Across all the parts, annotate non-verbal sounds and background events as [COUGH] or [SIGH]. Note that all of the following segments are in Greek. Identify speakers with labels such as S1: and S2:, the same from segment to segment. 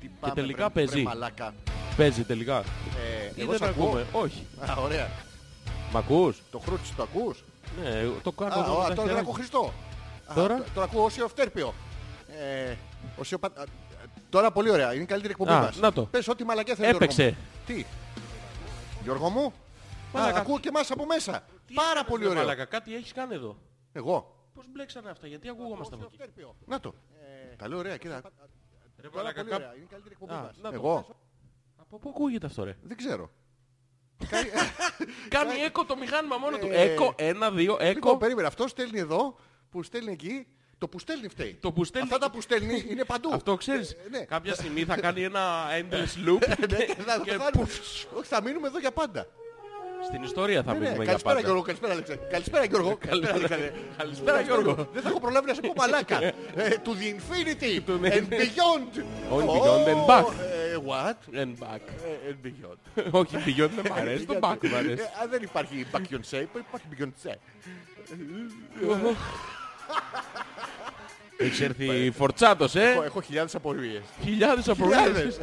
S1: Και τελικά
S2: βρε,
S1: παίζει.
S2: βρε μαλάκα.
S1: Παίζει τελικά.
S2: Ε,
S1: Ή
S2: εγώ
S1: δεν
S2: σ' ακούω.
S1: ακούμε. Όχι.
S2: Α, ωραία.
S1: Μ' ακούς.
S2: Το χρούτσι το ακούς.
S1: Ναι, εγώ το κάνω.
S2: Α,
S1: εδώ
S2: ο,
S1: με
S2: α, τώρα
S1: τα
S2: δεν
S1: χεράκια.
S2: ακούω Χριστό. Α,
S1: Τώρα?
S2: τ- Τώρα ακούω Όσιο Φτέρπιο. Ε, Όσιο Πα- α, Τώρα πολύ ωραία. Είναι η καλύτερη εκπομπή
S1: Α,
S2: μας.
S1: να το.
S2: Πες ό,τι μαλακιά θέλει.
S1: Έπαιξε.
S2: Γιώργο μου. Τι. Γιώργο μου. Α,
S1: Μαλάκα.
S2: ακούω και εμάς από μέσα.
S1: Τι
S2: Πάρα
S1: έκανες,
S2: πολύ
S1: ρε
S2: ωραίο.
S1: Μαλάκα, κάτι έχεις κάνει εδώ.
S2: Εγώ.
S1: Πώς μπλέξανε αυτά, γιατί ακούγόμαστε από εκεί.
S2: Να το. Καλή ωραία, κοίτα.
S1: Ρε
S2: Τώρα
S1: μαλάκα,
S2: πολύ
S1: κά-
S2: ωραία. Είναι η καλύτερη εκπομπή
S1: Α,
S2: μας.
S1: να το.
S2: Εγώ.
S1: Από πού ακούγεται αυτό ρε.
S2: Δεν ξέρω.
S1: [LAUGHS] Κάνει έκο το μηχάνημα μόνο του.
S2: Ε,
S1: Έκο, ένα, δύο, έκο.
S2: Λοιπόν, περίμενε. Αυτό στέλνει εδώ, που στέλνει εκεί. Το που στέλνει φταίει.
S1: Το που στέλνει-
S2: Αυτά τα που στέλνει είναι παντού.
S1: Αυτό ξέρεις.
S2: Ε, ναι.
S1: Κάποια στιγμή θα κάνει ένα endless loop.
S2: Ναι, και θα το
S1: και
S2: κάνουμε. Όχι, θα μείνουμε εδώ για πάντα.
S1: Στην ιστορία θα
S2: Ναι, ναι.
S1: μείνουμε για
S2: Καλησπέρα
S1: πάντα.
S2: Γιώργο, καλησπέρα Αλέξανδρε. Καλησπέρα
S1: [LAUGHS]
S2: Γιώργο. Καλησπέρα Αλέξανδρε.
S1: Καλησπέρα Γιώργο.
S2: Δεν θα έχω προλάβει να σε πω
S1: [LAUGHS]
S2: μαλάκα. Ε, To the infinity and beyond.
S1: On
S2: Oh,
S1: beyond and back.
S2: ε, What?
S1: And back.
S2: Ε, And beyond.
S1: Όχι, beyond δεν μ' [LAUGHS] αρέσει,
S2: And
S1: το back
S2: beyond.
S1: μ' αρέσει.
S2: Ε, α, Δεν υπάρχει back beyond shape, υπάρχει beyond shape. Ε,
S1: Έχεις έρθει φορτσάτος, ε.
S2: Έχω- Έχω χιλιάδες απορίες.
S1: Χιλιάδες απορίες.
S2: Χιλιάδες.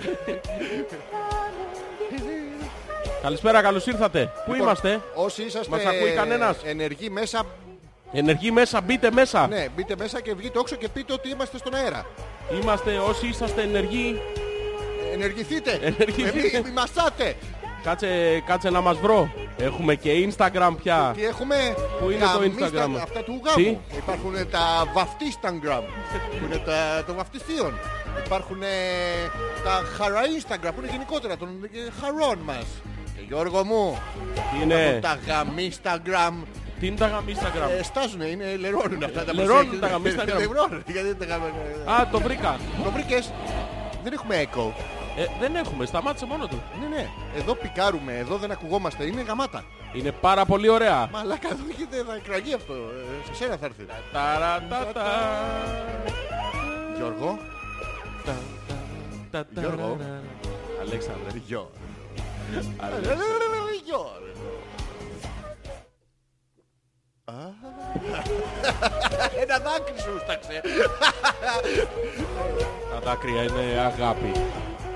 S1: Καλησπέρα, καλώς ήρθατε. Πού
S2: Λοιπόν,
S1: είμαστε.
S2: Όσοι είσαστε
S1: Μας ακούει κανένας?
S2: ενεργοί μέσα,
S1: Ενεργοί μέσα, μπείτε μέσα.
S2: ναι, μπείτε μέσα και βγείτε όξω και πείτε ότι είμαστε στον αέρα.
S1: Είμαστε όσοι είσαστε ενεργοί.
S2: Ενεργηθείτε.
S1: Ενεργηθείτε.
S2: Εμείς Μασάτε.
S1: Κάτσε, κάτσε να μας βρω. Έχουμε και Instagram πια.
S2: Τι έχουμε.
S1: Πού είναι το
S2: γαμίστα-
S1: Instagram?
S2: Αυτά του
S1: Τι?
S2: γάμου. Υπάρχουν τα βαφτίσταγκραμ που είναι τα, των βαφτιστίων. Υπάρχουν ε, τα χαρά Instagram που είναι γενικότερα των ε, χαρών μας. Και Γιώργο μου,
S1: Τι είναι,
S2: υπάρχουν τα γαμίσταγκραμ
S1: τι είναι τα γαμίσταγκραμ.
S2: ε, στάζουν, είναι, λερώνουν αυτά τα
S1: Λερώνουν
S2: μας.
S1: τα γαμίσταγκραμ.
S2: [LAUGHS] Λερώνουν, γιατί δεν τα γαμίσταγκραμ.
S1: Α, το βρήκα.
S2: Το βρήκες, δεν έχουμε echo.
S1: Ε, δεν έχουμε, σταμάτησε μόνο του.
S2: Ναι, ναι, εδώ πικάρουμε, εδώ δεν ακουγόμαστε, είναι γαμάτα.
S1: Είναι πάρα πολύ ωραία.
S2: Μαλάκα, εδώ γίνεται, θα εκραγεί αυτό, Ε, σε σένα θα έρθει.
S1: Ταρατατα.
S2: Γιώργο,
S1: Τα, τα, τα,
S2: Γιώργο.
S1: ραραρα. Αλέξανδρε.
S2: Γιώργο. Ε,
S1: Αλέξανδρε.
S2: Ένα δάκρυ σου στάξε.
S1: Τα δάκρυα είναι αγάπη.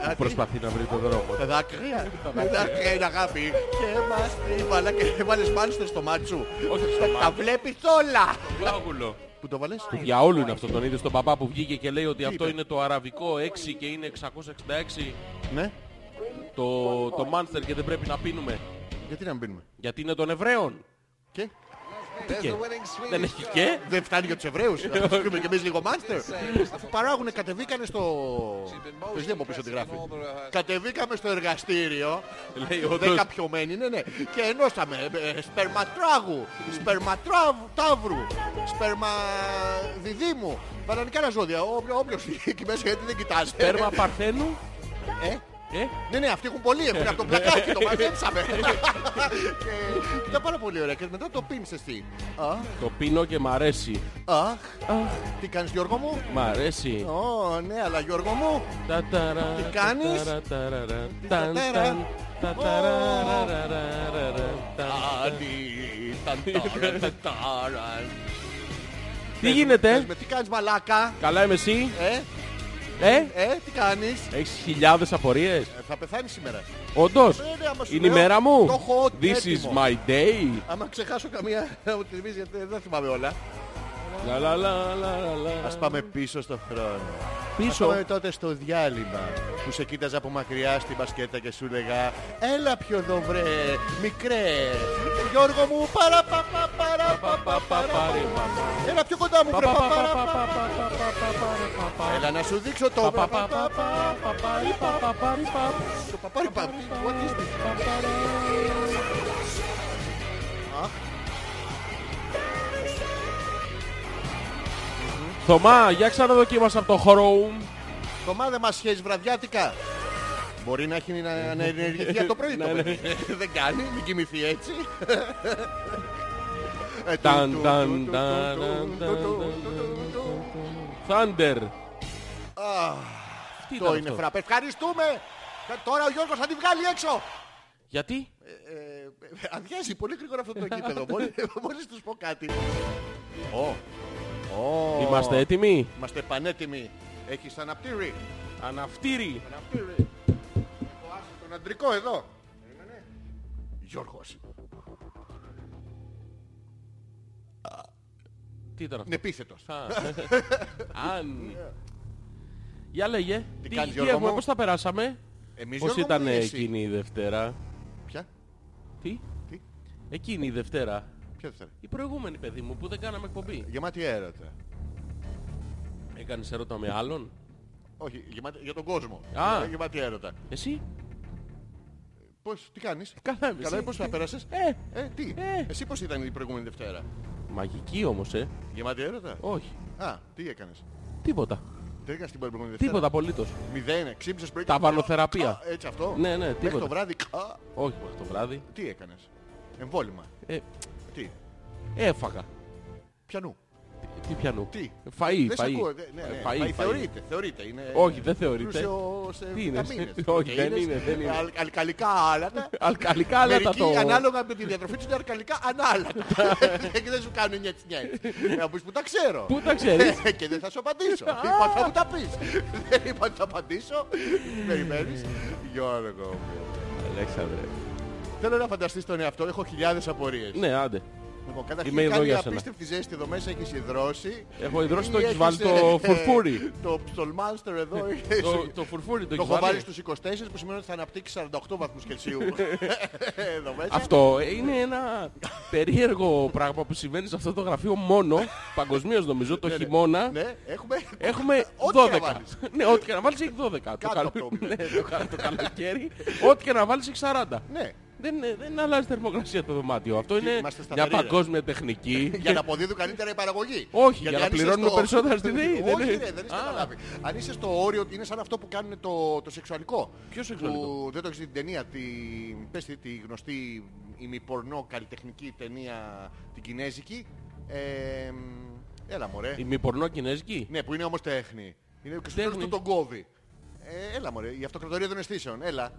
S2: Α, τι?
S1: Προσπαθεί να βρει τον δρόμο.
S2: Τα δάκρυα. Τα δάκρυα είναι αγάπη. Και μας τρίβαλα και έβαλες μάλιστα ε, στο μάτσου.
S1: Όχι στο
S2: Τα βλέπεις όλα.
S1: Παύλο.
S2: Που το βάλες.
S1: Για όλου είναι αυτό. Τον είδες στον παπά που βγήκε και λέει ότι αυτό
S2: είπε?
S1: είναι το αραβικό 6 και είναι 666
S2: Ναι.
S1: το, το Μάνστερ και δεν πρέπει να πίνουμε.
S2: Γιατί να μην πίνουμε.
S1: Γιατί είναι των Εβραίων.
S2: Και.
S1: και? Δεν έχει και.
S2: Δεν φτάνει για τους
S1: [LAUGHS]
S2: Εβραίους. Να τους πούμε κι εμείς λίγο μάνστερ. Αφού παράγουνε, κατεβήκανε στο... Πες δεν μου πεις ότι γράφει. Κατεβήκαμε στο εργαστήριο.
S1: Λέει ο
S2: Δέκα πιωμένοι, ναι, ναι. Και ενώσαμε ε, σπερματράγου, σπερματράβρου, σπερμαδιδήμου. Βάλανε κανένα ζώδια. Ό- Όποιος εκεί μέσα γιατί δεν κοιτάζει.
S1: Τέρμα Παρθένου.
S2: Ε,
S1: Ε,
S2: ναι, ναι, αυτοί έχουν πολύ. Έπρεπε από το πλακάκι το μαζέψαμε. και ήταν πάρα πολύ ωραία. Και μετά το πίνεις εσύ. Α,
S1: το πίνω και μ' αρέσει.
S2: Αχ,
S1: Αχ,
S2: τι κάνεις Γιώργο μου.
S1: μ' αρέσει.
S2: Ω, ναι, αλλά Γιώργο μου.
S1: Τα ταρα,
S2: Τι κάνεις?
S1: τα ταρα, τα
S2: Τι
S1: ταν,
S2: τατέρα?
S1: ταν, τα ταρα, ρα, ρα, ρα, ρα, ρα, τα.
S2: Άντι, ταν, ταρα, ταν, ταρα.
S1: Τι γίνεται?
S2: Πες με, Τι κάνεις μαλάκα.
S1: Καλά είμαι εσύ.
S2: Ε,
S1: Ε,
S2: ε, τι κάνεις.
S1: έχεις χιλιάδες απορίες.
S2: Ε, Θα πεθάνεις σήμερα.
S1: Όντως.
S2: Ε, ναι, άμα σου
S1: Είναι η
S2: λέω,
S1: μέρα μου.
S2: Το έχω ό,τι
S1: This is
S2: έτοιμο.
S1: my day.
S2: Άμα ξεχάσω καμία να μου τη θυμίζει, γιατί δεν θυμάμαι όλα.
S1: Λα, λα, λα, λα, λα.
S2: Ας πάμε πίσω στο χρόνο. Ας
S1: Ε. πίσω.
S2: πάμε τότε στο διάλειμμα που σε κοίταζα από μακριά στην μπασκέτα και σου έλεγα Έλα πιο εδώ βρε, μικρέ. Γιώργο μου, παρα πα πα παρα πα πα παρα
S1: Πάρε,
S2: πα. Έλα πιο κοντά μου, βρε πα παρα πα. Έλα να σου δείξω το βρε, πα, πα, πα. Το παπάρι πα. What is this?
S1: Θωμά, για ξαναδοκίμασα από το Chrome.
S2: Το μα δεν μας σχέσεις βραδιάτικα. Μπορεί να έχει να, να ενεργηθεί από το πρωί το
S1: Ναι, ναι.
S2: παιδί. [LAUGHS] Δεν κάνει, μην κοιμηθεί έτσι. Ε,
S1: Ταν, ταν, ταν, ταν, ταν, Thunder. Τι
S2: Το
S1: ήταν
S2: είναι
S1: αυτό?
S2: φραπέ. Ευχαριστούμε. Κα- Τώρα ο Γιώργος θα τη βγάλει έξω.
S1: Γιατί?
S2: Ε, ε, Αδειάζει πολύ γρήγορα αυτό το κήπεδο. Μόλι- [LAUGHS] Μόλις τους πω κάτι. Ω. Ω.
S1: Είμαστε έτοιμοι.
S2: Είμαστε πανέτοιμοι. Έχεις αναπτύρει.
S1: Αναφτύρι.
S2: Τον αντρικό εδώ. Γιώργος.
S1: Τι ήταν αυτό.
S2: Είναι επίθετος. [LAUGHS] Ναι.
S1: Αν. Για λέγε. Τι,
S2: κάνεις,
S1: τι
S2: Γιώργο
S1: έχουμε,
S2: μου?
S1: πώς τα περάσαμε.
S2: Εμείς
S1: Πώς
S2: Γιώργο μου,
S1: ήταν
S2: ή εσύ?
S1: εκείνη η Δευτέρα.
S2: ε, Ποια,
S1: Τι.
S2: τι,
S1: Εκείνη η Δευτέρα.
S2: ποια Δευτέρα.
S1: Η προηγούμενη παιδί μου που δεν κάναμε εκπομπή.
S2: Γεμάτη έρωτα.
S1: Έκανες ερώτα με άλλον.
S2: Όχι, γεμάτη, για τον κόσμο.
S1: Α.
S2: Γεμάτη έρωτα.
S1: Εσύ.
S2: Πώς, τι κάνεις.
S1: Καλά είμαι.
S2: Καλά,
S1: Ε, εσύ.
S2: πώς τα πέρασες.
S1: Ε.
S2: Ε, τι.
S1: Ε.
S2: Εσύ πώς ήταν η προηγούμενη Δευτέρα.
S1: Μαγική όμως ε.
S2: Γεμάτη έρωτα.
S1: Όχι.
S2: Α, τι έκανες.
S1: Τίποτα.
S2: Τι έκανες την προηγούμενη Δευτέρα.
S1: Τίποτα απολύτως.
S2: Μηδέν, ξύπνησες πρωί.
S1: Ταβανοθεραπεία.
S2: Κα, Έτσι αυτό.
S1: Ναι, ναι,
S2: Μέχρι
S1: τίποτα.
S2: το βράδυ. κα,
S1: Όχι μέχρι το βράδυ.
S2: Τι έκανες. Εμβόλυμα.
S1: Ε,
S2: Τι.
S1: έφαγα.
S2: Πιανού.
S1: Τι πιανού.
S2: Τι.
S1: Φαΐ,
S2: Δεν σε
S1: φαΐ.
S2: ακούω. δε- Ναι, ναι,
S1: Ε,
S2: φαΐ.
S1: φαΐ, φαΐ.
S2: Θεωρείται. θεωρείται. Είναι
S1: Όχι, δεν θεωρείται.
S2: πλούσιο σε
S1: Τι είναι,
S2: βιταμίνες,
S1: [LAUGHS] όχι,
S2: πρωτεΐνες,
S1: δεν είναι, δεν είναι.
S2: αλ- Αλκαλικά
S1: [LAUGHS]
S2: άλατα.
S1: Αλκαλικά αλλά τα
S2: Μερικοί
S1: το...
S2: ανάλογα με τη διατροφή τους είναι αλκαλικά
S1: [LAUGHS]
S2: ανάλατα. Και δεν σου κάνουν νιέτς νιέτς. Να πεις που τα ξέρω.
S1: Πού τα ξέρεις?
S2: Ε, [LAUGHS] Και δεν θα σου
S1: [LAUGHS]
S2: απαντήσω. Είπα θα μου τα πεις. [LAUGHS] Δεν είπα ότι θα απαντήσω. Περιμένεις. Γιώργο μου.
S1: Αλέξανδρε.
S2: Θέλω να φανταστείς τον εαυτό. Έχω χιλιάδες απορίες.
S1: Ναι, άντε.
S2: Λοιπόν, καταρχήν
S1: Είμαι εδώ
S2: κάνει
S1: για σένα.
S2: απίστευτη ζέστη εδώ μέσα, έχεις υδρώσει.
S1: Έχω υδρώσει,
S2: Ή
S1: το έχεις
S2: έχεις,
S1: βάλει το
S2: ε,
S1: φουρφούρι.
S2: Το ψολμάνστερ εδώ. έχεις-
S1: Το, το φουρφούρι το
S2: Το
S1: έχεις
S2: έχω βάλει
S1: βάλει.
S2: στους 24 που σημαίνει ότι θα αναπτύξει 48 βαθμούς
S1: [LAUGHS]
S2: Κελσίου. εδώ μέσα.
S1: Αυτό ε, είναι ένα περίεργο πράγμα που συμβαίνει σε αυτό το γραφείο μόνο, παγκοσμίως νομίζω, το χειμώνα.
S2: Ναι, έχουμε...
S1: Έχουμε
S2: Ό,τι και να
S1: 12.
S2: βάλεις.
S1: Ναι, ό,τι και να βάλεις έχει 12. Το
S2: Κάτω
S1: καλο-
S2: από το μηδέν.
S1: [LAUGHS] Ναι, το κα- το καλοκαίρι. Ό,τι και να βάλεις έχει 40.
S2: Ναι.
S1: Δεν, ε, δεν αλλάζει θερμοκρασία το δωμάτιο. Αυτό είναι
S2: είμαστε Ναι. σταθεροί,
S1: μια
S2: ρε.
S1: παγκόσμια τεχνική.
S2: Για να αποδίδουν καλύτερα η παραγωγή.
S1: Όχι,
S2: Γιατί
S1: για να
S2: αν είσαι
S1: πληρώνουμε περισσότερα στη ΔΕΗ, δεν
S2: Όχι,
S1: είναι.
S2: ρε, δεν είσαι
S1: Α.
S2: καταλάβει. Αν είσαι στο όριο, είναι σαν αυτό που κάνουν το, το σεξουαλικό.
S1: Ποιος σεξουαλικό?
S2: Που δεν το έχεις δει την ταινία. Τη, πες τη, τη γνωστή ημιπορνό καλλιτεχνική ταινία την κινέζικη. Ε, μ, έλα μωρέ.
S1: Η μη πορνό κινέζικη.
S2: Ναι, που είναι όμως τέχνη. Είναι και στο
S1: Τέχνη.
S2: τέλος του τον κόβει. Ε, έλα μωρέ, η αυτοκρατορία των αισθήσεων. Έλα.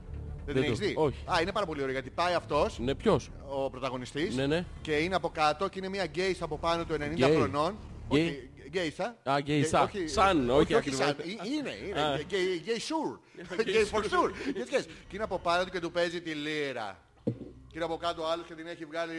S2: Δεν, την
S1: το-
S2: έχεις δει.
S1: όχι.
S2: Α, είναι πάρα πολύ ωραίο γιατί πάει αυτός
S1: Ναι, ποιος.
S2: ο πρωταγωνιστής
S1: Ναι, ναι.
S2: και είναι από κάτω και είναι μια γκέιστα από πάνω του 90
S1: Γκέι.
S2: χρονών.
S1: Γκέι.
S2: Όχι, Γκέιστα.
S1: Α, γκέιστα.
S2: Γκέ- όχι-
S1: Σαν, όχι ακριβώς.
S2: σαν. Ε, Είναι,
S1: Α.
S2: είναι. Γκέι- Γκέι σουρ.
S1: [LAUGHS]
S2: Γκέι for sure. Yes, yes. Και είναι από πάνω του και του παίζει τη λύρα. Και είναι από κάτω ο άλλος και την έχει βγάλει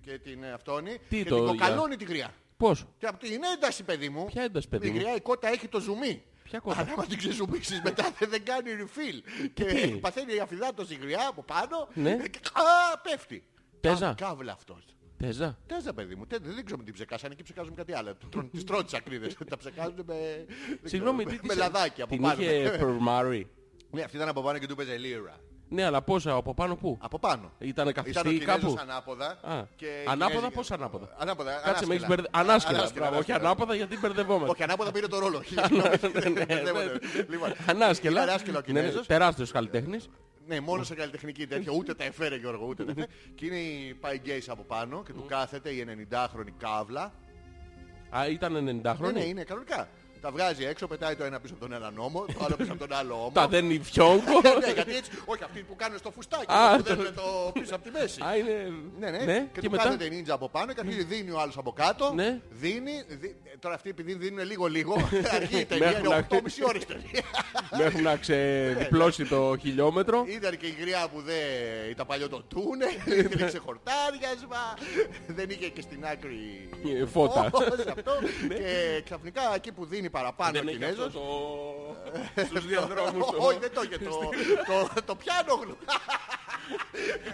S2: και την ε, αυτόνη.
S1: Τι
S2: και
S1: το,
S2: την
S1: για-
S2: κοκαλώνει τη γριά.
S1: Πώς.
S2: Και απ' τη- είναι ένταση, παιδί μου.
S1: Ποια ένταση, παιδί
S2: Η
S1: μου?
S2: γριά η κότα έχει το ζουμί.
S1: Ποια κότα?
S2: Αν άμα την
S1: [LAUGHS]
S2: ξεζουμίξεις μετά δεν, δεν κάνει refill. και
S1: τι?
S2: παθαίνει η αφιδάτωση η γριά από πάνω. ε,
S1: Ναι.
S2: Και, α, πέφτει.
S1: Τέζα.
S2: Κα- Κάβλα αυτός.
S1: Τέζα.
S2: Τέζα, παιδί μου. Τέ- δεν ξέρω με την ψεκάσανε. Εκεί ψεκάζουν κάτι άλλο. Του
S1: [LAUGHS]
S2: τρών- Τις τρώνε τις ακρίδες. [LAUGHS] Τα ψεκάζουν με, δεν
S1: Συγγνώμη,
S2: ξέρω,
S1: τι
S2: με
S1: της-
S2: λαδάκι από
S1: Την
S2: πάνω.
S1: είχε περμάρει.
S2: [LAUGHS] ναι, αυτή ήταν από πάνω και του παίζε λίρα.
S1: Ναι, αλλά πόσα, από πάνω πού.
S2: Από πάνω.
S1: Ήτανε
S2: Ήταν ο
S1: καθιστή
S2: Κινέζος
S1: κάπου.
S2: ανάποδα.
S1: Α.
S2: και η
S1: Ανάποδα,
S2: Κινέζικη-
S1: πώς ανάποδα?
S2: Ανάποδα.
S1: Κάτσε με έχεις
S2: ανάσκελα.
S1: μπερδε... Ανάσκελα.
S2: Ανάσκελα,
S1: Μπράβο, όχι
S2: ανάσκελα.
S1: ανάποδα γιατί μπερδευόμαστε.
S2: Όχι, ανάποδα πήρε το ρόλο. Λοιπόν,
S1: Ανάσκελα.
S2: ήταν Ανάσκελα ο
S1: Ναι, ναι,
S2: Κινέζος.
S1: Τεράστιος καλλιτέχνης.
S2: Ναι, μόνο σε καλλιτεχνική τέτοια. Ούτε τα εφέρε Γιώργο, ούτε τα εφέρε. Και είναι η πάει γκέις από πάνω και του κάθεται η 90χρονη κάβλα.
S1: Α, ήταν 90
S2: Ναι, ναι,
S1: χρόνια.
S2: είναι κανονικά. Τα βγάζει έξω, πετάει το ένα πίσω από τον έναν νόμο, το άλλο πίσω από τον άλλο όμο.
S1: Τα δεν υφιόγκο.
S2: Ναι, γιατί έτσι, όχι αυτοί που κάνουν στο φουστάκι,
S1: Α,
S2: που
S1: το-
S2: δένουν το πίσω από τη μέση.
S1: Α, είναι...
S2: Ναι, ναι. και,
S1: Και
S2: του
S1: μετά.
S2: κάνετε νίντζα από πάνω και αρχίζει δίνει ο άλλος από κάτω.
S1: Ναι.
S2: Δίνει. δι- Τώρα αυτοί επειδή δίνουν λίγο-λίγο, αρχίζει η ταινία.
S1: Μέχρι να-
S2: Είναι 8,5 ώρες ταινία.
S1: Μέχρι να ξεδιπλώσει το χιλιόμετρο.
S2: Ήταν και η γριά που δεν ήταν παλιό το
S1: Ναι,
S2: τούνελ, δεν είχε χορτάριασμα, δεν είχε και στην άκρη
S1: Ε,
S2: [LAUGHS]
S1: φώτα. Ναι.
S2: φως, αυτό. και ξαφνικά εκεί που δίνει παραπάνω ο
S1: Δεν έχει αυτό
S2: Κινέζος...
S1: το... Στους
S2: [LAUGHS]
S1: διαδρόμους. το-
S2: Όχι, δεν το είχε, το, το, το πιάνω γλου.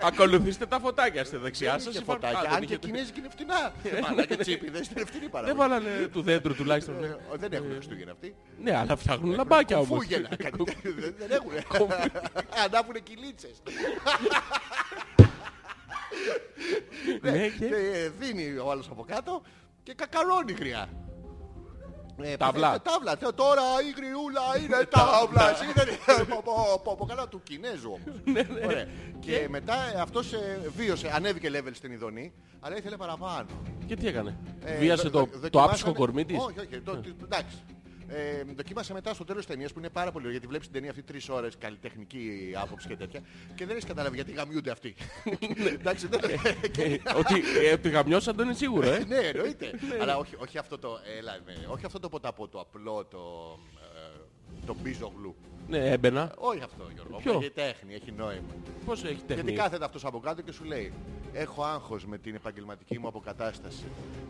S1: Ακολουθήστε τα φωτάκια στη δεξιά
S2: Δεν
S1: σας.
S2: είχε
S1: Υπάρχουν-
S2: φωτάκια,
S1: Α, δεν
S2: αν και
S1: είχε- Ναι.
S2: οι Κινέζοι είναι φτηνά. Μάνα και τσίπηδες είναι φτηνή
S1: Δεν
S2: παραγωγή.
S1: βάλανε του δέντρου τουλάχιστον.
S2: Ε, Δεν έχουν Χριστούγεννα αυτοί.
S1: Ναι, αλλά
S2: Ε,
S1: φτιάχνουν λαμπάκια όμως.
S2: Φούγελα, κάτι τέτοιο, δεν δεν έχουν. [LAUGHS] Ανάβουνε κυλίτσες.
S1: Ναι, και-
S2: Και ε, δίνει ο άλλος από κάτω και κακαρώνει γριά. Ε,
S1: Ταυλά.
S2: ε, Ταύλα. Θε- Τώρα η γριούλα
S1: [LAUGHS]
S2: είναι ταύλα. Είναι πω, πω, πω, πω, καλά του Κινέζου
S1: [LAUGHS]
S2: όμως.
S1: Ναι,
S2: Ωραία. Και μετά ε, αυτός ε, βίωσε, ανέβηκε level στην Ιδονή, αλλά ήθελε παραπάνω.
S1: Και τι έκανε.
S2: Ε,
S1: Βίασε
S2: δο-
S1: το,
S2: δο-
S1: το
S2: δοκιμάσαμε-
S1: άψυχο κορμί της.
S2: Όχι, όχι. Το, τι- εντάξει. Ε, δοκίμασα μετά στο τέλος της ταινίας που είναι πάρα πολύ ωραίο γιατί βλέπεις την ταινία αυτή τρεις ώρες καλλιτεχνική άποψη και τέτοια και δεν έχεις καταλάβει γιατί γαμιούνται αυτοί. εντάξει, δεν το...
S1: Ναι. Ε, Ότι ε, ότι γαμιώσαν τον είναι σίγουρο, [LAUGHS] ε.
S2: ναι, εννοείται. Αλλά όχι, όχι, αυτό το, έλα, ναι, όχι αυτό το ποταπό, το απλό, το... ε, τον Μπίζογλου.
S1: Ναι, έμπαινα.
S2: Όχι αυτό, Γιώργο.
S1: Ποιο?
S2: μου, Έχει τέχνη, έχει νόημα.
S1: Πώς έχει τέχνη.
S2: Γιατί [LAUGHS] κάθεται αυτός από κάτω και σου λέει Έχω άγχος με την επαγγελματική μου αποκατάσταση.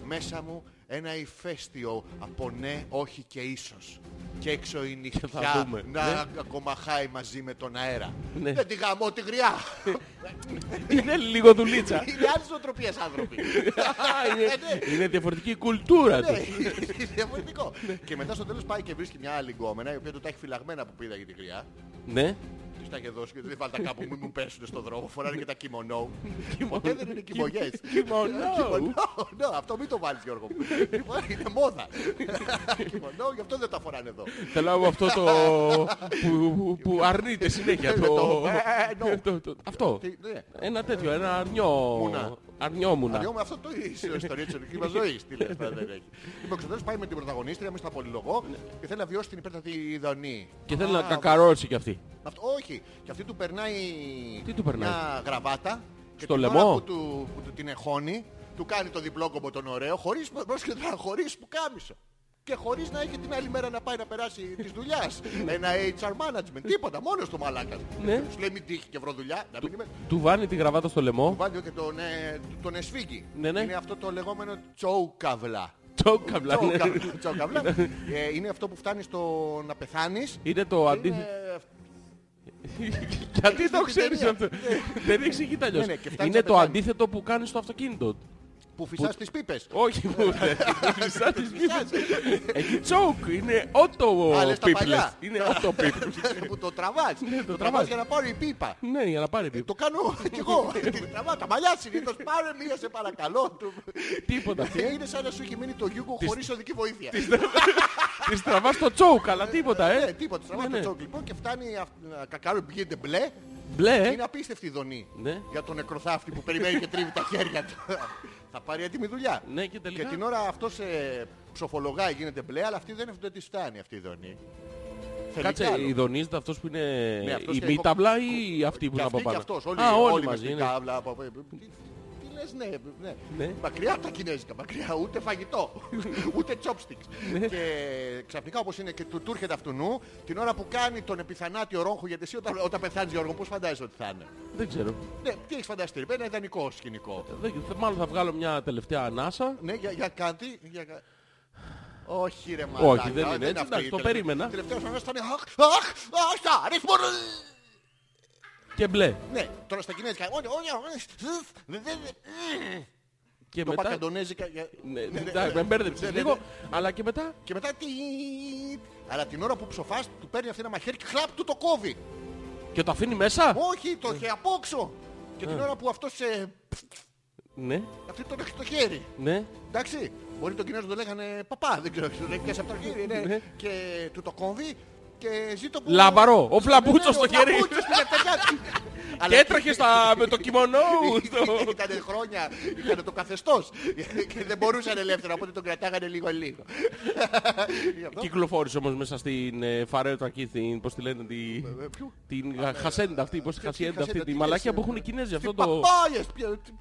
S2: Μέσα μου ένα ηφαίστειο από ναι, όχι και ίσως. Και έξω η
S1: θα
S2: νυχτιά
S1: δούμε,
S2: να κομμαχάει μαζί με τον αέρα.
S1: Ναι.
S2: Δεν τη γαμώ τη γριά.
S1: Είναι λίγο δουλίτσα.
S2: Είναι άλλες νοοτροπίες
S1: [LAUGHS]
S2: άνθρωποι.
S1: Α, [LAUGHS] είναι, είναι διαφορετική η κουλτούρα
S2: Ναι,
S1: τους.
S2: είναι διαφορετικό.
S1: Ναι.
S2: Και μετά στο τέλος πάει και βρίσκει μια άλλη γκόμενα η οποία του τα έχει φυλαγμένα που πήδαγε τη γριά.
S1: ναι.
S2: Τους τα είχε δώσει και δεν βάλτε τα κάπου, μην μου πέσουν στον δρόμο. Φοράνε και τα κιμονό. Ποτέ δεν είναι κυμογιές.
S1: Κυμονό.
S2: Κιμονό, ναι, αυτό μην το βάλεις Γιώργο μου. Λοιπόν, Είναι μόδα. Κιμονό, γι' αυτό δεν τα φοράνε εδώ.
S1: Θέλω να πω αυτό το που, που αρνείται συνέχεια.
S2: Με
S1: το,
S2: το- [LAUGHS] ε, no.
S1: το- το- αυτό.
S2: Τι, ναι.
S1: Ένα τέτοιο, ένα αρνιό.
S2: Μούνα.
S1: Αρνιόμουνα.
S2: Αδειώ με αυτό το ίσιο ιστορία της ελληνικής μας ζωής. Τι λες, τώρα δεν έχει. Λοιπόν, ξεδέρος πάει με την πρωταγωνίστρια μέσα στα πολυλογό και θέλει να βιώσει την υπέρτατη δονή.
S1: Ναι. Και θέλει να
S2: Α,
S1: κακαρώσει κι αυτή.
S2: Αυτό, όχι. Και αυτή του περνάει
S1: Τι του περνάει?
S2: μια γραβάτα. Και
S1: Στο
S2: την
S1: λαιμό?
S2: ώρα Που του, που του την εχώνει, του κάνει το διπλό κομπο τον ωραίο, χωρίς, πρόσεχε τώρα, χωρίς που κάμισο. Και χωρίς να έχει την άλλη μέρα να πάει να περάσει της
S1: [LAUGHS]
S2: δουλειάς. Ένα HR management, τίποτα, μόνος του μαλάκας.
S1: Ναι.
S2: Σου λέει μην τύχει και βρω δουλειά, να μην είμαι...
S1: Του βάνει τη γραβάτα στο
S2: [LAUGHS]
S1: λαιμό.
S2: Βάλει και τον, ε, τον εσφίγγει.
S1: Ναι, ναι.
S2: Είναι αυτό το λεγόμενο τσόκαυλα.
S1: Τσόκαυλα. ναι.
S2: Τσόκαυλα, τσόκαυλα. Ε, είναι αυτό που φτάνει στο να πεθάνεις.
S1: Είναι το αντίθετο.
S2: Είναι
S1: Γιατί το
S2: στην
S1: ξέρεις
S2: ταινία.
S1: αυτό. Δεν εξηγείται αλλιώς.
S2: Ναι, ναι, και φτάνεις
S1: Είναι
S2: να
S1: το
S2: πεθάνεις.
S1: αντίθετο που κάνεις στο αυτοκίνητο.
S2: που φυσάς τις πίπες.
S1: Όχι
S2: [LAUGHS]
S1: που δεν Σαν τις μύθες.
S2: Φυσάς.
S1: Έχει τσόκ. Είναι ότο
S2: Α, λες τα
S1: πίπλες.
S2: παλιά.
S1: Είναι
S2: [LAUGHS]
S1: ότο πίπλες.
S2: που το τραβάς.
S1: Ναι, το
S2: το
S1: τραβάς.
S2: τραβάς για να πάρει η πίπα.
S1: Ναι, για να πάρει πίπλες.
S2: Το κάνω κι
S1: [LAUGHS]
S2: εγώ.
S1: Ναι.
S2: Την Τραβά τα μαλλιά συνήθως. Πάρε μία σε παρακαλώ. του.
S1: Τίποτα.
S2: Ε, Είναι σαν να σου έχει μείνει το γιούγκο χωρίς οδική βοήθεια.
S1: Της τραβάς το τσόκ, αλλά τίποτα,
S2: Ναι,
S1: ε.
S2: τίποτα.
S1: Ναι,
S2: Τραβάς
S1: ναι.
S2: το τσόκ λοιπόν και φτάνει αυ- να κακάρει πηγαίνεται μπλε.
S1: Μπλε. ε.
S2: Είναι απίστευτη η δονή
S1: Ναι.
S2: για τον νεκροθάφτη που περιμένει και τρίβει τα χέρια
S1: [LAUGHS]
S2: του. Θα πάρει έτοιμη δουλειά.
S1: Ναι, και
S2: Και
S1: τελικά.
S2: την ώρα αυτός ε, ψοφολογάει, γίνεται μπλε, αλλά αυτή δεν δεν της φτάνει αυτή η δονή. Θέλει κι
S1: Κάτσε,
S2: άλλο.
S1: ειδονίζεται αυτός που
S2: Ναι,
S1: είναι
S2: αυτός
S1: η
S2: και
S1: μη
S2: εγώ-
S1: ταβλά ή αυτή που
S2: και αυτή
S1: είναι από
S2: και
S1: πάνω.
S2: αυτός, όλοι,
S1: Α, όλοι
S2: όλοι
S1: μαζί
S2: με
S1: είναι.
S2: την κάβλα. από- Τι, τι λες ναι, ναι.
S1: Ναι.
S2: Μακριά από τα κινέζικα, μακριά ούτε φαγητό, ούτε chopsticks. και ξαφνικά όπως είναι και του του έρχεται αυτού νου, την ώρα που κάνει τον επιθανάτιο ρόγχο, γιατί εσύ όταν, όταν πεθάνεις Γιώργο, πώς φαντάζεσαι ότι θα είναι.
S1: Δεν ξέρω.
S2: Ναι, τι έχεις φανταστεί, ρε, ένα ιδανικό σκηνικό.
S1: Δεν- θε- Μάλλον θα βγάλω μια τελευταία ανάσα.
S2: Ναι, για, για κάτι. Για... κα- Όχι ρε
S1: Όχι,
S2: μαλάκα.
S1: δεν
S2: αυτή.
S1: είναι έτσι, εντάξει, το
S2: Τελευταίο-
S1: περίμενα.
S2: Τελευταίος ανάς ήταν αχ, αχ, αχ, σ' αρέσει μόνο.
S1: Και μπλε.
S2: Ναι, τώρα στα κινέζικα. όχι, όχι, όχι, δεν- δεν- δεν-
S1: Και
S2: Το
S1: μετά.
S2: πακαντονέζικα. για-
S1: Ναι,
S2: Ναι, ναι,
S1: εντάξει, με
S2: ναι.
S1: μπέρδεψες
S2: Ναι, ναι,
S1: λίγο.
S2: ναι.
S1: Αλλά και μετά.
S2: Και μετά τι. Αλλά την ώρα που ψοφάς του παίρνει αυτή ένα μαχαίρι και χλαπ του το κόβει.
S1: Και το αφήνει μέσα.
S2: Όχι, το έχει απόξω. Και την ώρα που αυτός ε,
S1: Ναι,
S2: αυτή τον έχει το χέρι.
S1: ναι.
S2: Εντάξει, μπορεί τον Κινέζο να το λέγανε παπά, δεν ξέρω, τον έχει πιάσει από το χέρι, ναι.
S1: Ναι.
S2: και του το κόβει και ζει το που...
S1: Λαμπαρό, ο φλαμπούτσος
S2: Ναι, ναι,
S1: στο
S2: ο
S1: χέρι.
S2: φλαμπούτσος
S1: [LAUGHS]
S2: στην καρδιά του.
S1: Και
S2: Αλλά
S1: έτρεχε στα... με το κιμονό.
S2: [LAUGHS]
S1: στο-
S2: Ήταν χρόνια, ήταν το καθεστώς και δεν μπορούσαν ελεύθερα, οπότε τον κρατάγανε λίγο λίγο. Γι' αυτό,
S1: Κυκλοφόρησε όμως μέσα στην ε, φαρέτα εκεί, την, πώς τη λένε, τη,
S2: ε, ποιο-
S1: την χασέντα αυτή, πώς τη
S2: Ποια-
S1: χασέντα
S2: ποια
S1: αυτή, τη
S2: ναι, χασέντα,
S1: μαλακία
S2: τι
S1: που
S2: λες, ε,
S1: έχουν οι Κινέζοι. Αυτό
S2: Τι
S1: το...
S2: παπάγες, ποια- τι-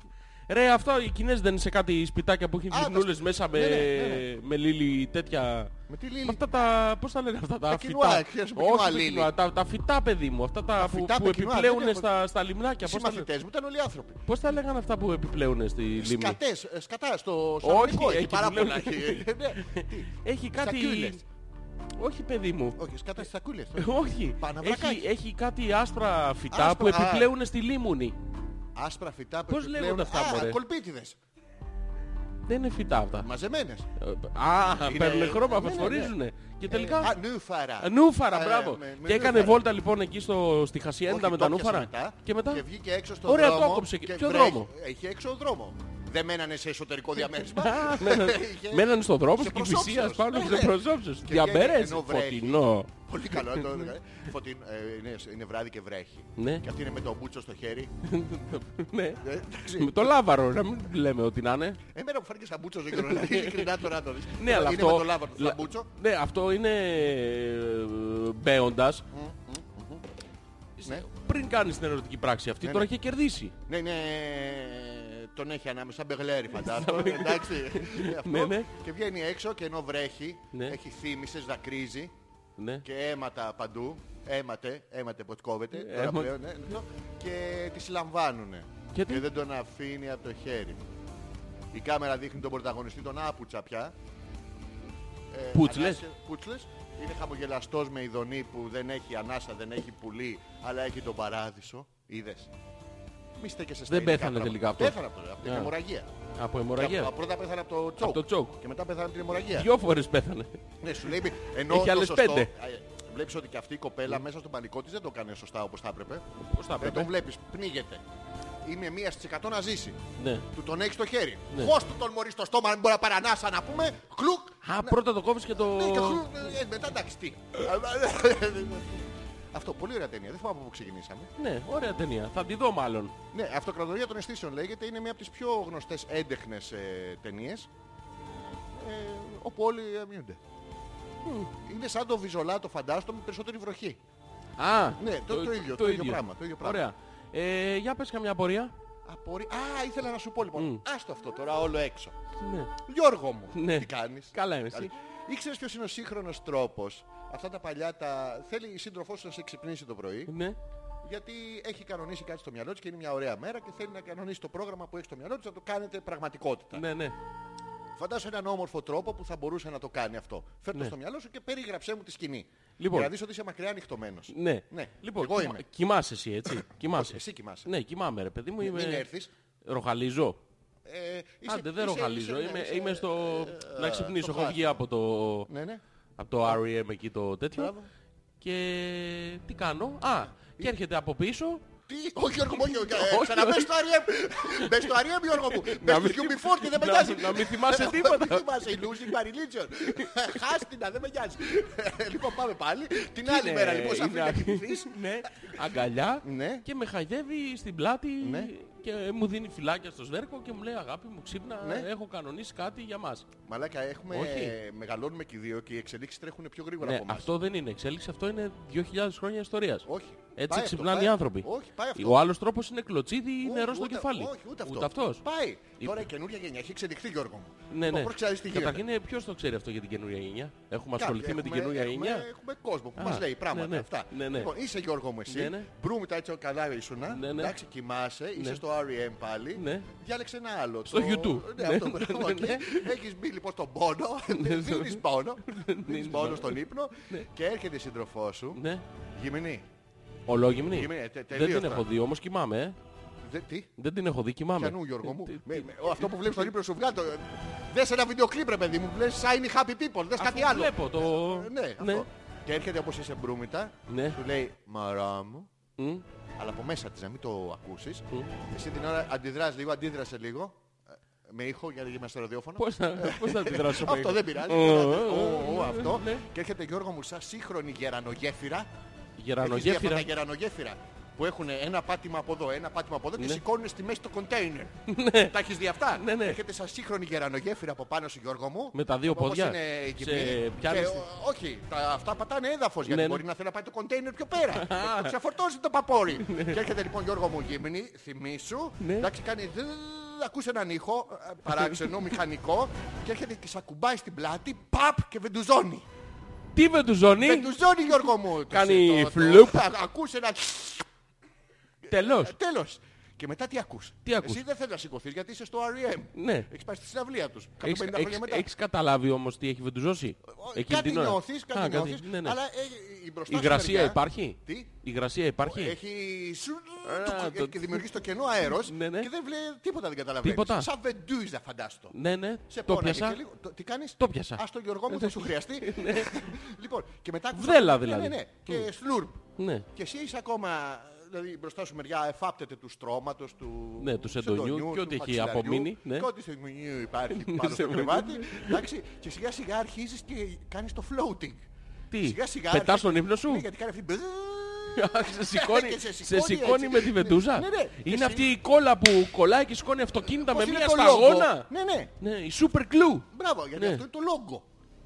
S1: Ρε, αυτό οι Κινέζοι δεν είναι σε κάτι σπιτάκια που έχουν
S2: Α, τα
S1: γυμνούλες
S2: σπι-
S1: μέσα
S2: ναι,
S1: με,
S2: ναι, ναι,
S1: με λίλι τέτοια...
S2: Με τι
S1: Με
S2: λίλη,
S1: αυτά τα... Πώς τα λένε αυτά τα,
S2: Τα
S1: φυτά.
S2: κινοά, ξέρεις, με
S1: Όχι
S2: κινοά
S1: τα
S2: λίλι.
S1: κινοά, τα, τα φυτά, παιδί μου. Αυτά τα, που,
S2: φυτά
S1: που
S2: με κινοά,
S1: επιπλέουν
S2: δεν έχω-
S1: στα, στα λιμνάκια.
S2: οι
S1: Πώς τα, λένε-
S2: συμμαθητές μου ήταν όλοι άνθρωποι.
S1: πώς τα λέγανε αυτά που επιπλέουν στη λίμνη.
S2: Σκατές, ε, σκατά στο
S1: Όχι,
S2: σαλονικό,
S1: εκεί
S2: έχει πάρα
S1: που λέμε.
S2: πολλά. έχει. Ναι, τι,
S1: Έχει κάτι...
S2: σακούλες.
S1: Όχι, παιδί μου.
S2: Όχι, σκατά στις σακούλες.
S1: Ε, Όχι.
S2: Παναβρακάκι.
S1: Έχει, έχει κάτι άσπρα φυτά
S2: Άσπρα,
S1: που
S2: α.
S1: επιπλέουν στη λίμουνη.
S2: Άσπρα φυτά που
S1: Πώς
S2: επιπλέον-
S1: λέγονται αυτά, μωρέ?
S2: Α, κολπίτιδες.
S1: Δεν είναι φυτά αυτά.
S2: Μαζεμένες.
S1: Ε, Α,
S2: Είναι-
S1: παίρνουν χρώμα,
S2: ναι, ναι, ναι.
S1: φωσφορίζουνε. Και
S2: Ε,
S1: τελικά.
S2: α, νούφαρα.
S1: Νούφαρα,
S2: Ε,
S1: μπράβο.
S2: με- με
S1: Και έκανε
S2: νούφαρα.
S1: βόλτα λοιπόν εκεί στο, στη Χασιέντα
S2: Όχι,
S1: με
S2: το
S1: τα
S2: πιάσε
S1: νούφαρα.
S2: μετά
S1: Και μετά.
S2: Και βγήκε έξω στον
S1: Ωραία, το
S2: δρόμο.
S1: άκοψε και-
S2: και
S1: ποιο
S2: βρέχει.
S1: δρόμο?
S2: Είχε έξω δρόμο. Δεν μένανε σε εσωτερικό διαμέρισμα.
S1: [LAUGHS] Α, μένανε-
S2: Είχε-
S1: Μένανε στον δρόμο
S2: σε
S1: και κυφυσίας
S2: προσόψεως.
S1: πάνω
S2: Ναι,
S1: σε
S2: ναι.
S1: προσώψεως.
S2: βγαίνει
S1: Διαμπερές,
S2: ενώ βρέχει.
S1: φωτεινό. [LAUGHS]
S2: Πολύ καλό. το- φωτεινό, ε, είναι- Είναι βράδυ και βρέχει.
S1: Ναι.
S2: Και αυτή είναι με το μπούτσο στο χέρι.
S1: Ναι.
S2: Ε, εντάξει.
S1: Με το λάβαρο, να μην λέμε ότι να είναι.
S2: Εμένα που φάνηκε σαν μπούτσο
S1: [LAUGHS]
S2: δεν ξέρω. Ειλικρινά τώρα να το δεις.
S1: Ναι, αλλά
S2: Είναι
S1: αυτό.
S2: με το λάβαρο
S1: λα-
S2: σαν μπούτσο.
S1: Ναι, αυτό είναι ε, μπέοντα.
S2: Ναι.
S1: Πριν κάνεις την ερωτική πράξη αυτή,
S2: Ναι,
S1: τώρα
S2: ναι.
S1: έχει κερδίσει.
S2: Ναι, ναι, τον έχει ανάμεσα, μπεγλέρι φαντάζομαι, εντάξει.
S1: Ναι, ναι.
S2: Και βγαίνει έξω και ενώ βρέχει,
S1: Ναι.
S2: έχει θύμησες, δακρύζει.
S1: Ναι.
S2: και αίματα παντού. Αίματε, αίματε που κόβεται. τώρα
S1: Αίμα-
S2: πλέον, ναι, το- και τη συλλαμβάνουνε.
S1: Γιατί?
S2: Και δεν τον αφήνει από το χέρι. Η κάμερα δείχνει τον πρωταγωνιστή τον άπουτσα πια. Ε,
S1: Πούτς, λες?
S2: ανάσε- Πούτσλες. Είναι χαμογελαστός με ειδονή που δεν έχει ανάσα, δεν έχει πουλί, αλλά έχει τον παράδεισο. Είδες. Μη στέκεσαι στα
S1: Δεν
S2: ειδικά
S1: πέθανε
S2: πράγματα.
S1: τελικά αυτός.
S2: Πέθανε από, το- από την
S1: Α.
S2: αιμορραγία.
S1: Από
S2: Και
S1: αιμορραγία.
S2: απ- Πρώτα πέθανε από το τσόκ.
S1: το τσόκ.
S2: Και μετά πέθανε από την αιμορραγία.
S1: Δυο φορές πέθανε.
S2: Ναι, σου λέει. Ενώ
S1: Έχει
S2: το
S1: άλλες
S2: σωστό,
S1: πέντε. Ναι.
S2: Βλέπεις ότι και αυτή η κοπέλα μέσα στον πανικό της δεν το κάνει σωστά όπως θα έπρεπε.
S1: Πώς τα
S2: Δεν τον
S1: πέθανε.
S2: βλέπεις, πνίγεται. Είναι μία στις 100 να ζήσει.
S1: Ναι.
S2: Του τον έχεις στο χέρι.
S1: Ναι.
S2: Πώς του τον μωρείς στο στόμα, αν μπορεί να παρανάσα να πούμε. Κλουκ.
S1: Α, πρώτα το κόβεις και το...
S2: Ναι, και χλουκ. Ε, μετά εντάξει
S1: [LAUGHS]
S2: τι. Αυτό, πολύ ωραία ταινία. Δεν θυμάμαι από πού ξεκινήσαμε.
S1: Ναι, ωραία ταινία. Θα τη δω μάλλον.
S2: Ναι, Αυτοκρατορία των Αισθήσεων λέγεται. Είναι μία από τις πιο γνωστές έντεχνες ε, ταινίες. Ε, όπου όλοι ε, μειούνται. Είναι σαν το βιζολά το φαντάστο με περισσότερη βροχή.
S1: Α,
S2: Ναι, το- το ίδιο, το ίδιο πράγμα, το ίδιο πράγμα.
S1: Ωραία. Ε, για πες καμιά απορία.
S2: Απορρι... Α, ήθελα να σου πω λοιπόν. Άστο αυτό τώρα όλο έξω.
S1: Ναι.
S2: Γιώργο μου,
S1: Ναι.
S2: τι κάνεις.
S1: Καλά είμαι, εσύ.
S2: Ήξερες ποιος είναι ο σύγχρονος τρόπος. Αυτά τα παλιά τα... Θέλει η σύντροφός σου να σε ξυπνήσει το πρωί.
S1: Ναι.
S2: Γιατί έχει κανονίσει κάτι στο μυαλό της και είναι μια ωραία μέρα και θέλει να κανονίσει το πρόγραμμα που έχει στο μυαλό της να το κάνετε πραγματικότητα.
S1: Ναι, ναι.
S2: Φαντάσου έναν όμορφο τρόπο που θα μπορούσε να το κάνει αυτό. Φέρ' το
S1: Ναι.
S2: στο μυαλό σου και περιγράψέ μου τη σκηνή.
S1: Λοιπόν.
S2: Για να δεις ότι είσαι μακριά ανοιχτωμένος.
S1: Ναι.
S2: Ναι.
S1: Λοιπόν,
S2: Εγώ
S1: κοιμα-
S2: είμαι.
S1: κοιμάσαι εσύ, έτσι. κοιμάσαι.
S2: εσύ κοιμάσαι.
S1: Ναι, κοιμάμαι, ρε παιδί μου.
S2: Μην
S1: Είμαι...
S2: έρθεις.
S1: Ροχαλίζω.
S2: Ε, είσαι-
S1: Άντε, δεν
S2: είσαι-
S1: ροχαλίζω.
S2: είσαι-
S1: Είμαι,
S2: είσαι- ε,
S1: είμαι στο. να ξυπνήσω.
S2: στο
S1: Έχω βγει από το.
S2: Ναι, ναι.
S1: Από το REM εκεί το τέτοιο.
S2: Μπράβο. Ε-
S1: Και τι κάνω. Α, και έρχεται από πίσω.
S2: Τι, όχι Γιώργο μου, όχι, όχι, ε,
S1: [LAUGHS] Όχι,
S2: ξαναμπες
S1: όχι.
S2: στο Αριέμ. Μπες στο Αριέμ Γιώργο μου. Μπες στο
S1: μην-
S2: QB40 δεν με
S1: να-
S2: νοιάζει. Ε,
S1: να μην θυμάσαι
S2: Μην
S1: τίποτα.
S2: θυμάσαι, losing my
S1: [LAUGHS]
S2: religion. Χάστηνα, δεν με νοιάζει. Ε, Λοιπόν πάμε πάλι. Την άλλη
S1: είναι-
S2: μέρα λοιπόν σε αφήνει να
S1: είναι-
S2: κοιμηθείς.
S1: [LAUGHS] Ναι, αγκαλιά.
S2: Ναι.
S1: Και με χαϊδεύει στην πλάτη.
S2: Ναι.
S1: Και μου δίνει φυλάκια στο σβέρκο και μου λέει Αγάπη μου ξύπνα.
S2: Ναι.
S1: Έχω κανονίσει κάτι για μας.
S2: Μαλάκα έχουμε,
S1: Όχι.
S2: μεγαλώνουμε και οι δύο και οι εξελίξεις τρέχουν πιο γρήγορα
S1: Ναι,
S2: από εμάς.
S1: αυτό δεν είναι εξέλιξη. Αυτό είναι 2000 χρόνια ιστορίας.
S2: Όχι.
S1: Έτσι
S2: Πάει αυτό,
S1: ξυπνάνε
S2: πάει.
S1: οι άνθρωποι.
S2: Όχι, πάει αυτό.
S1: Ο άλλος τρόπος είναι κλωτσίδι ή
S2: Όχι,
S1: νερός στο
S2: ούτε-
S1: κεφάλι.
S2: Όχι, ούτε αυτό.
S1: Ούτε αυτός.
S2: Πάει.
S1: Η-
S2: Τώρα η καινούργια γενιά έχει εξελιχθεί Γιώργο μου.
S1: Ναι,
S2: Λοιπόν,
S1: ναι.
S2: Πώς ξέρεις τι γίνεται.
S1: Καταρχήν, ποιος το ξέρει αυτό για την καινούργια γενιά. Έχουμε
S2: Κάποιοι
S1: ασχοληθεί με την
S2: έχουμε-
S1: καινούργια
S2: έχουμε-
S1: γενιά.
S2: Έχουμε κόσμο που
S1: Α,
S2: μας λέει πράγματα
S1: ναι, ναι.
S2: αυτά.
S1: Ναι, ναι.
S2: Λοιπόν, είσαι Γιώργο μου εσύ,
S1: Ναι, ναι.
S2: μπρούμητα έτσι καλά ήσουνα,
S1: Ναι, ναι.
S2: εντάξει κοιμάσαι, είσαι
S1: Ναι.
S2: στο REM πάλι,
S1: Ναι.
S2: διάλεξε ένα άλλο.
S1: Στο
S2: το...
S1: YouTube.
S2: Ναι,
S1: Ναι,
S2: αυτό,
S1: ναι,
S2: μπράβο,
S1: ναι,
S2: εκεί.
S1: ναι.
S2: Έχεις μπει λοιπόν στον πόνο, δίνεις πόνο, δίνεις πόνο στον ύπνο και έρχεται η σύντροφό σου,
S1: Ναι.
S2: γυμνή.
S1: Ολόγυμνη.
S2: Είμαι, ε, τε-
S1: Δεν
S2: τελείως
S1: την
S2: τώρα.
S1: έχω δει, όμως κοιμάμαι. Ε.
S2: Δε- Τι,
S1: Δεν την έχω δει, κοιμάμαι. Ε,
S2: πιανού Γιώργο μου,
S1: Τι-
S2: Με- με- αυτό που βλέπεις στον ύπνο σου βγάλει το... Δες ένα βιντεοκλίπ ρε παιδί μου, που λες shiny happy people, δες
S1: Αφού
S2: κάτι άλλο.
S1: Βλέπω το.
S2: Ε, Ναι, αυτό. Και έρχεται όπως είσαι μπρούμητα,
S1: Ναι.
S2: σου λέει «Μαρά μου»,
S1: Μμ.
S2: αλλά από μέσα της να μην το ακούσεις.
S1: Μμ.
S2: Εσύ την ώρα αντιδράς λίγο, αντίδρασε λίγο. ε, Με ήχο, γιατί είμαι στο ραδιόφωνο.
S1: Πώς θα, πώς θα αντιδράσω με
S2: Ε, Αυτό
S1: αυτό.
S2: δεν πειράζει.
S1: Ω,
S2: Ω,
S1: ω,
S2: ω, ω,
S1: ω,
S2: Αυτό.
S1: ναι.
S2: Και έρχεται Γιώργο μου σαν σύγχρονη γερανογέφυρα. Έχεις δει αυτά
S1: Γερανογέφυρα.
S2: Τα γερανογέφυρα που έχουν ένα πάτημα από εδώ, ένα πάτημα από εδώ και
S1: Ναι.
S2: σηκώνουν στη μέση το κοντέινερ. Τα έχεις δει αυτά.
S1: Ναι, ναι.
S2: Έρχεται σαν σύγχρονη γερανογέφυρα από πάνω σου Γιώργο μου.
S1: Με τα δύο
S2: Όπως
S1: πόδια.
S2: είναι εκεί
S1: Σε
S2: πίσω.
S1: πιάνεις
S2: Και,
S1: στη-
S2: ο- όχι, τα, αυτά πατάνε έδαφος γιατί
S1: Ναι, ναι.
S2: μπορεί να θέλει να πάει το κοντέινερ πιο
S1: [LAUGHS]
S2: πέρα. Και το Ξεφορτώσει το παπόρι. και έρχεται λοιπόν Γιώργο μου γύμνη, θυμήσου.
S1: Ναι.
S2: Εντάξει, κάνει δ- ακούς έναν ήχο ε, παράξενο,
S1: [LAUGHS]
S2: μηχανικό και έρχεται και σακουμπάει στην πλάτη, παπ και βεντουζώνει.
S1: Τι με του ζωνή,
S2: Βεντουζώνει Γιώργο μου.
S1: Κάνει
S2: Το- το-
S1: φλουπ.
S2: α- Ακούς ένα
S1: τελώς.
S2: τέλος. Και μετά τι ακούς.
S1: Τι ακούς?
S2: Εσύ δεν θέλεις να σηκωθείς γιατί είσαι στο REM.
S1: Ναι.
S2: Έχεις πάει στη συναυλία τους. 150
S1: Έχεις,
S2: χρόνια
S1: έχεις-
S2: μετά. Ε,
S1: έχεις καταλάβει όμως τι έχει βεντουζώσει. Εκείνη
S2: κάτι
S1: την ώρα.
S2: νιώθεις, κάτι
S1: Α,
S2: νιώθεις.
S1: ναι, ναι.
S2: Αλλά ε, η μπροστά
S1: Η
S2: σου
S1: γρασία
S2: μεριά-
S1: υπάρχει.
S2: Τι? Ε,
S1: Υγρασία υπάρχει.
S2: Έχει σου-
S1: Α,
S2: του-
S1: το-
S2: και δημιουργήσει το κενό αέρος
S1: Ναι, ναι.
S2: και δεν βλέπει τίποτα δεν καταλαβαίνεις.
S1: Τίποτα.
S2: Σαν βεντούζα φαντάστο.
S1: Ναι, ναι.
S2: Σε
S1: Το
S2: πόναγε και
S1: πιάσα.
S2: λίγο. Το- Τι κάνεις?
S1: Το Ε, πιάσα.
S2: Ας το Γιώργο μου δεν σου χρειαστεί.
S1: [LAUGHS]
S2: λοιπόν, και μετά... ακούς-
S1: Ναι. Βδέλα,
S2: Ναι, Ναι,
S1: δηλαδή.
S2: ναι. Και σλουρπ.
S1: Ναι.
S2: Και εσύ είσαι ακόμα... Δηλαδή μπροστά σου μεριά εφάπτεται του στρώματος, του...
S1: Ναι, του σεντονιού και
S2: του
S1: ό,τι έχει
S2: μαξιλαριού
S1: απομείνει, ναι.
S2: Και ό,τι σεντονιού
S1: [LAUGHS]
S2: υπάρχει πάνω στο
S1: σε
S2: κρεβάτι. Εντάξει, και σιγά σιγά αρχίζεις και κάνεις το floating.
S1: Τι,
S2: Σιγά σιγά...
S1: πετάς
S2: αρχίζεις-
S1: τον ύπνο σου?
S2: Ναι, γιατί κάνει
S1: [LAUGHS]
S2: αυτή... [LAUGHS]
S1: σε σηκώνει,
S2: Και σε
S1: σε
S2: σηκώνει
S1: σηκώνει
S2: έτσι.
S1: με τη βεντούζα.
S2: Ναι, ναι. Και
S1: Είναι
S2: εσύ-
S1: αυτή η κόλλα που κολλάει και σηκώνει αυτοκίνητα
S2: Πώς
S1: με
S2: είναι
S1: μία
S2: το λόγο?
S1: σταγόνα.
S2: Ναι, ναι.
S1: Ναι, η super glue.
S2: Μπράβο, γιατί
S1: Ναι.
S2: αυτό είναι το λόγο.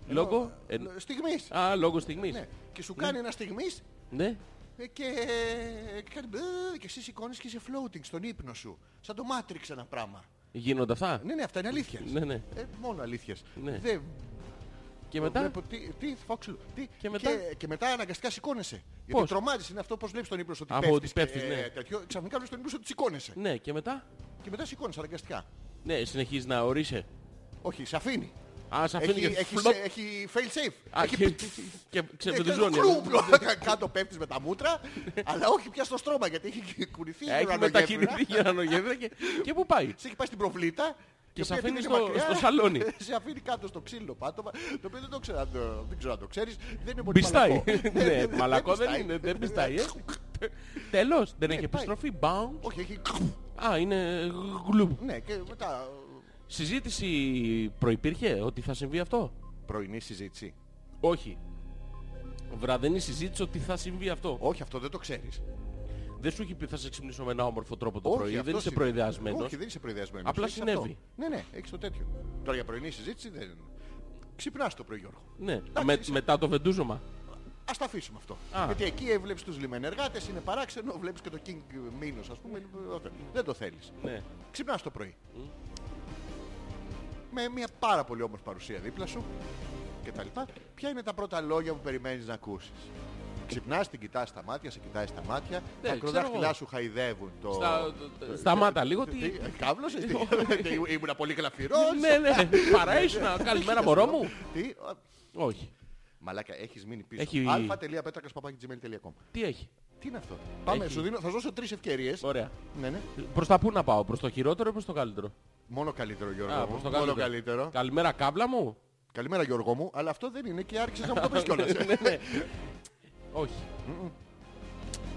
S1: Λόγο. ε,
S2: Στιγμής.
S1: Α, λόγο στιγμής.
S2: Ναι. Και σου κάνει ένα στιγμής
S1: Ναι.
S2: Ε, και, και κάνει μπε, και εσύ σηκώνεις και είσαι floating στον ύπνο σου. Σαν το Matrix ένα πράγμα.
S1: Γίνονται αυτά.
S2: Ναι, ναι, αυτά είναι αλήθειες.
S1: Ναι, ναι.
S2: Ε, μόνο αλήθειες.
S1: Ναι.
S2: Δεν...
S1: Και μετά?
S2: βλέπω, Τι, τι, φόξιλο, τι.
S1: Και μετά?
S2: Και, και μετά αναγκαστικά σηκώνεσαι.
S1: Πώς?
S2: Γιατί τρομάζεις, είναι αυτό πώς βλέπεις τον ύπνο σου ότι
S1: Από
S2: πέφτεις.
S1: ότι πέφτεις,
S2: και,
S1: ναι.
S2: ε, τέτοιο, ξαφνικά βλέπεις τον ύπνο σου ότι σηκώνεσαι.
S1: Ναι, και μετά.
S2: Και μετά σηκώνεσαι αναγκαστικά.
S1: Ναι, συνεχίζεις να ορίσαι.
S2: Όχι, σε αφήνει.
S1: Ας, σε αφήνει
S2: Έχει,
S1: και
S2: έχει,
S1: φλοπ.
S2: σε- έχει fail safe.
S1: Α, και- Και ξεβεντιζώνει. ναι.
S2: [LAUGHS] Κάτω πέφτεις με τα μούτρα, αλλά όχι πια στο στρώμα γιατί έχει κουνηθεί η
S1: Ε, Έχει
S2: ουρανογέφυρα.
S1: μετακινηθεί για να νογεύει και, και πού πάει.
S2: Σε έχει πάει στην προβλήτα. η
S1: σε
S2: οποία
S1: αφήνει
S2: επειδή
S1: στο-
S2: είναι μακριά,
S1: στο σαλόνι.
S2: [LAUGHS] σε αφήνει κάτω στο ξύλινο πάτωμα, το οποίο δεν το ξέρω, αν το- δεν ξέρω αν το ξέρεις. Δεν είναι πολύ
S1: Πιστάει.
S2: μαλακό.
S1: [LAUGHS]
S2: [LAUGHS]
S1: Ναι, μαλακό δεν
S2: πιστάει. Ναι,
S1: είναι, δεν
S2: [LAUGHS]
S1: πιστάει. ε. Τέλος, δεν έχει
S2: πάει.
S1: επιστροφή. Bounce.
S2: Όχι, έχει...
S1: Α, είναι γλουμ.
S2: Ναι, και μετά...
S1: Συζήτηση προϋπήρχε ότι θα συμβεί αυτό.
S2: Πρωινή συζήτηση.
S1: Όχι. Βραδενή συζήτηση ότι θα συμβεί αυτό.
S2: Όχι, αυτό δεν το ξέρεις.
S1: Δεν σου έχει πει θα σε ξυπνήσω με ένα όμορφο τρόπο το
S2: Όχι,
S1: πρωί.
S2: αυτό
S1: Δεν είσαι
S2: συμβεί.
S1: προειδεασμένος.
S2: Όχι, δεν είσαι προειδεασμένος.
S1: Απλά
S2: Έχεις
S1: συνέβη.
S2: αυτό. Ναι, ναι, έχεις το τέτοιο. Τώρα για πρωινή συζήτηση δεν... Ξυπνάς το πρωί, Γιώργο.
S1: Ναι,
S2: Εντάξει,
S1: με-
S2: είσαι-
S1: μετά το βεντούζωμα.
S2: Ας τα αφήσουμε αυτό.
S1: Α.
S2: Γιατί εκεί βλέπεις τους λιμενεργάτες, είναι παράξενο, βλέπεις και το King Minos, ας πούμε. είναι- Δεν το θέλεις.
S1: Ναι.
S2: Ξυπνάς το πρωί. Με μια πάρα πολύ όμορφη παρουσία δίπλα σου και τα λοιπά. Ποια είναι τα πρώτα λόγια που περιμένεις να ακούσεις. Ξυπνάς, την κοιτάς στα μάτια, σε κοιτάει στα μάτια.
S1: Ναι,
S2: τα ακροδάχτυλά
S1: ξέρω
S2: σου χαϊδεύουν το...
S1: Στα- Σταμάτα λίγο.
S2: Τι,
S1: Τι...
S2: ε, κάβλωσες,
S1: [LAUGHS]
S2: τι, [LAUGHS] τι, ήμουνα πολύ γλαφυρός.
S1: Ναι, ναι.
S2: [LAUGHS]
S1: Παραίσουνα. Καλημέρα μωρό μου.
S2: Τι, α,
S1: Όχι.
S2: μαλάκα, έχεις μείνει πίσω.
S1: Έχει-
S2: α.πέτρακας.gmail.com
S1: Τι έχει.
S2: Τι είναι αυτό. Πάμε,
S1: Έχει.
S2: σου δίνω, θα σου δώσω τρεις ευκαιρίες.
S1: Ωραία.
S2: Ναι, ναι.
S1: Προς τα πού να πάω, προς το χειρότερο ή προς το καλύτερο.
S2: Μόνο καλύτερο Γιώργο.
S1: Α,
S2: μου.
S1: προς το
S2: Μόνο
S1: καλύτερο.
S2: καλύτερο.
S1: Καλημέρα κάβλα μου.
S2: Καλημέρα Γιώργο μου, αλλά αυτό δεν είναι και άρχισες να μου το πεις
S1: [LAUGHS]
S2: κιόλας.
S1: Ναι,
S2: ε.
S1: Όχι.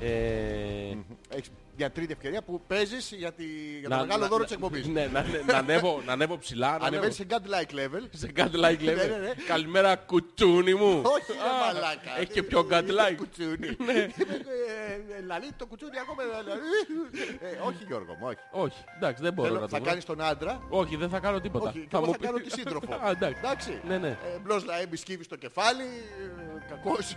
S1: Ε,
S2: Έχεις μια τρίτη ευκαιρία που παίζεις για, τη... για το
S1: να-
S2: μεγάλο
S1: να-
S2: δώρο
S1: να-
S2: της εκπομπής.
S1: Ναι, να- ναι, να ανέβω- να ανέβω ψηλά. να ανέβω.
S2: Ανεβαίνεις σε godlike level.
S1: Σε κάτι like
S2: Ναι, ναι,
S1: λέμε.
S2: ναι.
S1: Καλημέρα κουτσούνι μου.
S2: Όχι ρε
S1: Α,
S2: μαλάκα.
S1: Έχει και πιο Ναι.
S2: Είναι
S1: κάτι like.
S2: κουτσούνι. Ε, ε, Λαλεί το κουτσούνι ακόμα. λαλεί. Ε, Όχι Γιώργο μου, όχι.
S1: Όχι, εντάξει, δεν μπορώ
S2: Θέλω-
S1: να το
S2: θα
S1: βρω.
S2: κάνεις τον άντρα.
S1: Όχι, δεν θα κάνω τίποτα.
S2: Όχι, θα,
S1: μου
S2: θα
S1: πει-
S2: κάνω τη σύντροφο.
S1: [LAUGHS] Α, εντάξει. Ναι, ναι.
S2: Ε, Μπλος λαέμπι σκύβει στο κεφάλι. ε, Κακός.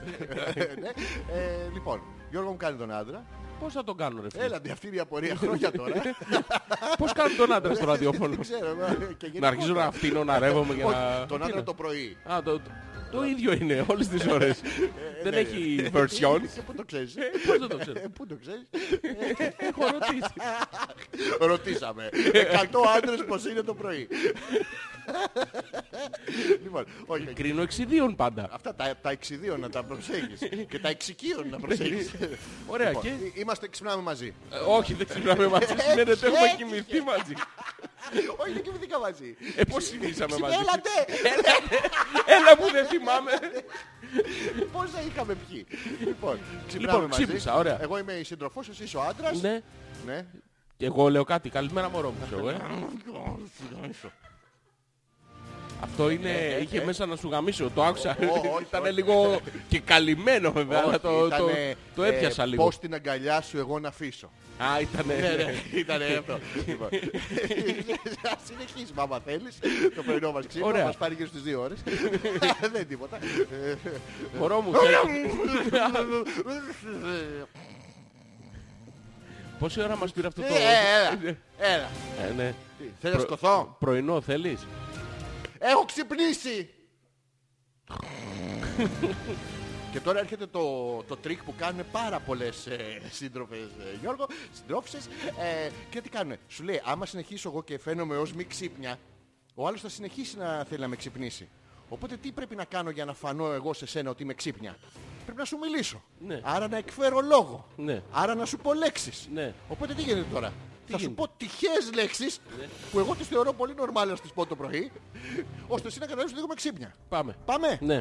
S2: ναι. ε, λοιπόν, Γιώργο μου κάνει τον άντρα.
S1: Πώς θα τον κάνω, ρε φίλε.
S2: Έλαντε αυτή είναι η απορία χρόνια τώρα.
S1: Πώς κάνω τον άντρα στο ραδιόφωνο.
S2: [LAUGHS] Δεν ξέρω. ε, και γενικότερα.
S1: Να αρχίζω να φτύνω, να ρεύομαι και να...
S2: Όχι, τον άντρα το πρωί.
S1: Α, το, το ίδιο είναι όλες
S2: [LAUGHS]
S1: τις ώρες. Δεν
S2: ναι.
S1: έχει version.
S2: Ε, Πού το ξέρεις.
S1: Πώς δεν το ξέρω.
S2: Ε, Πού το ξέρεις.
S1: Έχω ρωτήσει.
S2: Ρωτήσαμε. 100 άντρες πως είναι το πρωί. Λοιπόν, όχι.
S1: Κρίνω εξιδίων πάντα.
S2: Αυτά τα, τα εξιδίων να τα προσέχεις. Και τα εξοικείων να προσέχεις.
S1: Ωραία,
S2: Λοιπόν,
S1: και-
S2: ε, Είμαστε, ξυπνάμε μαζί.
S1: Ε, όχι, δεν ξυπνάμε μαζί.
S2: Ε,
S1: Συνένετε, έχουμε
S2: Έχει,
S1: κοιμηθεί μαζί.
S2: Όχι, δεν κοιμηθήκα μαζί.
S1: Ε, πώς συνήσαμε μαζί. Ε.
S2: Έλατε!
S1: Έλα που δεν θυμάμαι.
S2: Πώς θα είχαμε πιει. Λοιπόν,
S1: Λοιπόν,
S2: ξυπνάμε μαζί.
S1: ξύπνησα, ωραία.
S2: Εγώ είμαι η σύντροφός, εσύ είσαι ο άντρας.
S1: Ναι.
S2: Ναι.
S1: Και εγώ λέω κάτι. Καλημέρα μωρό μου. ξέρω, ε. Αυτό είναι, είχε μέσα να σου γαμίσω, το άκουσα.
S2: Ω,
S1: [LAUGHS]
S2: όχι,
S1: Ήταν
S2: όχι.
S1: λίγο και καλυμμένο βέβαια, αλλά το, το,
S2: Ήτανε,
S1: το
S2: ε,
S1: έπιασα λίγο. Ναι,
S2: Πώς Ναι, την αγκαλιά σου εγώ να αφήσω.
S1: Α, ήτανε...
S2: [LAUGHS] Ήταν αυτό.
S1: [LAUGHS]
S2: Λοιπόν, Ας συνεχίσουμε άμα θέλεις. Το πρωινό μας ξύπνο
S1: Ωραία.
S2: μας πάρει γύρω στις δύο
S1: [LAUGHS]
S2: ώρες. Δεν τίποτα. Ε,
S1: Μωρό μου, [LAUGHS] πόση ώρα μας πήρε αυτό το...
S2: ε,
S1: Ναι.
S2: Έλα, έλα.
S1: Ε, ναι.
S2: Τι, Θέλεις να
S1: Προ-
S2: σκοθώ.
S1: Πρωινό θέλεις.
S2: Έχω ξυπνήσει. Και τώρα έρχεται το, το τρίκ που κάνουν πάρα πολλές ε, σύντροφες, ε, Γιώργο, συντρόφισσες. Ε, και τι κάνουν. Σου λέει, άμα συνεχίσω εγώ και φαίνομαι ως μη ξύπνια, ο άλλος θα συνεχίσει να θέλει να με ξυπνήσει. Οπότε τι πρέπει να κάνω για να φανώ εγώ σε σένα ότι είμαι ξύπνια. Πρέπει να σου μιλήσω.
S1: Ναι.
S2: Άρα να εκφέρω λόγο.
S1: Ναι.
S2: Άρα να σου πω λέξεις.
S1: Ναι.
S2: Οπότε τι γίνεται τώρα. θα σου
S1: γίνεται?
S2: πω
S1: Ναι.
S2: τυχαίες λέξεις που εγώ τις θεωρώ πολύ normal να τις πω το πρωί, ώστε εσύ να καταλάβεις ότι εγώ είμαι ξύπνια.
S1: Πάμε.
S2: Πάμε.
S1: Ναι,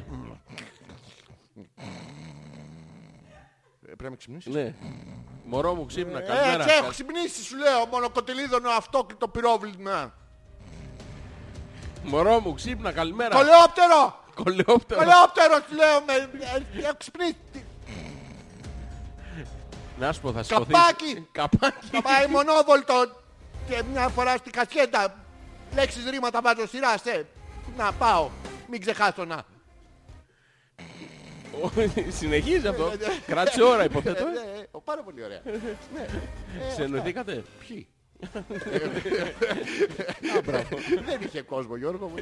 S2: Ε, πρέπει να με ξυπνήσεις.
S1: ναι. Μωρό μου, ξύπνα,
S2: Ε,
S1: Ναι, καλημέρα.
S2: έτσι έχω ξυπνήσει σου λέω, μονοκοτιλίδωνο αυτόκλητο πυρόβλημα.
S1: Μωρό μου, ξύπνα, καλημέρα.
S2: Κολεόπτερο!
S1: Κολεόπτερο.
S2: Κολεόπτερο σου λέω, με, ε, έχω ξυπνήσει. Τι-
S1: Να σου πω, θα σηκωθείς.
S2: Καπάκι!
S1: Καπάκι.
S2: Θα
S1: [LAUGHS]
S2: πάει μονόβολτο και μια φορά στην κασέτα. Λέξεις ρήματα βάζω σειράς, ε. Να πάω. Μην ξεχάσω να.
S1: [LAUGHS] Συνεχίζει αυτό.
S2: Ε, ναι.
S1: Κράτησε ώρα, υποθέτω. ε.
S2: Ε, ναι, ε, Πάρα πολύ ωραία.
S1: Συνεννοηθήκατε.
S2: Ποιοι. Α, μπράβο. Δεν είχε κόσμο Γιώργο μου.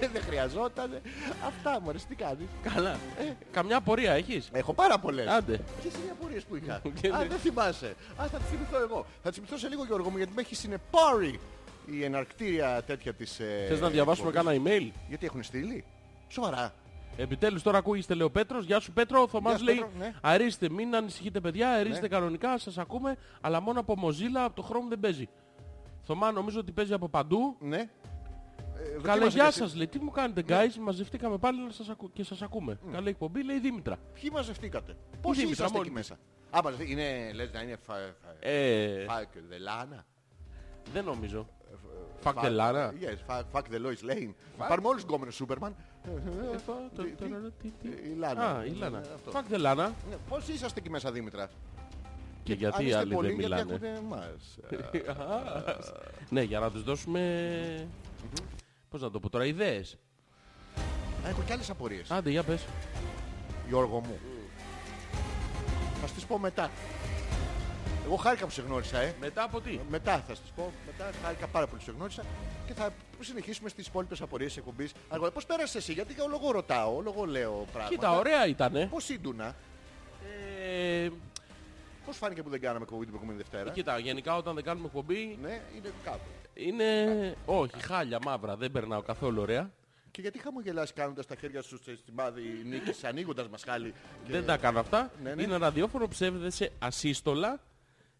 S2: Δεν χρειαζόταν. Αυτά μου τι κάνεις.
S1: Καλά.
S2: Ε.
S1: Καμιά απορία έχεις.
S2: Έχω πάρα πολλές.
S1: Άντε.
S2: Ποιες είναι οι απορίες που είχα.
S1: Και
S2: Α,
S1: ναι.
S2: δεν θυμάσαι. Ας, θα τις θυμηθώ εγώ. Θα τις θυμηθώ σε λίγο Γιώργο μου γιατί με έχει συνεπάρει η εναρκτήρια τέτοια της... ε,
S1: Θες να διαβάσουμε
S2: εκπομπής.
S1: κάνα email.
S2: Γιατί έχουν στείλει. Σοβαρά.
S1: Επιτέλους τώρα ακούγεστε λέει ο Πέτρος. Γεια σου Πέτρο. Ο Θωμάς
S2: σου,
S1: λέει
S2: Πέτρο, ναι.
S1: αρίστε μην ανησυχείτε παιδιά. Αρίστε κανονικά σας ακούμε. Αλλά μόνο από Mozilla από το Chrome δεν παίζει. Θωμά νομίζω ότι παίζει από παντού.
S2: Ναι. Ε, δοκίμασε
S1: Καλέ
S2: κι
S1: γεια
S2: εσύ.
S1: σας λέει. Τι μου κάνετε
S2: Ναι.
S1: guys. Μαζευτήκαμε πάλι να σας ακου... και σας ακούμε. Καλή εκπομπή λέει η Δήμητρα.
S2: Ποιοι μαζευτήκατε. Πώς
S1: Δήμητρα,
S2: είσαστε
S1: μόνοι
S2: εκεί μέσα. Α, μαζευτεί- είναι, λες να είναι φα, φα,
S1: Ε,
S2: fuck the Lana.
S1: δεν νομίζω.
S2: Ε,
S1: Fuck the Lana.
S2: Yes, fuck, fuck the Lois Lane. Πάρουμε όλους τους γκόμενους Σούπερμαν.
S1: Ε, το- το-
S2: τι-
S1: το- τι- τι-
S2: Ε, Η Λάνα.
S1: Α, η Λάνα.
S2: Ε, αυτό.
S1: Fuck the Lana.
S2: Ναι, Πώς είσαστε εκεί μέσα Δήμητρα.
S1: Και
S2: Αν
S1: γιατί οι
S2: είστε
S1: άλλοι
S2: πολλοί
S1: δεν
S2: γιατί
S1: μιλάνε.
S2: ακούνε εμάς.
S1: Ναι, για να τους δώσουμε... Πώς να το πω τώρα, ιδέες.
S2: Α, Έχω κι άλλες απορίες.
S1: Άντε, για πες.
S2: Γιώργο μου. Θα στις πω μετά. Εγώ χάρηκα που σε γνώρισα, ε.
S1: Μετά από τι.
S2: Μετά θα σας πω, μετά χάρηκα πάρα πολύ που σε γνώρισα και θα συνεχίσουμε στις υπόλοιπες απορίες της εκπομπής. αργότερα. Πώς πέρασες εσύ, γιατί για λόγο ρωτάω, λόγο λέω πράγματα.
S1: Κοίτα, ωραία ήτανε.
S2: Πώς σύντουνα,
S1: Ε,
S2: πώς φάνηκε που δεν κάναμε εκπομπή την προηγούμενη Δευτέρα.
S1: Κοίτα, γενικά όταν δεν κάνουμε εκπομπή
S2: Ναι, είναι κάπου.
S1: είναι... Όχι, χάλια μαύρα, δεν περνάω καθόλου ωραία.
S2: Και γιατί χαμογελάς κάνοντας τα χέρια σου στη σημάδι νίκης, ανοίγοντας μας χάλι. και-
S1: Δεν τα κάνω αυτά.
S2: Ναι, ναι.
S1: Είναι ραδιόφωνο, ψεύδεσαι ασύστολα.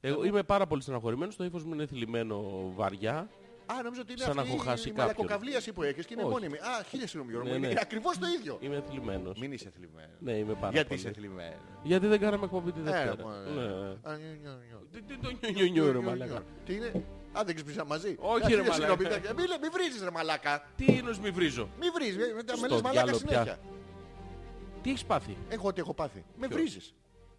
S1: Εγώ είμαι πάρα πολύ στεναχωρημένος, το ύφος μου είναι θλιμμένο βαριά.
S2: Α, νομίζω ότι είναι
S1: Σαν να
S2: αυτή
S1: έχω χάσει
S2: η
S1: κάποιον.
S2: μαλακοκαβλίαση που έχεις και είναι
S1: Όχι.
S2: μόνιμη. Α, χίλια συγγνώμη Γιώργο μου,
S1: Ναι,
S2: είναι
S1: ναι.
S2: ακριβώς το ίδιο.
S1: Είμαι θλιμμένος.
S2: Μην είσαι θλιμμένο.
S1: Ναι, είμαι πάρα
S2: Γιατί
S1: πολύ.
S2: είσαι θλιμμένο.
S1: Γιατί δεν κάναμε εκπομπή τη
S2: Ε,
S1: Δευτέρα.
S2: μωρέ.
S1: Ναι.
S2: Α, νιου, νιου, νιου.
S1: Τι- Τι το νιονιονιό ρε μαλάκα.
S2: Τι είναι. Α, δεν ξυπνήσα μαζί.
S1: Όχι,
S2: Α,
S1: ρε,
S2: χίλια
S1: μαλάκα.
S2: συγγνώμη, εντάξει. Μη, λέ- μη βρίζεις ρε μαλάκα.
S1: Τι ίνος μη βρίζω.
S2: Μη βρίζεις. Με, με,
S1: Στο
S2: λες μαλάκα
S1: διάλογο πια.
S2: συνέχεια.
S1: Τι έχεις πάθει.
S2: Εγώ ό,τι έχω πάθει. Με
S1: Ποιο?
S2: βρίζεις.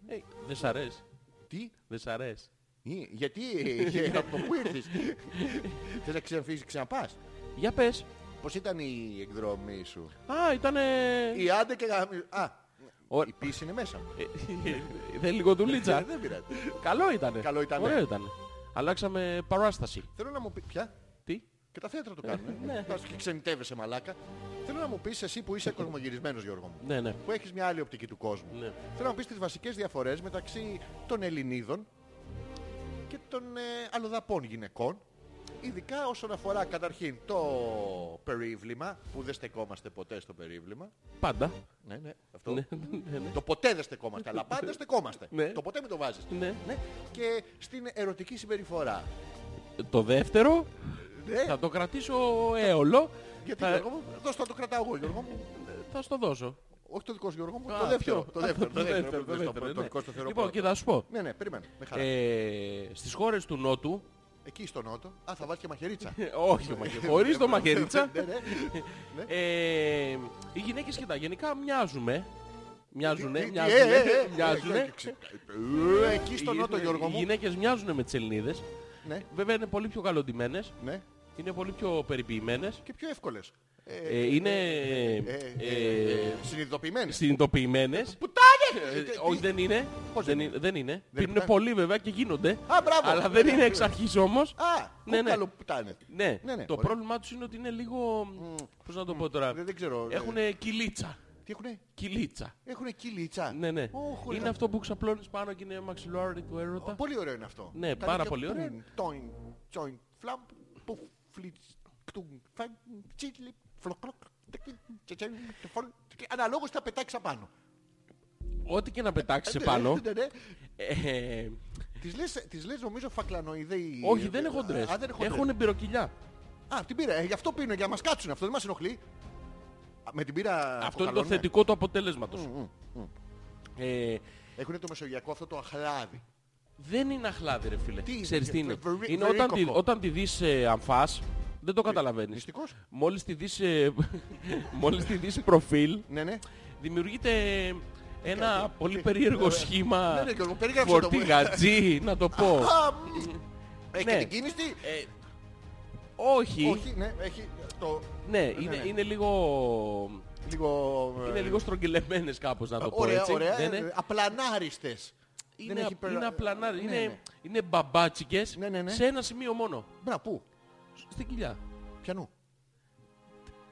S1: Ε, δεν σ' αρέσει.
S2: Τι.
S1: Δεν σ' αρέσει.
S2: Ε, Γιατί. ε,
S1: [LAUGHS]
S2: Από πού ήρθες. Θες να ξαναφύγεις ξαναπάς.
S1: Για πες.
S2: Πώς ήταν η εκδρομή σου.
S1: Α, ήτανε...
S2: Η άντε και γαμι... Α.
S1: Ε. Ο-
S2: Η πίση είναι μέσα μου.
S1: Ε, Δεν λίγο
S2: Ε,
S1: δουλίτσα.
S2: Δεν πειράζει.
S1: Καλό ήτανε.
S2: Καλό ήτανε.
S1: Ωραίο ήτανε. Αλλάξαμε παράσταση.
S2: Θέλω να μου πει... Ποια.
S1: Τι.
S2: Και τα θέατρα το κάνουν. Ναι. Και ξενιτεύεσαι μαλάκα. Θέλω να μου πεις εσύ που είσαι κοσμογυρισμένος Γιώργο μου.
S1: Ναι, ναι.
S2: που έχεις μια άλλη οπτική του κόσμου.
S1: Ναι.
S2: Θέλω να πεις τις βασικές διαφορές μεταξύ των Ελληνίδων και των ε, αλλοδαπών γυναικών. Ειδικά όσον αφορά καταρχήν το περίβλημα, που δεν στεκόμαστε ποτέ στο περίβλημα.
S1: Πάντα.
S2: Ναι, ναι, αυτό.
S1: Ναι, ναι, ναι.
S2: Το ποτέ δεν στεκόμαστε, αλλά
S1: [LAUGHS]
S2: πάντα στεκόμαστε.
S1: Ναι.
S2: Το ποτέ μην το βάζεις.
S1: Ναι.
S2: Και στην ερωτική συμπεριφορά.
S1: Το δεύτερο
S2: Ναι,
S1: θα το κρατήσω έολο.
S2: γιατί
S1: θα-
S2: Γιώργο μου, δώσ' το, το κρατάω εγώ Γιώργο μου.
S1: Θα στο δώσω.
S2: Όχι το δικό σου Γιώργο μου,
S1: Α,
S2: το δεύτερο.
S1: ποιο?
S2: Το δεύτερο,
S1: Α,
S2: το δεύτερο, το
S1: το δεύτερο,
S2: δεύτερο. Το
S1: ναι.
S2: δικό σου το θεωρώ
S1: Λοιπόν,
S2: πρώτο.
S1: κοίτα, θα σου πω.
S2: Ναι, ναι, περίμενε. με χαρά.
S1: Ε, στις χώρες του Νότου,
S2: Εκεί στο νότο. Α, θα βάλεις και μαχαιρίτσα.
S1: Ε, Όχι, ο μαχαιρίτσα. Χωρίς το μαχαιρίτσα.
S2: Ναι, ναι.
S1: Ε, οι γυναίκες και τα γενικά μοιάζουμε. Μοιάζουνε,
S2: Ε,
S1: μοιάζουνε,
S2: ε, ε, ε,
S1: μοιάζουνε.
S2: ε, ε, Εκεί στο
S1: Οι-
S2: νότο, Γιώργο
S1: Οι
S2: μου.
S1: γυναίκες μοιάζουνε με τις Ελληνίδες.
S2: Ναι,
S1: Βέβαια είναι πολύ πιο καλοντημένες,
S2: ναι.
S1: είναι πολύ πιο περιποιημένες.
S2: Και πιο εύκολες.
S1: Ε, είναι
S2: ε,
S1: ε,
S2: ε, Συνειδητοποιημένες.
S1: συνειδητοποιημένες.
S2: Ε,
S1: Ε,
S2: τι-
S1: Όχι, δεν είναι.
S2: Πώς
S1: Δεν
S2: δεν
S1: είναι. Δεν είναι.
S2: Δεν
S1: Πίνουν
S2: είναι.
S1: πολύ βέβαια και γίνονται.
S2: Α, μπράβο.
S1: Αλλά δεν είναι
S2: Ναι.
S1: εξ αρχής όμως.
S2: Α,
S1: Ναι, ναι.
S2: καλό που ήταν.
S1: Ναι,
S2: Ναι, ναι,
S1: το
S2: ωραία.
S1: πρόβλημά τους είναι ότι είναι λίγο... Πώς να το πω τώρα.
S2: Δεν- δεν ξέρω, ε.
S1: Έχουν κυλίτσα.
S2: Τι έχουνε.
S1: Κυλίτσα.
S2: Έχουνε κυλίτσα.
S1: Ναι, ναι.
S2: Ω, χωρίς
S1: είναι
S2: να-
S1: αυτό που ξαπλώνεις πάνω και είναι μαξιλάρι του έρωτα.
S2: Πολύ ωραίο είναι αυτό.
S1: Ναι,
S2: Κάνει
S1: πάρα
S2: και
S1: πολύ ωραίο.
S2: πουν, τόιν, τσόιν, φλαμπ, πουφ, φλιτς, κτουμ, φαμ, τσίτλι, φλοκλοκ, τεκι, τσετσέν, τεφόλ, τεκι. Αναλόγως τα πετάξα πάνω.
S1: Ό,τι και να πετάξεις επάνω.
S2: Ναι, ναι.
S1: ε,
S2: Τις λες, τις λες νομίζω φακλανοειδέοι.
S1: όχι, δεν έχω
S2: ε, Α,
S1: ντρες.
S2: δεν έχω
S1: Έχουν μπυροκυλιά.
S2: Α, την πήρα. Ε, γι' αυτό πίνω, για να μας κάτσουν. Αυτό δεν μας ενοχλεί. Α, Με την πήρα ναι.
S1: Αυτό είναι το
S2: αποκαλώνουνε.
S1: θετικό του αποτέλεσματος. Ε,
S2: Έχουνε το μεσογειακό αυτό το αχλάδι.
S1: δεν είναι αχλάδι ρε φίλε.
S2: Τι είναι,
S1: Ξέρεις τι είναι.
S2: βε- βε-
S1: Είναι όταν τη,
S2: βερίκοκο.
S1: όταν τη δεις ε, αμφάς, δεν το καταλαβαίνεις.
S2: Ε, Μυστικός.
S1: Μόλις τη δεις, ε, [LAUGHS] μόλις τη δεις προφίλ,
S2: Ναι, ναι.
S1: δημιουργείται ένα πολύ περίεργο σχήμα
S2: Ναι, ναι, Γιώργο, περιγράψε το μου.
S1: φορτηγατζή, να το πω.
S2: Α, μ, Έχει
S1: Ναι.
S2: και την κίνηση.
S1: Ε, όχι,
S2: Όχι, ναι, έχει το...
S1: Ναι, είναι,
S2: ναι.
S1: είναι λίγο...
S2: Λίγο... ε,
S1: Είναι λίγο στρογγυλεμένες κάπως να το πω
S2: Ωραία,
S1: έτσι.
S2: ωραία.
S1: Δεν
S2: ε,
S1: είναι.
S2: Απλανάριστες.
S1: είναι,
S2: έχει
S1: απ-
S2: περα-
S1: είναι απλανάρι.
S2: Ναι,
S1: είναι,
S2: ναι.
S1: είναι μπαμπάτσικες
S2: Ναι, ναι, ναι.
S1: σε ένα σημείο μόνο.
S2: Μπρα, πού,
S1: Στην κοιλιά.
S2: πιανού.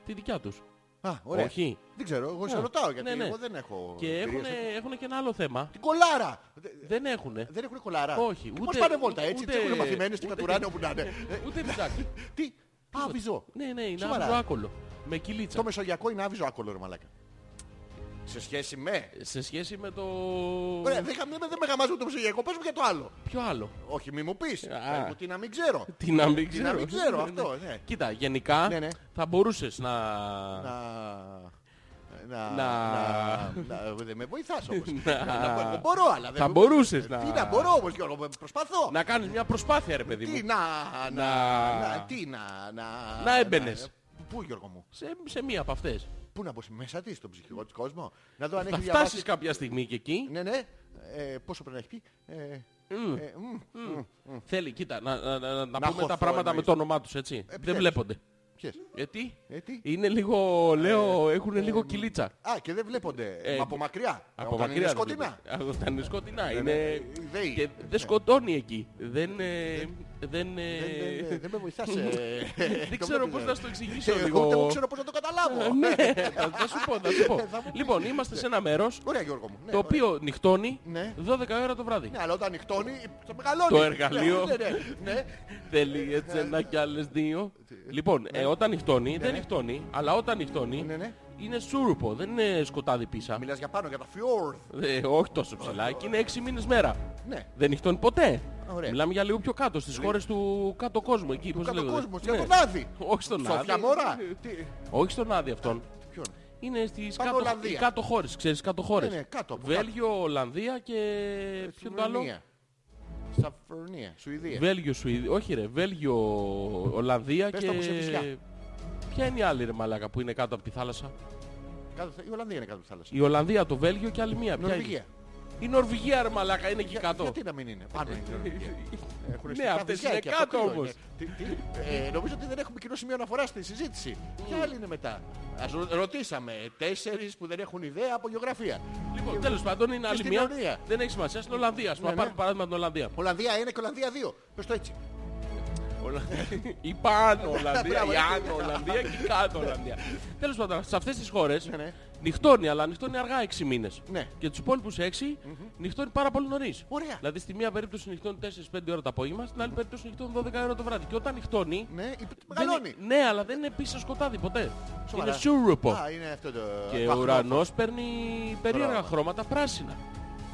S1: Τη δικιά τους.
S2: Α, ωραία.
S1: Όχι.
S2: Δεν ξέρω, εγώ σε
S1: Ναι.
S2: ρωτάω γιατί
S1: Ναι, ναι.
S2: εγώ δεν έχω.
S1: Και έχουν,
S2: εμπειρίες.
S1: και ένα άλλο θέμα.
S2: Την κολάρα! Δε-
S1: Δεν έχουνε.
S2: Δεν έχουν κολάρα.
S1: Όχι,
S2: Και
S1: ούτε-
S2: Πώς πάνε βόλτα έτσι,
S1: ούτε-
S2: τι έχουν μαθημένες, τι
S1: ούτε-
S2: κατουράνε όπου να
S1: [LAUGHS]
S2: είναι. Ε,
S1: Ούτε βυζάκι.
S2: Τι, α, βυζό.
S1: ναι, ναι, είναι
S2: Σοβαρά.
S1: άβυζο άκολο. Με κυλίτσα.
S2: Το μεσογειακό είναι άβυζο άκολο, ρε μαλάκα. Σε σχέση με.
S1: Σε σχέση με το...
S2: Ωραία, δεν χα- δεν με γαμάζουν το μεσογειακό, πες μου για το άλλο.
S1: Ποιο άλλο.
S2: Όχι, μη μου πεις.
S1: Α.
S2: Πες μου τι να μην ξέρω.
S1: Τι να μην
S2: Τι
S1: ξέρω.
S2: να μην ξέρω,
S1: Ναι,
S2: αυτό,
S1: ναι.
S2: ναι.
S1: Κοίτα, γενικά
S2: Ναι, ναι.
S1: θα μπορούσες να...
S2: Να... Να...
S1: Να-
S2: να- Δεν με βοηθάς όμως.
S1: Να-
S2: Να- εγώ Μπορώ, αλλά δεν...
S1: Θα
S2: μου-
S1: μπορούσες να-
S2: Τι να μπορώ όμως, Γιώργο, με- προσπαθώ.
S1: να κάνεις μια προσπάθεια, ρε παιδί
S2: Τι ναι.
S1: μου.
S2: να...
S1: Να-
S2: να- να- Τι να... Να, Ε,
S1: Να έμπαινες.
S2: Πού, Γιώργο μου.
S1: Σε, σε μία από αυτές.
S2: Πού να μπω, μέσα της, στον ψυχικό της κόσμο. Να δω αν έχει
S1: Θα φτάσεις
S2: διαβάσει...
S1: κάποια στιγμή και εκεί.
S2: Ναι, ναι. Ε, πόσο πρέπει να έχει πει. Ε,
S1: Μμ.
S2: ε, μ.
S1: Θέλει, κοίτα, να, να, να, να πούμε
S2: χωθώ,
S1: τα πράγματα με
S2: εννοείς. Ε,
S1: το όνομά τους, έτσι. Δεν
S2: Επιτέλους.
S1: βλέπονται.
S2: Ποιες.
S1: Γιατί?
S2: Ε, τι. Ε,
S1: Είναι λίγο, λέω, έχουν λίγο κυλίτσα.
S2: Α, και δεν βλέπονται.
S1: Ε,
S2: από μακριά.
S1: Από
S2: ε, Όταν
S1: μακριά.
S2: Είναι
S1: δεν
S2: σκοτεινά.
S1: βλέπετε. Α, Όταν είναι σκοτεινά.
S2: ναι,
S1: είναι...
S2: ναι. Ιδέοι.
S1: Και
S2: Ναι.
S1: δεν σκοτώνει εκεί. Δεν... ε, Δεν... ε,
S2: Δεν- δεν- δεν- Δεν με βοηθάς. ε.
S1: [LAUGHS] Δεν ξέρω πώς να σου το εξηγήσω
S2: Εγώ ούτε
S1: λίγο.
S2: μου ξέρω πώς να το καταλάβω.
S1: [LAUGHS] Ναι, θα- θα σου πω, θα σου πω.
S2: Ε, Θα μου πεις.
S1: Λοιπόν, είμαστε σε ένα μέρος
S2: Ωραία Γιώργο μου. Ναι,
S1: το
S2: ωραία.
S1: οποίο νυχτώνει
S2: Ναι.
S1: 12 ώρα το βράδυ.
S2: Ναι, αλλά όταν νυχτώνει, το μεγαλώνει.
S1: Το εργαλείο.
S2: Ναι, ναι, ναι, ναι.
S1: Θέλει έτσι ένα κι άλλες δύο. Λοιπόν, ε, όταν νυχτώνει, δεν νυχτώνει, αλλά όταν νυχτώνει
S2: Ναι, ναι.
S1: είναι σούρουπο, δεν είναι σκοτάδι πίσα.
S2: Μιλάς για πάνω, για τα φιόρδ.
S1: Ε, όχι τόσο ψηλά, εκεί είναι 6 μήνες μέρα.
S2: Ναι.
S1: Δεν νυχτώνει ποτέ.
S2: Ωραία. Ναι.
S1: Μιλάμε για λίγο πιο κάτω, στις χώρες του κάτω κόσμου. Εκεί, πώς
S2: Κάτω
S1: λέγονται.
S2: κόσμος, για
S1: Ναι.
S2: τον Άδη.
S1: Όχι στον Άδη. Ε,
S2: Σοφιά μωρά.
S1: Όχι στον Άδη αυτόν.
S2: Ποιον.
S1: Είναι στις
S2: Πάνω
S1: κάτω,
S2: Ολλανδία.
S1: κάτω χώρες, ξέρεις, κάτω χώρες.
S2: Ναι, ναι, κάτω, από
S1: Βέλγιο, Ολλανδία και... Ποιο είναι το ε, άλλο?
S2: Σουηδία. Σαφρονία. Ε, Σουηδία.
S1: Βέλγιο, Σουηδία. Όχι ρε, Βέλγιο, Ολλανδία
S2: Πες
S1: και...
S2: τα που σε φυσιά.
S1: Ποια είναι η άλλη ρε μαλάκα που είναι κάτω από τη θάλασσα.
S2: Κάτω- Η Ολλανδία είναι κάτω από τη θάλασσα.
S1: Η Ολλανδία, το Βέλγιο και άλλη μία. Ποια
S2: Νορβηγία.
S1: είναι? Η Νορβηγία ρε μαλάκα είναι εκεί
S2: Για-
S1: κάτω.
S2: Γιατί να μην είναι. Πάνω είναι η Νορβηγία. Έχουν
S1: Ε, Ναι,
S2: αισθητά
S1: αυτές
S2: βυζιά
S1: είναι
S2: και αυτό
S1: κάτω
S2: κρύο
S1: όμως.
S2: είναι. Τι- τι- ε, Νομίζω ότι δεν έχουμε κοινό σημείο αναφοράς στη συζήτηση. Ποια άλλη είναι μετά. Ας ρω- ρωτήσαμε τέσσερις που δεν έχουν ιδέα από γεωγραφία.
S1: Λοιπόν, τέλος πάντων είναι άλλη
S2: στην
S1: μία.
S2: Ολλανδία.
S1: Δεν έχει σημασία. Στην Ολλανδία, ας πούμε.
S2: Ναι,
S1: Πάρουμε
S2: ναι.
S1: παράδειγμα την Ολλανδία.
S2: Ολλανδία 1 και Ολλανδία 2. Πες το έτσι.
S1: Η πάνω Ολλανδία, η
S2: Μπράβο,
S1: άνω Ολλανδία και η κάτω Ολλανδία. Τέλος πάντων, σε αυτές τις χώρες
S2: ναι.
S1: νυχτώνει, αλλά νυχτώνει αργά 6 μήνες.
S2: Ναι.
S1: Και τους υπόλοιπους 6 νυχτώνει πάρα πολύ νωρίς.
S2: Ωραία.
S1: Δηλαδή στη μία περίπτωση νυχτώνει 4-5 ώρα το απόγευμα, στην άλλη περίπτωση νυχτώνει 12 ώρα το βράδυ. Και όταν νυχτώνει...
S2: Ναι, η-
S1: δεν
S2: μεγαλώνει.
S1: είναι- ναι, αλλά δεν είναι πίσω σκοτάδι ποτέ.
S2: Σοβαρά.
S1: Είναι σούρουπο.
S2: Α, είναι αυτό το...
S1: Και ο
S2: βαχνό.
S1: ουρανός παίρνει περίεργα
S2: Χρώμα.
S1: χρώματα πράσινα.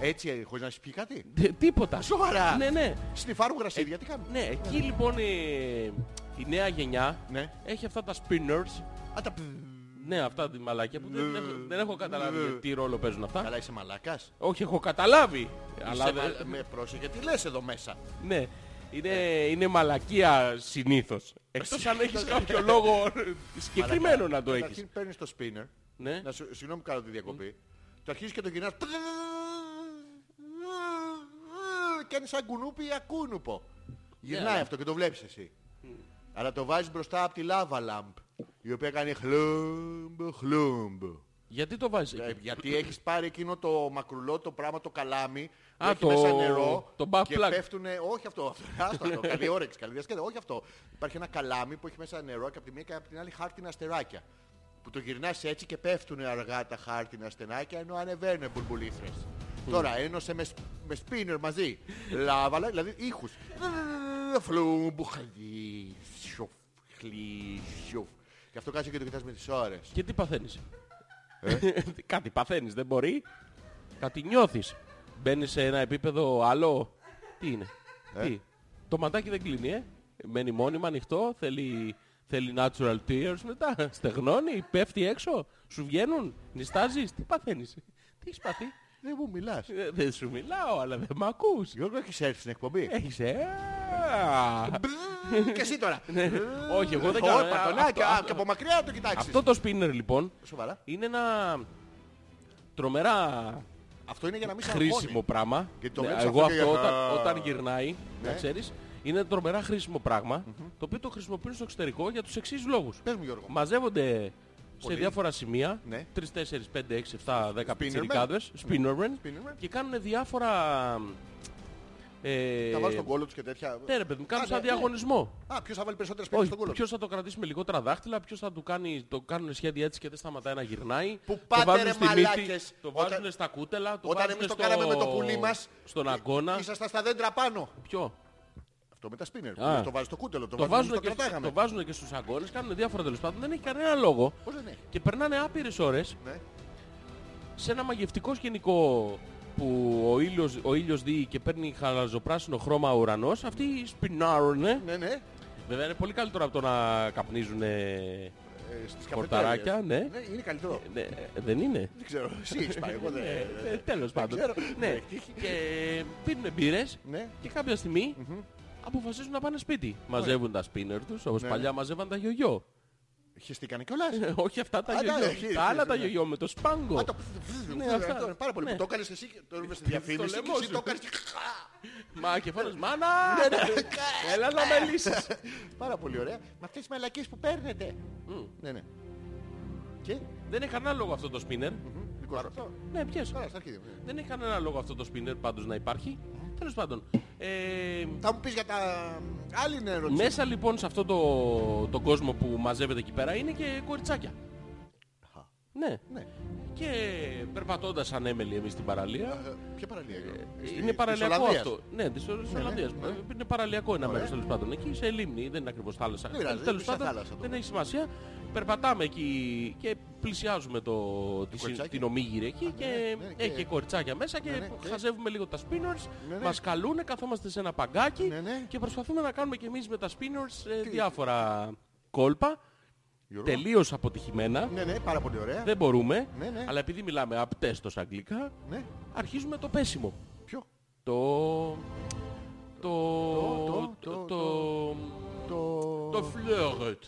S2: Έτσι, ε, χωρίς να σου πει κάτι.
S1: Τε- Τίποτα.
S2: Σοβαρά.
S1: Ναι, ναι.
S2: Σνιφάρουν γρασίδια, τι κάνουν.
S1: Ναι, εκεί λοιπόν ε, η νέα γενιά
S2: Ναι.
S1: έχει αυτά τα spinners.
S2: Α, τα... π-
S1: Ναι, αυτά τη μαλάκια που δεν έχω, δεν έχω
S2: Ναι.
S1: καταλάβει τι ρόλο παίζουν αυτά.
S2: Καλά είσαι μαλάκας.
S1: Όχι, έχω καταλάβει. Αλλά
S2: Είσαι
S1: δεν-
S2: μα- Με πρόσεχε, τι λες εδώ μέσα.
S1: ναι. Είναι, είναι μαλακία συνήθως. Εκτός αν έχεις κάποιο λόγο συγκεκριμένο να το έχεις.
S2: Καταρχήν παίρνεις το spinner.
S1: Ναι.
S2: Να σου, συγγνώμη που κάνω τη διακοπή. Το αρχίζεις και το γυρνάς. Και είναι σαν κουνούπι ή ακούνουπο. Γυρνάει
S1: αλλά-
S2: αυτό και το βλέπεις εσύ. Αλλά το βάζεις μπροστά από τη λάβα λάμπ. Η οποία κάνει χλούμπ, χλούμπ.
S1: Γιατί το βάζεις
S2: Ε,
S1: εκεί.
S2: Γιατί έχεις πάρει εκείνο το μακρουλό το πράγμα, το καλάμι, που
S1: Α,
S2: έχει
S1: το-
S2: μέσα νερό
S1: το back
S2: και
S1: plug.
S2: πέφτουνε... Όχι αυτό, αυτό, άστο
S1: [LAUGHS]
S2: αυτό, καλή όρεξη, καλή διασκέδαση. Όχι αυτό. Υπάρχει ένα καλάμι που έχει μέσα νερό και από τη μία και από την άλλη χάρτινα αστεράκια. Που το γυρνάς έτσι και πέφτουνε αργά τα χάρτινα αστεράκια ενώ ανεβαίνουν μπουλμπουλήθρες. Τώρα ένωσε με, σ- με σπίνερ μαζί. Λάβα, λα- δηλαδή ήχους. Φλούμπου, χλι, σιωφ, χλι, σιωφ. Γι' αυτό κάτσε και το κοιτάς με τις ώρες.
S1: Και τι παθαίνεις. [LAUGHS] Κάτι παθαίνεις, δεν μπορεί. Κάτι νιώθεις. Μπαίνεις σε ένα επίπεδο άλλο. Τι είναι. Τι. Το ματάκι δεν κλείνει, ε. Μένει μόνιμα ανοιχτό, θέλει, θέλει natural tears μετά. Στεγνώνει, πέφτει έξω. Σου βγαίνουν, νιστάζεις. Τι παθαίνεις. Τι έχεις πάθει.
S2: Δεν μου μιλάς.
S1: Ε, Δεν σου μιλάω, αλλά δεν μ' ακούς.
S2: Γιώργο έχεις έρθει στην εκπομπή.
S1: Έχεις ε.
S2: Και εσύ τώρα.
S1: Ναι. Όχι, εγώ δεν κάνω. ε,
S2: Όπα, τον
S1: αυτό-
S2: Άκη, α, Και από μακριά να το κοιτάξεις.
S1: Αυτό το spinner λοιπόν
S2: Σοβαρά.
S1: είναι ένα τρομερά
S2: Αυτό είναι για να μην σε
S1: χρήσιμο πράγμα.
S2: Γιατί το
S1: Ναι,
S2: βλέπεις
S1: εγώ
S2: αυτό και
S1: αυτό
S2: για- Ναι.
S1: όταν, όταν γυρνάει, να ξέρεις, είναι τρομερά χρήσιμο πράγμα, το οποίο το χρησιμοποιούν στο εξωτερικό για τους εξής λόγους.
S2: Πες μου Γιώργο.
S1: Μαζεύονται σε διάφορα σημεία.
S2: Ναι.
S1: 3, 4, 5, 6, 7, 10
S2: Spinnerman.
S1: πιτσιρικάδες. Spinnerman.
S2: Spinnerman.
S1: Και κάνουν διάφορα... Ε,
S2: Θα βάλεις τον κόλλο τους και τέτοια.
S1: ναι, ρε παιδί μου, κάνουν
S2: Α,
S1: σαν
S2: ναι, ναι.
S1: διαγωνισμό.
S2: Α, ποιος θα βάλει περισσότερες πέτρε
S1: Όχι,
S2: στον κόλλο του.
S1: ποιος θα το κρατήσει με λιγότερα δάχτυλα, ποιος θα του κάνει, το κάνουν σχέδια έτσι και δεν σταματάει να γυρνάει.
S2: Που
S1: το
S2: πάτε,
S1: βάζουν
S2: ρε
S1: στη μύτη,
S2: μαλάκες.
S1: το
S2: Όταν-
S1: βάζουν στα κούτελα, το
S2: Όταν
S1: βάζουν
S2: εμείς το
S1: στο-
S2: κάναμε με το πουλί ε, μας.
S1: Στον αγκώνα.
S2: Ήσασταν στα δέντρα πάνω.
S1: Ποιο.
S2: Αυτό με τα σπίνερ.
S1: Α.
S2: Το βάζει στο κούτελο. Το,
S1: Το
S2: βάζουμε
S1: βάζουν,
S2: εμείς,
S1: και,
S2: το κρατάγαμε.
S1: το βάζουν και στους αγκώνες, κάνουν διάφορα τέλος πάντων. Δεν έχει κανένα λόγο.
S2: Πώς δεν έχει.
S1: Και περνάνε άπειρες ώρες
S2: Ναι.
S1: σε ένα μαγευτικό σκηνικό που ο ήλιος, ο ήλιος δει και παίρνει χαλαζοπράσινο χρώμα ο ουρανός. Αυτοί σπινάρουνε.
S2: Ναι, ναι.
S1: Βέβαια είναι πολύ καλύτερο από το να καπνίζουν
S2: Ε, στις
S1: Πορταράκια,
S2: καφετέριες.
S1: ναι.
S2: Είναι καλύτερο.
S1: δεν είναι.
S2: Δεν ξέρω. Εσύ έχεις πάει. Εγώ δεν.
S1: Ε, τέλος πάντων.
S2: ξέρω.
S1: Ναι. και πίνουν μπύρες
S2: Ναι.
S1: και κάποια στιγμή αποφασίζουν να πάνε σπίτι. Μαζεύουν τα σπίνερ τους
S2: Ναι,
S1: όπως παλιά μαζεύαν τα γιογιό.
S2: Χεστήκανε κιόλας.
S1: Ε, [LAUGHS] Όχι αυτά τα
S2: Ναι. Α, τα
S1: γιογιό.
S2: έχει,
S1: Τα άλλα
S2: ναι.
S1: τα γιογιό με το σπάγκο.
S2: Α, το-
S1: Ναι, αυτά.
S2: Αυτό είναι πάρα πολύ.
S1: Ναι.
S2: που Το έκανες εσύ και το έβαλες στη
S1: Στο
S2: διαφήμιση και
S1: λαιμό
S2: εσύ
S1: σου.
S2: το έκανες και...
S1: Μα και
S2: Ναι,
S1: φώνας μάνα! Έλα να με λύσεις.
S2: Πάρα πολύ ωραία. Με αυτές τις μαλακίες που παίρνετε. Ναι, ναι. Και...
S1: Δεν έχει κανένα λόγο αυτό το σπίνερ.
S2: δικό σου αυτό.
S1: Ναι, πιες.
S2: Καλά, στα αρχίδια.
S1: Δεν έχει κανένα λόγο αυτό το σπίνερ πάντως να υπάρχει. Τέλος πάντων. Ε,
S2: Θα μου πεις για τα... Άλλη είναι ερώτηση.
S1: μέσα λοιπόν σε αυτό το, τον κόσμο που μαζεύεται εκεί πέρα είναι και κοριτσάκια. Ναι.
S2: Ναι.
S1: Και περπατώντας ανέμελοι εμείς στην παραλία.
S2: Ε, Ποια παραλία είναι. Ε, Στη-
S1: είναι
S2: της
S1: παραλιακό
S2: Ολλανδίας.
S1: αυτό. Ναι, της Ολλανδίας.
S2: ναι.
S1: Είναι παραλιακό ένα
S2: Ωραία.
S1: μέρος τέλος πάντων. Εκεί σε λίμνη, δεν είναι ακριβώς θάλασσα.
S2: Δεν πειράζει,
S1: Τέλος
S2: στα
S1: πάντων,
S2: θάλασσα το
S1: δεν
S2: λέω.
S1: έχει σημασία. Περπατάμε εκεί και πλησιάζουμε το, τη συν-
S2: κοριτσάκι.
S1: την ομίγυρη εκεί και
S2: ναι, ναι, και-
S1: έχει και κοριτσάκια μέσα και
S2: Ναι, ναι, και-
S1: χαζεύουμε λίγο τα spinners.
S2: Ναι, ναι.
S1: Μας καλούνε, καθόμαστε σε ένα παγκάκι
S2: Ναι, ναι.
S1: και προσπαθούμε να κάνουμε και εμείς με τα spinners ε, διάφορα κόλπα. Τελείως αποτυχημένα.
S2: Ναι, ναι, πάρα πολύ ωραία.
S1: Δεν μπορούμε.
S2: Ναι, ναι.
S1: Αλλά επειδή μιλάμε απτέστος αγγλικά,
S2: Ναι,
S1: αρχίζουμε το πέσιμο.
S2: ποιο.
S1: Το... Το...
S2: Το- το-
S1: Το...
S2: Το...
S1: Το φλερτ.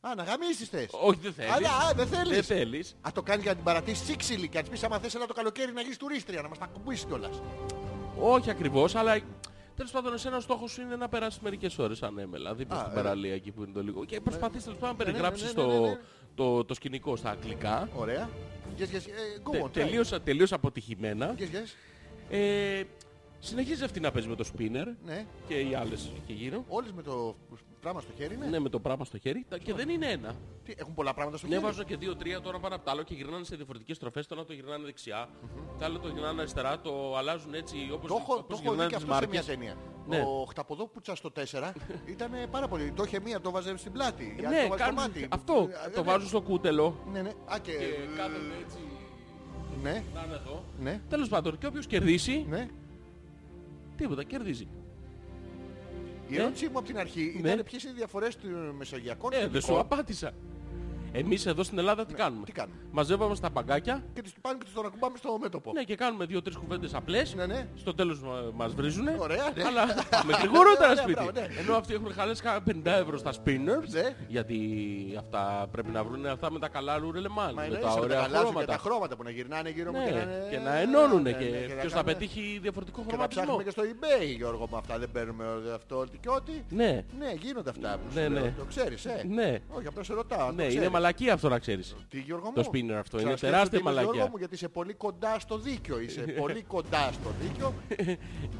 S2: Α, να γαμίσεις θες.
S1: Όχι, δεν θέλεις.
S2: Αλλά, α, δεν
S1: Δεν
S2: θέλεις.
S1: θέλεις.
S2: Α, το κάνεις για να την παρατήσεις σύξυλη και να της πεις άμα θες έλα το καλοκαίρι να γίνεις τουρίστρια, να μας τα κουμπήσεις κιόλας.
S1: Όχι ακριβώς, αλλά... Τέλος πάντων, εσένα ο στόχος σου είναι να περάσεις μερικές ώρες ανέμελα, δίπλα
S2: Α,
S1: στην
S2: ε.
S1: παραλία εκεί που είναι το λίγο. Και προσπαθείς τέλος πάντων να
S2: ναι, ναι,
S1: περιγράψεις
S2: ναι, ναι, ναι,
S1: το,
S2: ναι.
S1: το, το σκηνικό στα αγγλικά.
S2: Ωραία. Yes, yes, ε, go
S1: Τε-
S2: on, try.
S1: τελείως, τελείως αποτυχημένα.
S2: Yes, yes.
S1: Ε, συνεχίζεις αυτή να παίζει με το σπίνερ
S2: Ναι.
S1: και οι άλλες εκεί γύρω.
S2: Όλες με το πράγμα στο χέρι είναι.
S1: Ναι, με το πράγμα στο χέρι. Τα- Και δεν είναι ένα.
S2: Τι, έχουν πολλά πράγματα στο
S1: Ναι,
S2: χέρι.
S1: βάζω και δύο-τρία τώρα πάνω από τα άλλο και γυρνάνε σε διαφορετικές στροφές. Το ένα το γυρνάνε δεξιά, το άλλο το γυρνάνε αριστερά, το αλλάζουν έτσι όπως
S2: Το έχω, το έχω δει
S1: γυρνάνε
S2: και
S1: τι
S2: αυτό σε μια
S1: μάρκε.
S2: ταινία.
S1: Ναι.
S2: Ο χταποδόπουτσας στο
S1: [LAUGHS]
S2: 4 ήταν πάρα πολύ. Το είχε μία, το βάζε στην πλάτη. η άλλη
S1: Ναι,
S2: το βάζε στο
S1: κάνουν
S2: μάτι.
S1: αυτό.
S2: Ε,
S1: το
S2: ναι.
S1: βάζουν στο κούτελο
S2: Ναι, ναι. Α, και...
S1: και κάθονται έτσι.
S2: Ναι,
S1: Κοιτάνε εδώ.
S2: ναι,
S1: Τέλος πάντων, και όποιος κερδίσει,
S2: ναι.
S1: τίποτα κερδίζει.
S2: Η ερώτησή μου από την αρχή
S1: Ναι.
S2: ήταν ποιες είναι οι διαφορές του μεσογειακών
S1: Ε, δεν σου
S2: σκηνικών
S1: απάντησα. Εμείς εδώ στην Ελλάδα τι κάνουμε.
S2: Ναι, τι κάνουμε.
S1: Μαζεύαμε στα παγκάκια
S2: και τις τους πάνε και τις τον ακουμπάμε στο μέτωπο.
S1: ναι, και κάνουμε δύο-τρει κουβέντες απλές.
S2: Ναι, ναι.
S1: Στο τέλος μα βρίζουν.
S2: Ωραία, ναι. [LAUGHS]
S1: Αλλά με γρηγορότερα
S2: Ωραία,
S1: σπίτι.
S2: μπράβο, ναι.
S1: Ενώ αυτοί έχουν χαλάσει κάνα 50 ευρώ στα spinners.
S2: Ναι.
S1: Γιατί αυτά πρέπει να βρουν αυτά με τα καλά ρουρελεμάν.
S2: Μα
S1: Με
S2: εννοείς
S1: τα
S2: με τα
S1: ωραία
S2: καλά και τα
S1: χρώματα.
S2: χρώματα που να γυρνάνε γύρω μου
S1: Ναι,
S2: και να είναι-
S1: και να ενώνουνε
S2: Ναι, ναι, να
S1: και ποιος θα
S2: κάνουμε-
S1: πετύχει διαφορετικό
S2: Και να
S1: χρωματισμό.
S2: ψάχνουμε και στο eBay Γιώργο με αυτά. Δεν παίρνουμε αυτό ό,τι και ό,τι.
S1: Ναι,
S2: Ναι, γίνονται αυτά. που σου
S1: Ναι,
S2: λέω.
S1: ναι.
S2: Το ξέρεις, ε.
S1: ναι,
S2: Όχι, απλά σε ρωτάω. αν το
S1: ναι, είναι
S2: ξέρεις.
S1: μαλακία αυτό να ξέρεις. [LAUGHS]
S2: Τι Γιώργο μου.
S1: Το spinner αυτό είναι
S2: Ξανασκέψου
S1: τεράστια
S2: τι είπες, Γιώργο
S1: μαλακία.
S2: μου, γιατί είσαι πολύ κοντά στο δίκιο. Είσαι
S1: [LAUGHS]
S2: πολύ κοντά στο δίκιο.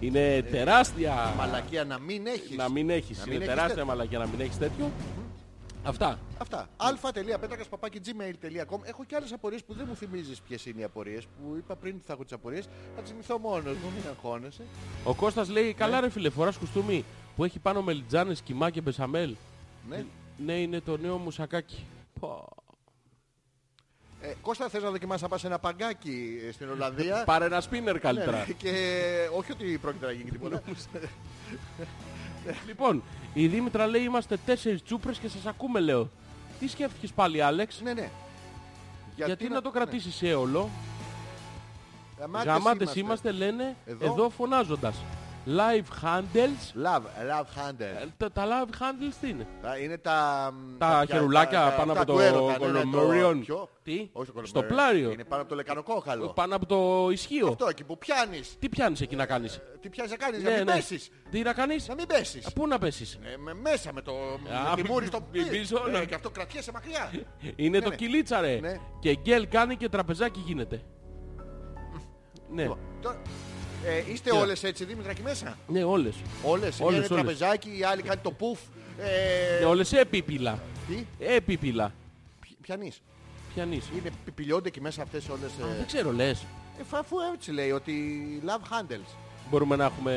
S1: Είναι τεράστια
S2: Μαλακία να μην έχεις.
S1: να μην έχεις.
S2: να μην
S1: Είναι
S2: έχεις
S1: τεράστια
S2: τέτοιο.
S1: μαλακία να μην έχεις τέτοιο. Αυτά.
S2: Αυτά. αλφα.πέτρακα.gmail.com Έχω και άλλες απορίες που δεν μου θυμίζεις ποιες είναι οι απορίες που είπα πριν ότι θα έχω τις απορίες. Θα τις θυμηθώ μόνος μου, μην αγχώνεσαι.
S1: Ο Κώστας λέει,
S2: Ναι.
S1: καλά ρε φίλε, φοράς κουστούμι που έχει πάνω μελιτζάνες, κοιμά και μπεσαμέλ.
S2: Ναι.
S1: Ναι, είναι το νέο μου σακάκι. Πω.
S2: Ε, Κώστα, θες να δοκιμάσεις να πας σε ένα παγκάκι ε, στην Ολλανδία.
S1: Πάρε ένα σπίνερ
S2: Ναι,
S1: καλύτερα.
S2: ναι, και όχι ότι πρόκειται να γίνει τίποτα. ναι.
S1: λοιπόν, η Δήμητρα λέει είμαστε τέσσερις τσούπρες και σας ακούμε λέω. Τι σκέφτηκες πάλι Άλεξ,
S2: ναι, ναι.
S1: γιατί, να το κρατήσεις σε όλο.
S2: Ναι. Γαμάτες
S1: Γαμάτες είμαστε λένε
S2: Εδώ.
S1: εδώ, φωνάζοντας. Live handles.
S2: Love, love handle.
S1: Ε, Τα, τα live handles τι είναι.
S2: Τα- Είναι τα...
S1: Τα χερουλάκια πάνω από
S2: αυτά
S1: το
S2: του έρωτα, ναι, ναι,
S1: κολομεριόν.
S2: ποιο?
S1: Τι?
S2: Όχι το
S1: Στο
S2: κολομεριόν.
S1: πλάριο. Ε,
S2: Είναι πάνω από το λεκανοκόχαλο.
S1: Πάνω από το ισχύο.
S2: Αυτό εκεί που πιάνεις. Ε,
S1: Τι πιάνεις εκεί να κάνεις.
S2: Τι πιάνεις να
S1: Ναι,
S2: κάνεις, να μην πέσεις.
S1: Τι να κάνεις.
S2: Να μην πέσεις.
S1: Πού να πέσεις.
S2: Ε, με- μέσα με το με
S1: Α,
S2: τη μούρη στο
S1: μη- μη- πίσω, ναι.
S2: Ε, Και αυτό κρατιέσαι μακριά.
S1: Είναι
S2: Ναι,
S1: το
S2: ναι.
S1: κυλίτσα ρε.
S2: Ναι.
S1: Και γκέλ κάνει και τραπεζάκι γίνεται. Ναι.
S2: Τώρα, ε, είστε όλες έτσι Δήμητρα εκεί μέσα.
S1: Ναι όλες.
S2: Όλες.
S1: Όλες,
S2: Όλες, είναι
S1: όλες.
S2: τραπεζάκι, η άλλη κάνει το πουφ. Ε,
S1: Ναι, όλες επίπυλα.
S2: Τι,
S1: Επίπυλα.
S2: πι- πιανείς.
S1: Πιανείς.
S2: Είναι πιπηλιώνται εκεί μέσα αυτές όλες.
S1: Α,
S2: ε,
S1: Δεν ξέρω λες.
S2: Ε, φα- αφού έτσι λέει ότι love handles.
S1: Μπορούμε να έχουμε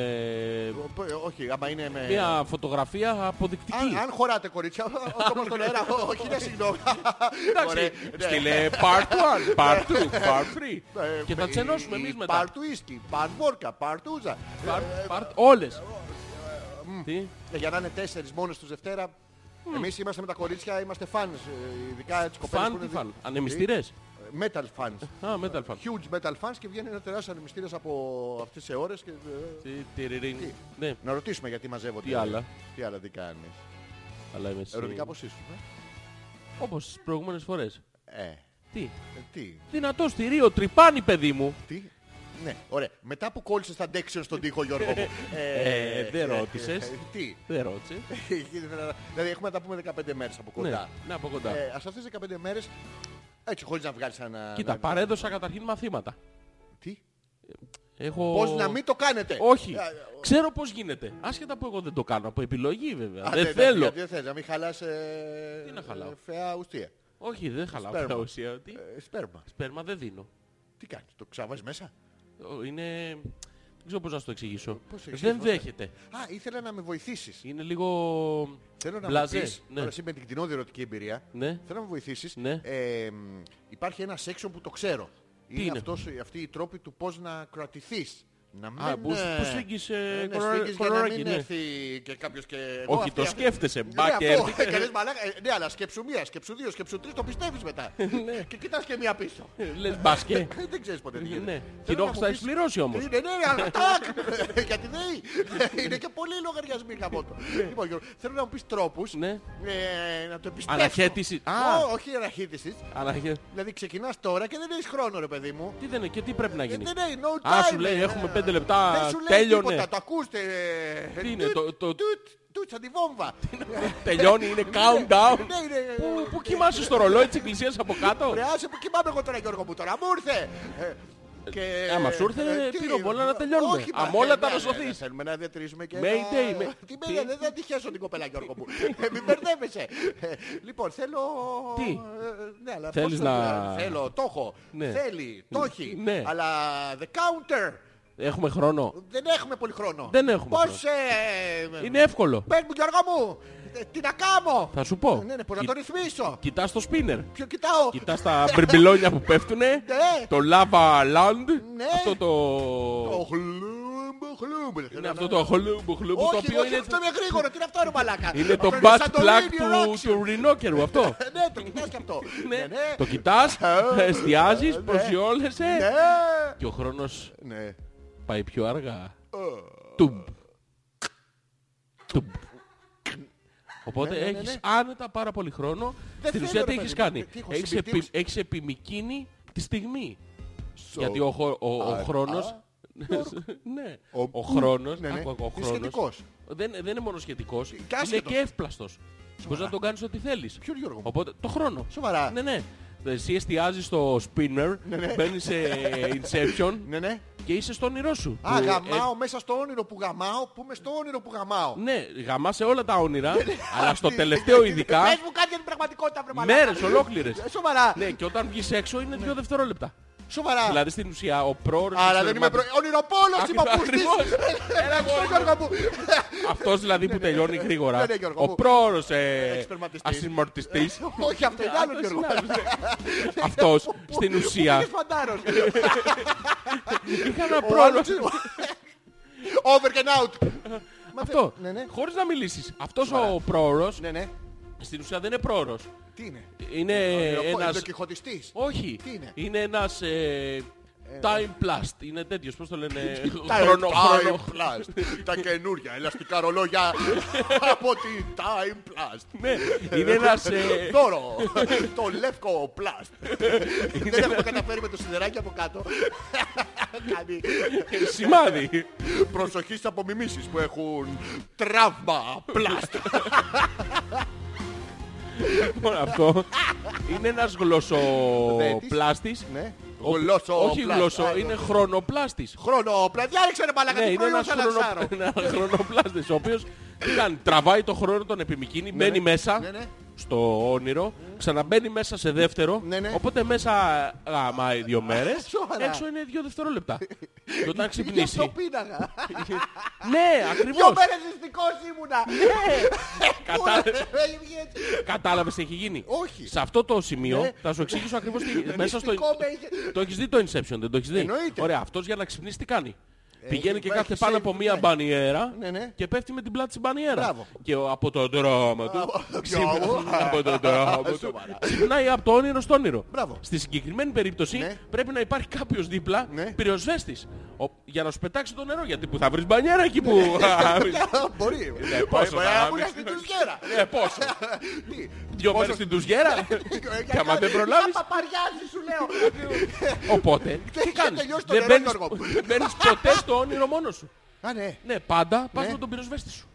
S2: Ο- ε, Όχι, άμα είναι με...
S1: μια φωτογραφία αποδεικτική.
S2: Αν, αν χωράτε κορίτσια, όχι όμως τον αέρα, όχι ναι συγγνώμη. Ωραία,
S1: Εντάξει,
S2: ναι.
S1: στείλε part 1, part 2, part 3
S2: Ε,
S1: και θα
S2: η-
S1: τσενώσουμε
S2: η
S1: εμείς μετά.
S2: Παρτουίσκι, παρτούρκα, παρτούζα.
S1: Part, part, όλες. Τι,
S2: Ε, Για να είναι τέσσερις μόνες τους Δευτέρα. Εμείς είμαστε με τα κορίτσια, είμαστε fans. ε, Ειδικά τις κοπέλες που
S1: φαν,
S2: είναι...
S1: τι φαν,
S2: δι-
S1: ανεμιστήρες.
S2: Ε, Metal fans.
S1: Α, metal fan.
S2: Huge metal fans και βγαίνει ένα τεράστιο ανεμιστήρας από αυτές τις ώρες. Και... ε,
S1: Τι, τυριρίν. Ναι,
S2: Να ρωτήσουμε γιατί μαζεύονται.
S1: Τι άλλα.
S2: Τι άλλα τι κάνεις.
S1: αλλά είμαι εσύ.
S2: Ερωτικά πώς ήσουν.
S1: Όπως τις προηγούμενες φορές.
S2: Ε, ε,
S1: Τι,
S2: τι,
S1: δυνατό στηρίο, τρυπάνι παιδί μου.
S2: τι. Ναι, ωραία. Μετά που κόλλησες τα ντέξιον στον τοίχο, Γιώργο μου.
S1: Ε, δεν
S2: ε,
S1: ρώτησες.
S2: ε, Τι.
S1: Δεν ρώτησες.
S2: Δηλαδή έχουμε να τα πούμε 15 μέρες από
S1: Ναι,
S2: κοντά.
S1: ναι, από κοντά.
S2: Ε, ας αυτές τις 15 μέρες, έτσι χωρίς να βγάλεις ένα...
S1: Κοίτα,
S2: να-
S1: παρέδωσα καταρχήν μαθήματα.
S2: Τι,
S1: Έχω...
S2: πώς να μην το κάνετε.
S1: Όχι.
S2: Ε,
S1: Ξέρω πώς γίνεται. Άσχετα που εγώ δεν το κάνω. Από επιλογή βέβαια.
S2: α,
S1: δεν
S2: ναι,
S1: θέλω.
S2: γιατί Δεν θες, να μην χαλάς... ε,
S1: Τι να χαλάω.
S2: ε, Φαιά ουστία.
S1: Όχι, δεν χαλάω
S2: Σπέρμα.
S1: τα ουσία. Τι.
S2: Ε, Σπέρμα.
S1: Σπέρμα δεν δίνω.
S2: Τι κάνεις, το ξαβάζεις μέσα.
S1: Ο, Είναι... Δεν ξέρω πώς να σου το εξηγήσω.
S2: Πώς το
S1: δεν
S2: εξηγείς,
S1: δέχεται.
S2: Α, ήθελα να με βοηθήσεις.
S1: Είναι λίγο...
S2: Θέλω να
S1: Μπλαζέ,
S2: μου πεις,
S1: ναι.
S2: τώρα εσύ με την κτηνόδη ερωτική εμπειρία,
S1: Ναι.
S2: θέλω να μου βοηθήσεις.
S1: Ναι.
S2: Ε, μ, υπάρχει ένας section που το ξέρω. Είναι,
S1: είναι?
S2: Αυτός, αυτή η τρόπη του πώς να κρατηθείς. Να μην...
S1: Α, που-
S2: ε,
S1: που σφίγγεις, ε,
S2: ναι,
S1: κορο-
S2: σφίγγεις για να
S1: κοροράκι,
S2: μην
S1: ναι.
S2: έρθει και κάποιος και... εγώ
S1: Όχι,
S2: αυτή-
S1: το
S2: αυτή-
S1: σκέφτεσαι.
S2: Ναι,
S1: Μπα και
S2: αυτό.
S1: έρθει.
S2: Και λες, μαλάκα, ε, ναι, αλλά σκέψου μία, σκέψου δύο, σκέψου τρεις, το πιστεύεις
S1: [LAUGHS]
S2: μετά.
S1: Ναι.
S2: και κοιτάς και μία πίσω.
S1: Λες μπάσκε.
S2: Ε, Δεν ξέρεις ποτέ τι
S1: Ναι.
S2: γίνεται. Θέλω
S1: Την
S2: να
S1: όχθη
S2: μου
S1: θα
S2: πεις-
S1: έχεις πληρώσει όμως.
S2: Ναι, ναι, αλλά τάκ! [LAUGHS] Γιατί δεν είναι και πολλοί λογαριασμοί από το. Λοιπόν, Γιώργο, θέλω να μου πεις τρόπους
S1: Ναι.
S2: ε, να το επιστρέψω.
S1: Αναχέτησης. Α.
S2: Ω, όχι αναχέτησης.
S1: Αναχε-
S2: Δηλαδή ξεκινάς τώρα και δεν έχεις χρόνο, ρε παιδί μου.
S1: Τι δεν είναι και τι πρέπει να
S2: Ε,
S1: γίνει.
S2: Δεν έχει, no time.
S1: Α, σου λέει,
S2: ε.
S1: έχουμε πέντε λεπτά,
S2: Δεν σου λέει
S1: τέλειωνε.
S2: τίποτα, το ακούστε. ε,
S1: Τι είναι,
S2: τουτ,
S1: το- το-
S2: τουτ, τουτ, σαν τη βόμβα.
S1: Ε, Τελειώνει, είναι countdown.
S2: Ναι, είναι-
S1: Πού- Πού κοιμάσαι στο ρολόι της εκκλησίας από κάτω.
S2: Ρε άσε που κοιμάμαι εγώ τώρα Γιώργο μου τώρα, μου ήρθε! Ε, Και... Ε,
S1: άμα σου ήρθε,
S2: τι,
S1: πυροβόλα να τελειώνουμε.
S2: Όχι, μα,
S1: Αμόλατα
S2: ναι,
S1: να
S2: ναι,
S1: σωθείς.
S2: ναι, Θέλουμε να διατηρήσουμε και...
S1: Mayday,
S2: να-
S1: με-
S2: Τι
S1: τι?
S2: με, δεν θα τη χέσω την κοπέλα Γιώργο μου. Ε, Μην μπερδεύεσαι. Ε, Λοιπόν, θέλω...
S1: Τι?
S2: ε, Ναι, αλλά
S1: Θέλεις
S2: πώς
S1: να-
S2: Θέλω, το έχω.
S1: Ναι.
S2: Θέλει, το έχει.
S1: Ναι.
S2: Αλλά the counter.
S1: Έχουμε χρόνο.
S2: Δεν έχουμε πολύ χρόνο.
S1: Δεν έχουμε
S2: Πώς... ε,
S1: Είναι εύκολο.
S2: Πες μου Γιώργο μου, ε, τι να κάνω.
S1: Θα σου πω.
S2: Ναι, ναι, πώς να το ρυθμίσω.
S1: Κοιτάς το σπίνερ.
S2: Ποιο κοιτάω.
S1: Κοιτάς τα μπριμπιλόνια που πέφτουνε.
S2: Ναι.
S1: Το lava land.
S2: Ναι.
S1: Αυτό
S2: Το
S1: το...
S2: χλούμπ, χλούμπ.
S1: Είναι αυτό το χολούμπου χλούμπου το
S2: ναι. Όχι,
S1: οποίο
S2: όχι,
S1: είναι...
S2: αυτό είναι γρήγορο, τι είναι αυτό ρε μαλάκα.
S1: Είναι το
S2: Αυτό
S1: butt
S2: σαν
S1: plug
S2: Linear
S1: του,
S2: Action.
S1: του ρινόκερου αυτό.
S2: Ναι, το κοιτάς και αυτό. Ναι, ναι.
S1: Το κοιτάς, ε, εστιάζεις, προσιόλεσαι.
S2: ε, Ναι.
S1: Και ο χρόνος
S2: Ναι.
S1: πάει πιο αργά.
S2: Ε.
S1: Τουμπ. Τουμπ. Οπότε
S2: Ναι, ναι, ναι,
S1: έχεις
S2: ναι.
S1: άνετα πάρα πολύ χρόνο. Στην
S2: θέλω,
S1: ουσία τι
S2: ρε
S1: έχεις
S2: παιδί μου.
S1: κάνει.
S2: Τι έχω
S1: Έχεις,
S2: συμπηθεί,
S1: επι,
S2: έχω-
S1: έχεις επιμικίνει τη στιγμή.
S2: So,
S1: Γιατί ο, χο- ο, ο
S2: α,
S1: χρόνος... [LAUGHS]
S2: α,
S1: ναι.
S2: ο-
S1: Ο χρόνος...
S2: Ναι, ναι.
S1: άκου, άκου, ο
S2: Είναι
S1: χρόνος
S2: σχετικός.
S1: Δεν, δεν είναι μόνο σχετικός. Είναι
S2: άσχετος.
S1: και εύπλαστος. Μπορείς να τον κάνεις ό,τι θέλεις.
S2: Ποιο Γιώργο μου?
S1: Οπότε το χρόνο.
S2: Σοβαρά.
S1: Ναι, ναι. Εσύ εστιάζεις στο spinner,
S2: [LAUGHS]
S1: μπαίνεις σε inception
S2: Ναι, ναι.
S1: και είσαι στο όνειρό σου. Ε,
S2: Α,
S1: Του-
S2: γαμάω μέσα στο όνειρο που γαμάω, που είμαι στο όνειρο που γαμάω.
S1: ε, Ναι, γαμά σε όλα τα όνειρα,
S2: Ναι,
S1: αλλά
S2: [LAUGHS]
S1: στο
S2: Αυτή-
S1: τελευταίο
S2: Πες
S1: ειδικά
S2: μου κάτι για την πραγματικότητα, βρε μαλάκα.
S1: μέρες ολόκληρες.
S2: Ε, Σοβαρά.
S1: Ναι, και όταν βγεις έξω είναι δύο δευτερόλεπτα.
S2: Σοβαρά.
S1: Δηλαδή στην ουσία ο πρόορος...
S2: Ναι. Άρα δεν είμαι προ... Ονειροπόλος είμαι
S1: Ακριβώς.
S2: πούστης. Έλα
S1: Γιώργο.
S2: Γιώργο μου.
S1: Αυτός δηλαδή που τελειώνει γρήγορα.
S2: Ναι, ναι, Γιώργο,
S1: Ο
S2: που-
S1: πρόορος ε,
S2: Εξπερματιστής. Ναι,
S1: ασημορτιστής.
S2: Όχι αυτό είναι άλλο Γιώργο. ναι,
S1: Αυτός στην ουσία...
S2: Είναι φαντάρος.
S1: Είχα ένα
S2: Ο άλλος
S1: πρόωρο...
S2: είναι- Over and out. Μα
S1: Αυτό,
S2: θε- Ναι, ναι.
S1: χωρίς να μιλήσεις. Αυτός ο πρόωρος
S2: Ναι, ναι.
S1: στην ουσία δεν είναι πρόωρος.
S2: Τι είναι.
S1: Είναι
S2: Ε, ένας...
S1: ένας...
S2: Δοκιχωτιστής.
S1: Όχι.
S2: Τι είναι?
S1: Είναι ένας... ε, Time Plast. Είναι τέτοιος, πώς το
S2: [LAUGHS]
S1: λένε.
S2: Τα
S1: χρονο- χρονο-
S2: Time Blast. τα καινούργια ελαστικά ρολόγια από τη Time Blast.
S1: Ναι, είναι ένας... ε,
S2: Δώρο. το λευκό Blast. Δεν έχουμε καταφέρει με το σιδεράκι από κάτω. Κάνει
S1: Σημάδι.
S2: προσοχής στις απομιμήσεις που έχουν τραύμα Blast.
S1: Λοιπόν, αυτό είναι ένας γλωσσοπλάστης.
S2: ναι.
S1: Ο-
S2: Γλώσσο
S1: Όχι
S2: Blast. Ε,
S1: γλωσσο,
S2: Α,
S1: είναι χρονοπλάστης.
S2: Χρόνο Blast. Διάλεξε ρε μαλάκα,
S1: Ναι,
S2: τι
S1: είναι
S2: προϊόν
S1: ένας
S2: θα
S1: χρονο...
S2: αλλάξάρω.
S1: [LAUGHS] ένας χρονοπλάστης, ο οποίος τι κάνει, τραβάει το χρόνο τον επιμηκύνει, μπαίνει μέσα
S2: Ναι, ναι.
S1: στο όνειρο, ξαναμπαίνει μέσα σε δεύτερο,
S2: Ναι, ναι.
S1: οπότε μέσα γαμάει δύο μέρες,
S2: [LAUGHS] Σοβαρά.
S1: έξω είναι δύο δευτερόλεπτα.
S2: [LAUGHS]
S1: Και όταν
S2: Γι' αυτό
S1: ξυπνήσει...
S2: πίναγα.
S1: ναι,
S2: Δυο
S1: ακριβώς. Ναι.
S2: μέρες δυστυχώς ήμουνα. [LAUGHS]
S1: Κατάλαβες-
S2: Ε, βγει έτσι.
S1: Κατάλαβες τι έχει γίνει.
S2: Όχι.
S1: Σε αυτό το σημείο
S2: Ναι.
S1: θα σου εξηγήσω
S2: [LAUGHS]
S1: ακριβώς τι... μέσα στο...
S2: Μυστικό με είχε-
S1: Το έχεις δει το Inception, δεν το έχεις δει.
S2: Εννοείται. Ε,
S1: Ωραία, αυτός για να ξυπνήσει τι κάνει. Πηγαίνει και
S2: υπάρχει
S1: κάθεται πάνω
S2: save
S1: από
S2: the
S1: μία
S2: night.
S1: μπανιέρα
S2: Ναι, ναι.
S1: και πέφτει με την πλάτη στην μπανιέρα.
S2: Μπράβο.
S1: Και ο- από το δρόμο του
S2: από το
S1: ξυπνάει-
S2: δρόμο.
S1: από το δρόμο του
S2: Σοβαρά.
S1: ξυπνάει από το όνειρο στο όνειρο.
S2: Μπράβο.
S1: Στη συγκεκριμένη περίπτωση
S2: Ναι.
S1: πρέπει να υπάρχει κάποιος δίπλα
S2: Ναι.
S1: πυροσβέστης ο- για να σου πετάξει το νερό γιατί που θα βρεις μπανιέρα εκεί που...
S2: [LAUGHS] Ναι.
S1: Ναι,
S2: Μπορεί.
S1: πόσο
S2: Μπορεί
S1: θα
S2: να
S1: άμυνα.
S2: μου λες την τουζιέρα.
S1: Ε, πόσο.
S2: Τι, Ε,
S1: Δυο μέρες στην τουζιέρα. Και άμα δεν προλάβεις...
S2: Τα παπαριάζει σου
S1: [LAUGHS]
S2: λέω.
S1: Οπότε, τι
S2: είχε
S1: κάνεις,
S2: τελειώσει το
S1: δεν
S2: νερό,
S1: μπαίνεις,
S2: Γιώργο μου.
S1: δεν μπαίνεις ποτέ στο όνειρο μόνος σου.
S2: Α, ναι.
S1: Ναι, πάντα πας
S2: Ναι.
S1: με τον πυροσβέστη σου.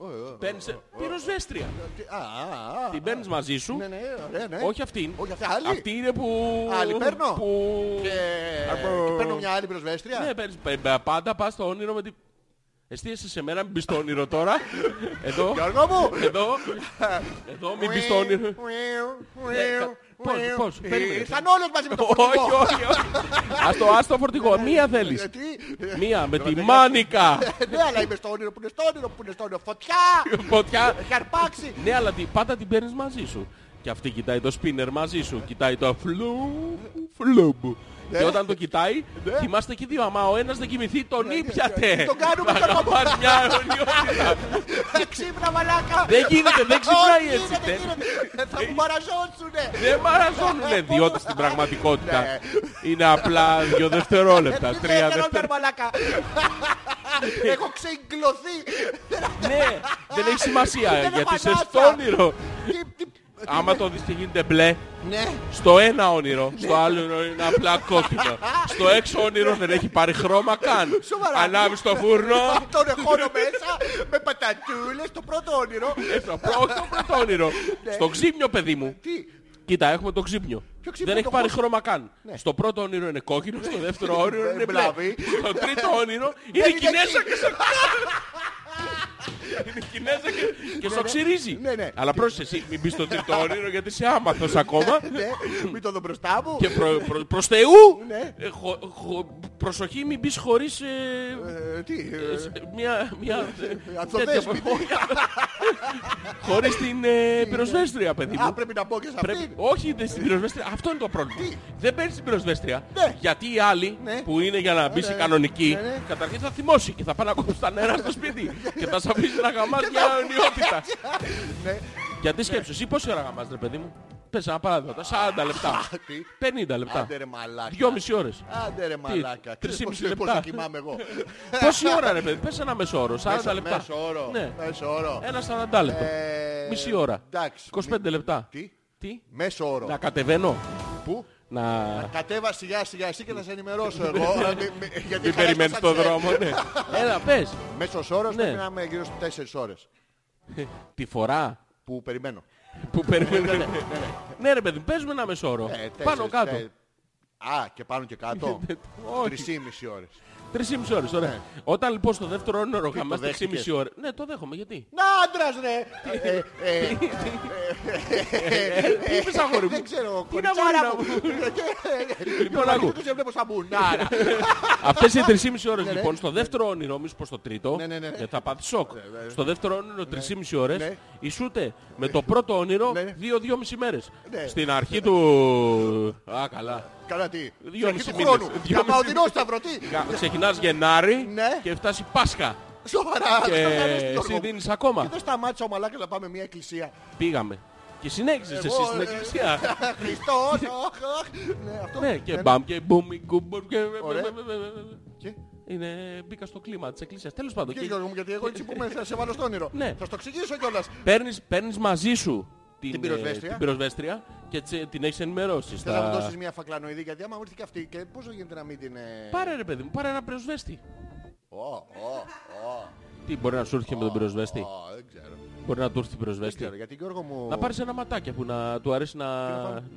S2: Ω, ω, ω.
S1: Παίρνεις πυροσβέστρια.
S2: Τι- α, α, α.
S1: Την παίρνεις μαζί σου.
S2: Ναι, ναι, ωραία, ναι.
S1: Όχι αυτήν.
S2: Όχι αυτή, άλλη.
S1: Αυτή είναι που...
S2: Άλλη παίρνω.
S1: Που...
S2: Και
S1: Από-
S2: και παίρνω μια άλλη πυροσβέστρια.
S1: Ναι, παίρνεις πα- πα- πάντα πας στο όνειρο με την... Εστίασε σε μένα, μην μπεις στο όνειρο τώρα. Εδώ,
S2: Γιώργο μου.
S1: εδώ, εδώ, Ε, μην μπεις στο όνειρο. Ναι, κα- πώς, πώς, περίμενε.
S2: Ήρθαν όλες μαζί με το
S1: Όχι,
S2: φορτηγό.
S1: όχι, όχι. Ας το, ας το φορτηγό. Μία θέλεις.
S2: Γιατί,
S1: Μία με τη μάνικα.
S2: ε, Ναι, αλλά είμαι στο όνειρο που είναι στο όνειρο που είναι στο όνειρο. Φωτιά!
S1: Φωτιά.
S2: Έχει αρπάξει!
S1: [LAUGHS] Ναι, αλλά την- πάντα την παίρνεις μαζί σου. Και αυτή κοιτάει το σπίνερ μαζί σου. Κοιτάει το φλου, φλουμπ.
S2: Ναι.
S1: Και όταν το κοιτάει, κοιμάστε και δύο. Άμα ο ένας δεν κοιμηθεί, τον ήπιατε.
S2: Ναι, Το κάνουμε
S1: Να
S2: τον
S1: αγαπάς μια αιωνιότητα.
S2: Ξύπνα μαλάκα!
S1: Δεν γίνεται, δεν ξυπνάει
S2: Όχι,
S1: έτσι.
S2: γίνεται,
S1: Δεν-
S2: γίνεται. Θα μου μαραζώσουνε!
S1: Δεν μαραζώνουνε, διότι στην
S2: Ναι. Ε,
S1: πραγματικότητα είναι απλά δύο δευτερόλεπτα,
S2: Δεν
S1: τρία
S2: θέλω
S1: δευτερόλεπτα. [LAUGHS]
S2: μαλάκα! Έχω ξεγκλωθεί!
S1: Ναι, δεν έχει σημασία,
S2: Δεν
S1: γιατί
S2: έχω
S1: είσαι
S2: ανάσα.
S1: στο όνειρο.
S2: Τι- τι-
S1: Άμα το δεις και γίνεται μπλε,
S2: Ναι,
S1: Στο ένα όνειρο, στο άλλο όνειρο είναι απλά κόκκινο. Στο έξω όνειρο δεν έχει πάρει χρώμα καν.
S2: Σοβαρά.
S1: Ανάβεις στο
S2: [LAUGHS]
S1: φούρνο.
S2: τον εχώνω μέσα με πατατούλες το πρώτο όνειρο.
S1: Στο πρώτο πρώτο όνειρο. Στο ξύπνιο, παιδί μου.
S2: Ναι. Τι,
S1: Κοίτα, έχουμε το ξύπνιο.
S2: Ποιο ξύπνιο,
S1: Δεν έχει
S2: το Ναι.
S1: πάρει
S2: φως?
S1: χρώμα καν. Στο πρώτο όνειρο είναι κόκκινο, στο δεύτερο όνειρο είναι μπλε.
S2: Μπλαβή.
S1: Στο τρίτο
S2: [LAUGHS]
S1: όνειρο είναι
S2: Ε, Ναι, είναι
S1: Κινέζα και σοξυρίζει. [LAUGHS] Είναι Κινέζα και- και σοξυρίζει.
S2: Ναι, ναι.
S1: Αλλά πρόσεχε εσύ, μην μπει στο
S2: [LAUGHS]
S1: τρίτο όνειρο γιατί είσαι άμαθος ακόμα.
S2: ναι, μην το δω μπροστά μου.
S1: Και προ, προ- προς Θεού,
S2: Ναι.
S1: ε, χο- χο- προσοχή μην μπεις χωρίς ε,
S2: Ε, Τι, ε,
S1: ε, σε- μια... μια ε,
S2: Ατσοδέσμητη.
S1: τέτοια- χωρίς την ε, πυροσβέστρια, παιδί
S2: Α,
S1: μου.
S2: πρέπει να μπω και σε
S1: Πρέπει,
S2: αυτήν.
S1: όχι δεν στην πυροσβέστρια, αυτό είναι το πρόβλημα. Δεν παίρνεις την πυροσβέστρια,
S2: Ναι.
S1: γιατί οι άλλοι
S2: Ναι.
S1: που είναι για να μπεις
S2: ναι,
S1: η
S2: ναι.
S1: κανονική,
S2: Ναι, ναι.
S1: καταρχήν θα θυμώσει και θα πάνε να κόψουν τα νερά στο
S2: [LAUGHS]
S1: σπίτι και θα σε αφήσει να γαμάς μια αιωνιότητα.
S2: Ναι.
S1: Γιατί σκέψου, εσύ πόση ώρα γαμάς ρε παιδί μου. Πες ένα παράδειγμα, 40
S2: [LAUGHS]
S1: λεπτά,
S2: Τι.
S1: 50 λεπτά,
S2: Άντε ρε μαλάκα.
S1: 2,5 ώρες.
S2: Άντε ρε μαλάκα.
S1: τρεις
S2: Ξέρεις
S1: ή μισή
S2: πόσο- Πόσο
S1: λεπτά.
S2: κοιμάμαι
S1: [LAUGHS]
S2: εγώ.
S1: Πόση ώρα ρε παιδί, πες ένα μέσο όρο, 40
S2: Μέσα-
S1: λεπτά.
S2: Μέσο όρο.
S1: Ναι.
S2: Μέσο όρο.
S1: Ένα 40 λεπτό.
S2: Ε,
S1: Μισή ώρα.
S2: εντάξει.
S1: 25 λεπτά.
S2: Τι.
S1: Τι.
S2: Μέσο όρο.
S1: Να κατεβαίνω.
S2: Πού.
S1: Να...
S2: Κατέβα σιγά σιγά εσύ και θα σε ενημερώσω εγώ. ε, μη- μη- γιατί
S1: Ναι. Μην
S2: χαλάστησα
S1: περιμένεις τον
S2: τσέ.
S1: δρόμο, ναι. Έλα, πες.
S2: Μέσος όρος
S1: Ναι.
S2: πρέπει να είμαι γύρω στις 4 ώρες
S1: Τη φορά
S2: που περιμένω.
S1: που
S2: ναι,
S1: περιμένουμε. Ναι ρε παιδί, παίζουμε ένα μεσόρο.
S2: Ε, τέσσερις,
S1: Πάνω κάτω. Ναι,
S2: τε- Α, και πάνω και
S1: [LAUGHS]
S2: κάτω.
S1: Όχι.
S2: Τρισήμιση ώρες.
S1: Τρεις ή μισή ώρες, ωραία. Όταν λοιπόν στο δεύτερο όνειρο γαμάς τρεις ή
S2: Ναι. δέχτηκες?
S1: μισή ώρες. Ναι, το δέχομαι, γιατί.
S2: Να άντρας ρε! Ε, ε, ε,
S1: Τι είπες αγόρι μου.
S2: Δεν ξέρω,
S1: Τι να
S2: κοριτσάρα
S1: βρω
S2: μου.
S1: να-
S2: Λοιπόν,
S1: άκου.
S2: δεν σε βλέπω σαν μπουνάρα.
S1: Αυτές οι 3,5 ώρες λοιπόν στο δεύτερο όνειρο, μη σου πω στο τρίτο,
S2: Ναι, ναι, ναι, ναι.
S1: γιατί θα πάθεις σοκ. Στο δεύτερο όνειρο 3,5 ώρες
S2: Ναι.
S1: ισούται με το πρώτο όνειρο
S2: Ναι.
S1: 2-2,5 μέρες.
S2: Ναι.
S1: Στην αρχή του... Α, καλά.
S2: Καλά τι.
S1: Δυόμιση
S2: Στην αρχή του
S1: μήνες.
S2: χρόνου. Για
S1: Δυόμιση
S2: Παοδινό Σταυρό, τι.
S1: Κα- Ξεκινάς Γενάρη
S2: Ναι.
S1: και φτάσει Πάσχα.
S2: Σοβαρά.
S1: Και
S2: δεν θα κάνεις, Γιώργο
S1: εσύ
S2: μου.
S1: δίνεις
S2: Και
S1: ακόμα.
S2: δεν σταμάτησα ο μαλάκας να πάμε μια εκκλησία.
S1: Πήγαμε. Και συνέχισες εσύ
S2: ε,
S1: στην εκκλησία.
S2: [LAUGHS] Χριστός, αχ, αχ. Ναι, αυτό.
S1: Ναι, και μπαμ και μπούμ, και μπούμ, και...
S2: Ωραία. Και-
S1: Είναι, μπήκα στο κλίμα της εκκλησίας. Τέλος πάντων.
S2: Και
S1: και-
S2: Γιώργο μου, γιατί εγώ έτσι που
S1: [LAUGHS]
S2: είμαι θα σε βάλω στο όνειρο.
S1: Ναι.
S2: Θα στο εξηγήσω κιόλας.
S1: παίρνεις, παίρνεις μαζί σου την,
S2: Την πυροσβέστρια.
S1: ε, την πυροσβέστρια και τσε- την έχεις ενημερώσει.
S2: Θες
S1: στα-
S2: να μου δώσεις μια φακλανοειδή, γιατί άμα έρθει και αυτή και πώς γίνεται να μην την... ε,
S1: Πάρε ρε παιδί μου, πάρε ένα πυροσβέστη.
S2: Ω, ω, ω,
S1: Τι μπορεί να σου έρθει και με τον πυροσβέστη.
S2: ω, δεν ξέρω.
S1: Μπορεί να του έρθει
S2: Δεν ξέρω,
S1: πυροσβέστη.
S2: γιατί Γιώργο μου...
S1: Να πάρεις ένα ματάκι που να του αρέσει να,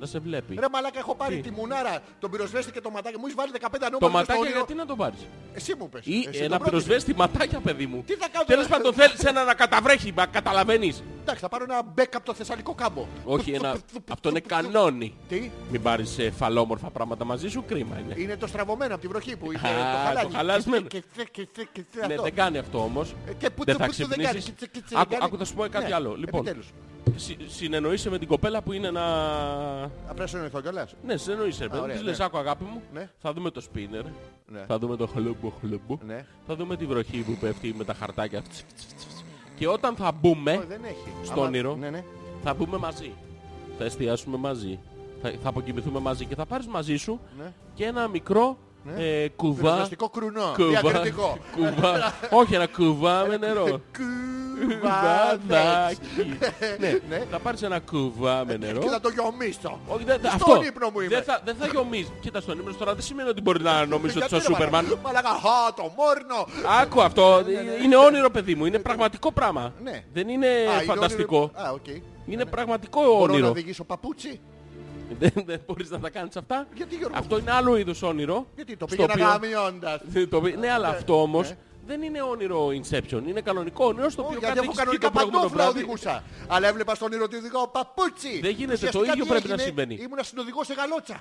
S1: να σε βλέπει.
S2: Ρε μαλάκα έχω πάρει
S1: Τι?
S2: τη μουνάρα, τον πυροσβέστη και το ματάκι. Μου έχεις βάλει 15 νούμερα
S1: Το
S2: στο
S1: ματάκι
S2: όνειρο.
S1: γιατί να το
S2: Ε,
S1: πάρεις.
S2: Εσύ μου πες.
S1: Ή
S2: Εσύ το
S1: ένα
S2: πρότεινες.
S1: πυροσβέστη ματάκια παιδί μου.
S2: Τι θα κάνω ε?
S1: Τέλος
S2: τώρα.
S1: πάντων θέλεις ένα να καταβρέχει, μα καταλαβαίνεις.
S2: Εντάξει, θα πάρω ένα μπέκ από το θεσσαλικό κάμπο.
S1: Όχι, ένα... αυτό είναι κανόνι.
S2: Τι,
S1: Μην πάρεις ε, φαλόμορφα πράγματα μαζί σου, κρίμα είναι.
S2: είναι το στραβωμένο από την βροχή που είχε
S1: Α,
S2: το
S1: το
S2: χαλάκι.
S1: χαλασμένο.
S2: Και- και- και- και- και- και-
S1: Ναι,
S2: αυτό.
S1: δεν κάνει αυτό όμως.
S2: Ε, και που-
S1: δεν
S2: που-
S1: θα
S2: που- δεν κάνει.
S1: ξυπνήσεις.
S2: Τσι- τσι- τσι-
S1: Άκου,
S2: δεν κάνει.
S1: άκου, θα σου πω κάτι
S2: Ναι,
S1: άλλο. Λοιπόν,
S2: επιτέλους.
S1: συ, συνεννοείσαι με την κοπέλα που είναι να...
S2: Απ' να συνοηθώ κιόλας.
S1: Ναι, συνεννοείσαι. παιδί μου.
S2: ωραία,
S1: Της λες,
S2: ναι.
S1: άκου αγάπη μου,
S2: Ναι.
S1: θα δούμε το σπίνερ,
S2: Ναι.
S1: θα δούμε το χλούμπο χλούμπο,
S2: Ναι.
S1: θα δούμε τη βροχή που πέφτει με τα χαρτάκια. Τσ, τσ, τσ, τσ. Και όταν θα μπούμε,
S2: Όχι, Ε, Δεν έχει.
S1: Ε, Στο
S2: Άμα-
S1: όνειρο.
S2: Ναι, ναι.
S1: θα μπούμε μαζί. Θα εστιάσουμε μαζί. Θα, θα αποκοιμηθούμε μαζί και θα πάρεις μαζί σου
S2: Ναι.
S1: και ένα μικρό ε, κουβά.
S2: Πυροσβεστικό κρουνό.
S1: Κουβά,
S2: Διακριτικό.
S1: κουβά, όχι ένα κουβά με νερό.
S2: Κουβαδάκι.
S1: Κουβαδάκι. ναι,
S2: Ναι. Ε,
S1: θα πάρεις ένα κουβά με νερό.
S2: Και θα το γιομίσω.
S1: Όχι, δεν,
S2: Στον
S1: αυτό.
S2: ύπνο μου είμαι. Ε,
S1: Δεν θα, δεν θα γιομίζεις. Κοίτα στον ύπνο σου τώρα δεν σημαίνει ότι μπορεί να νομίζω ότι
S2: Γιατί
S1: είσαι ο
S2: ρε, μαλάκα.
S1: Σούπερμαν.
S2: Μαλάκα, χα, το μόρνο.
S1: Άκου αυτό. ε, Είναι όνειρο παιδί μου. Είναι πραγματικό πράγμα.
S2: Ναι.
S1: Δεν είναι
S2: Α, είναι
S1: Ε, φανταστικό.
S2: όνειρο. Α, οκ.
S1: Είναι πραγματικό
S2: Μπορώ να
S1: όνειρο.
S2: οδηγήσω παπούτσι.
S1: [LAUGHS] Δεν, δεν μπορείς να τα κάνεις αυτά.
S2: Γιατί, Γιώργο?
S1: Αυτό είναι άλλο είδους όνειρο.
S2: Γιατί το
S1: στο
S2: πήγαινα
S1: οποίο-
S2: γαμιώντας.
S1: [LAUGHS] Δεν το πει- Ναι, αλλά αυτό όμως
S2: ναι.
S1: δεν είναι όνειρο Inception. Είναι κανονικό όνειρο στο
S2: Όχι,
S1: οποίο
S2: Γιατί
S1: κάτι
S2: αφού
S1: έχεις βγει
S2: κανονικά
S1: το προηγούμενο
S2: παντόφλα
S1: βράδυ.
S2: οδηγούσα. Αλλά έβλεπα στον όνειρο ότι οδηγάω παπούτσι.
S1: Δεν γίνεται, το
S2: Ουσιαστικά
S1: ίδιο
S2: τι
S1: πρέπει να
S2: έγινε,
S1: συμβαίνει.
S2: Ήμουνα συνοδηγός σε γαλότσα.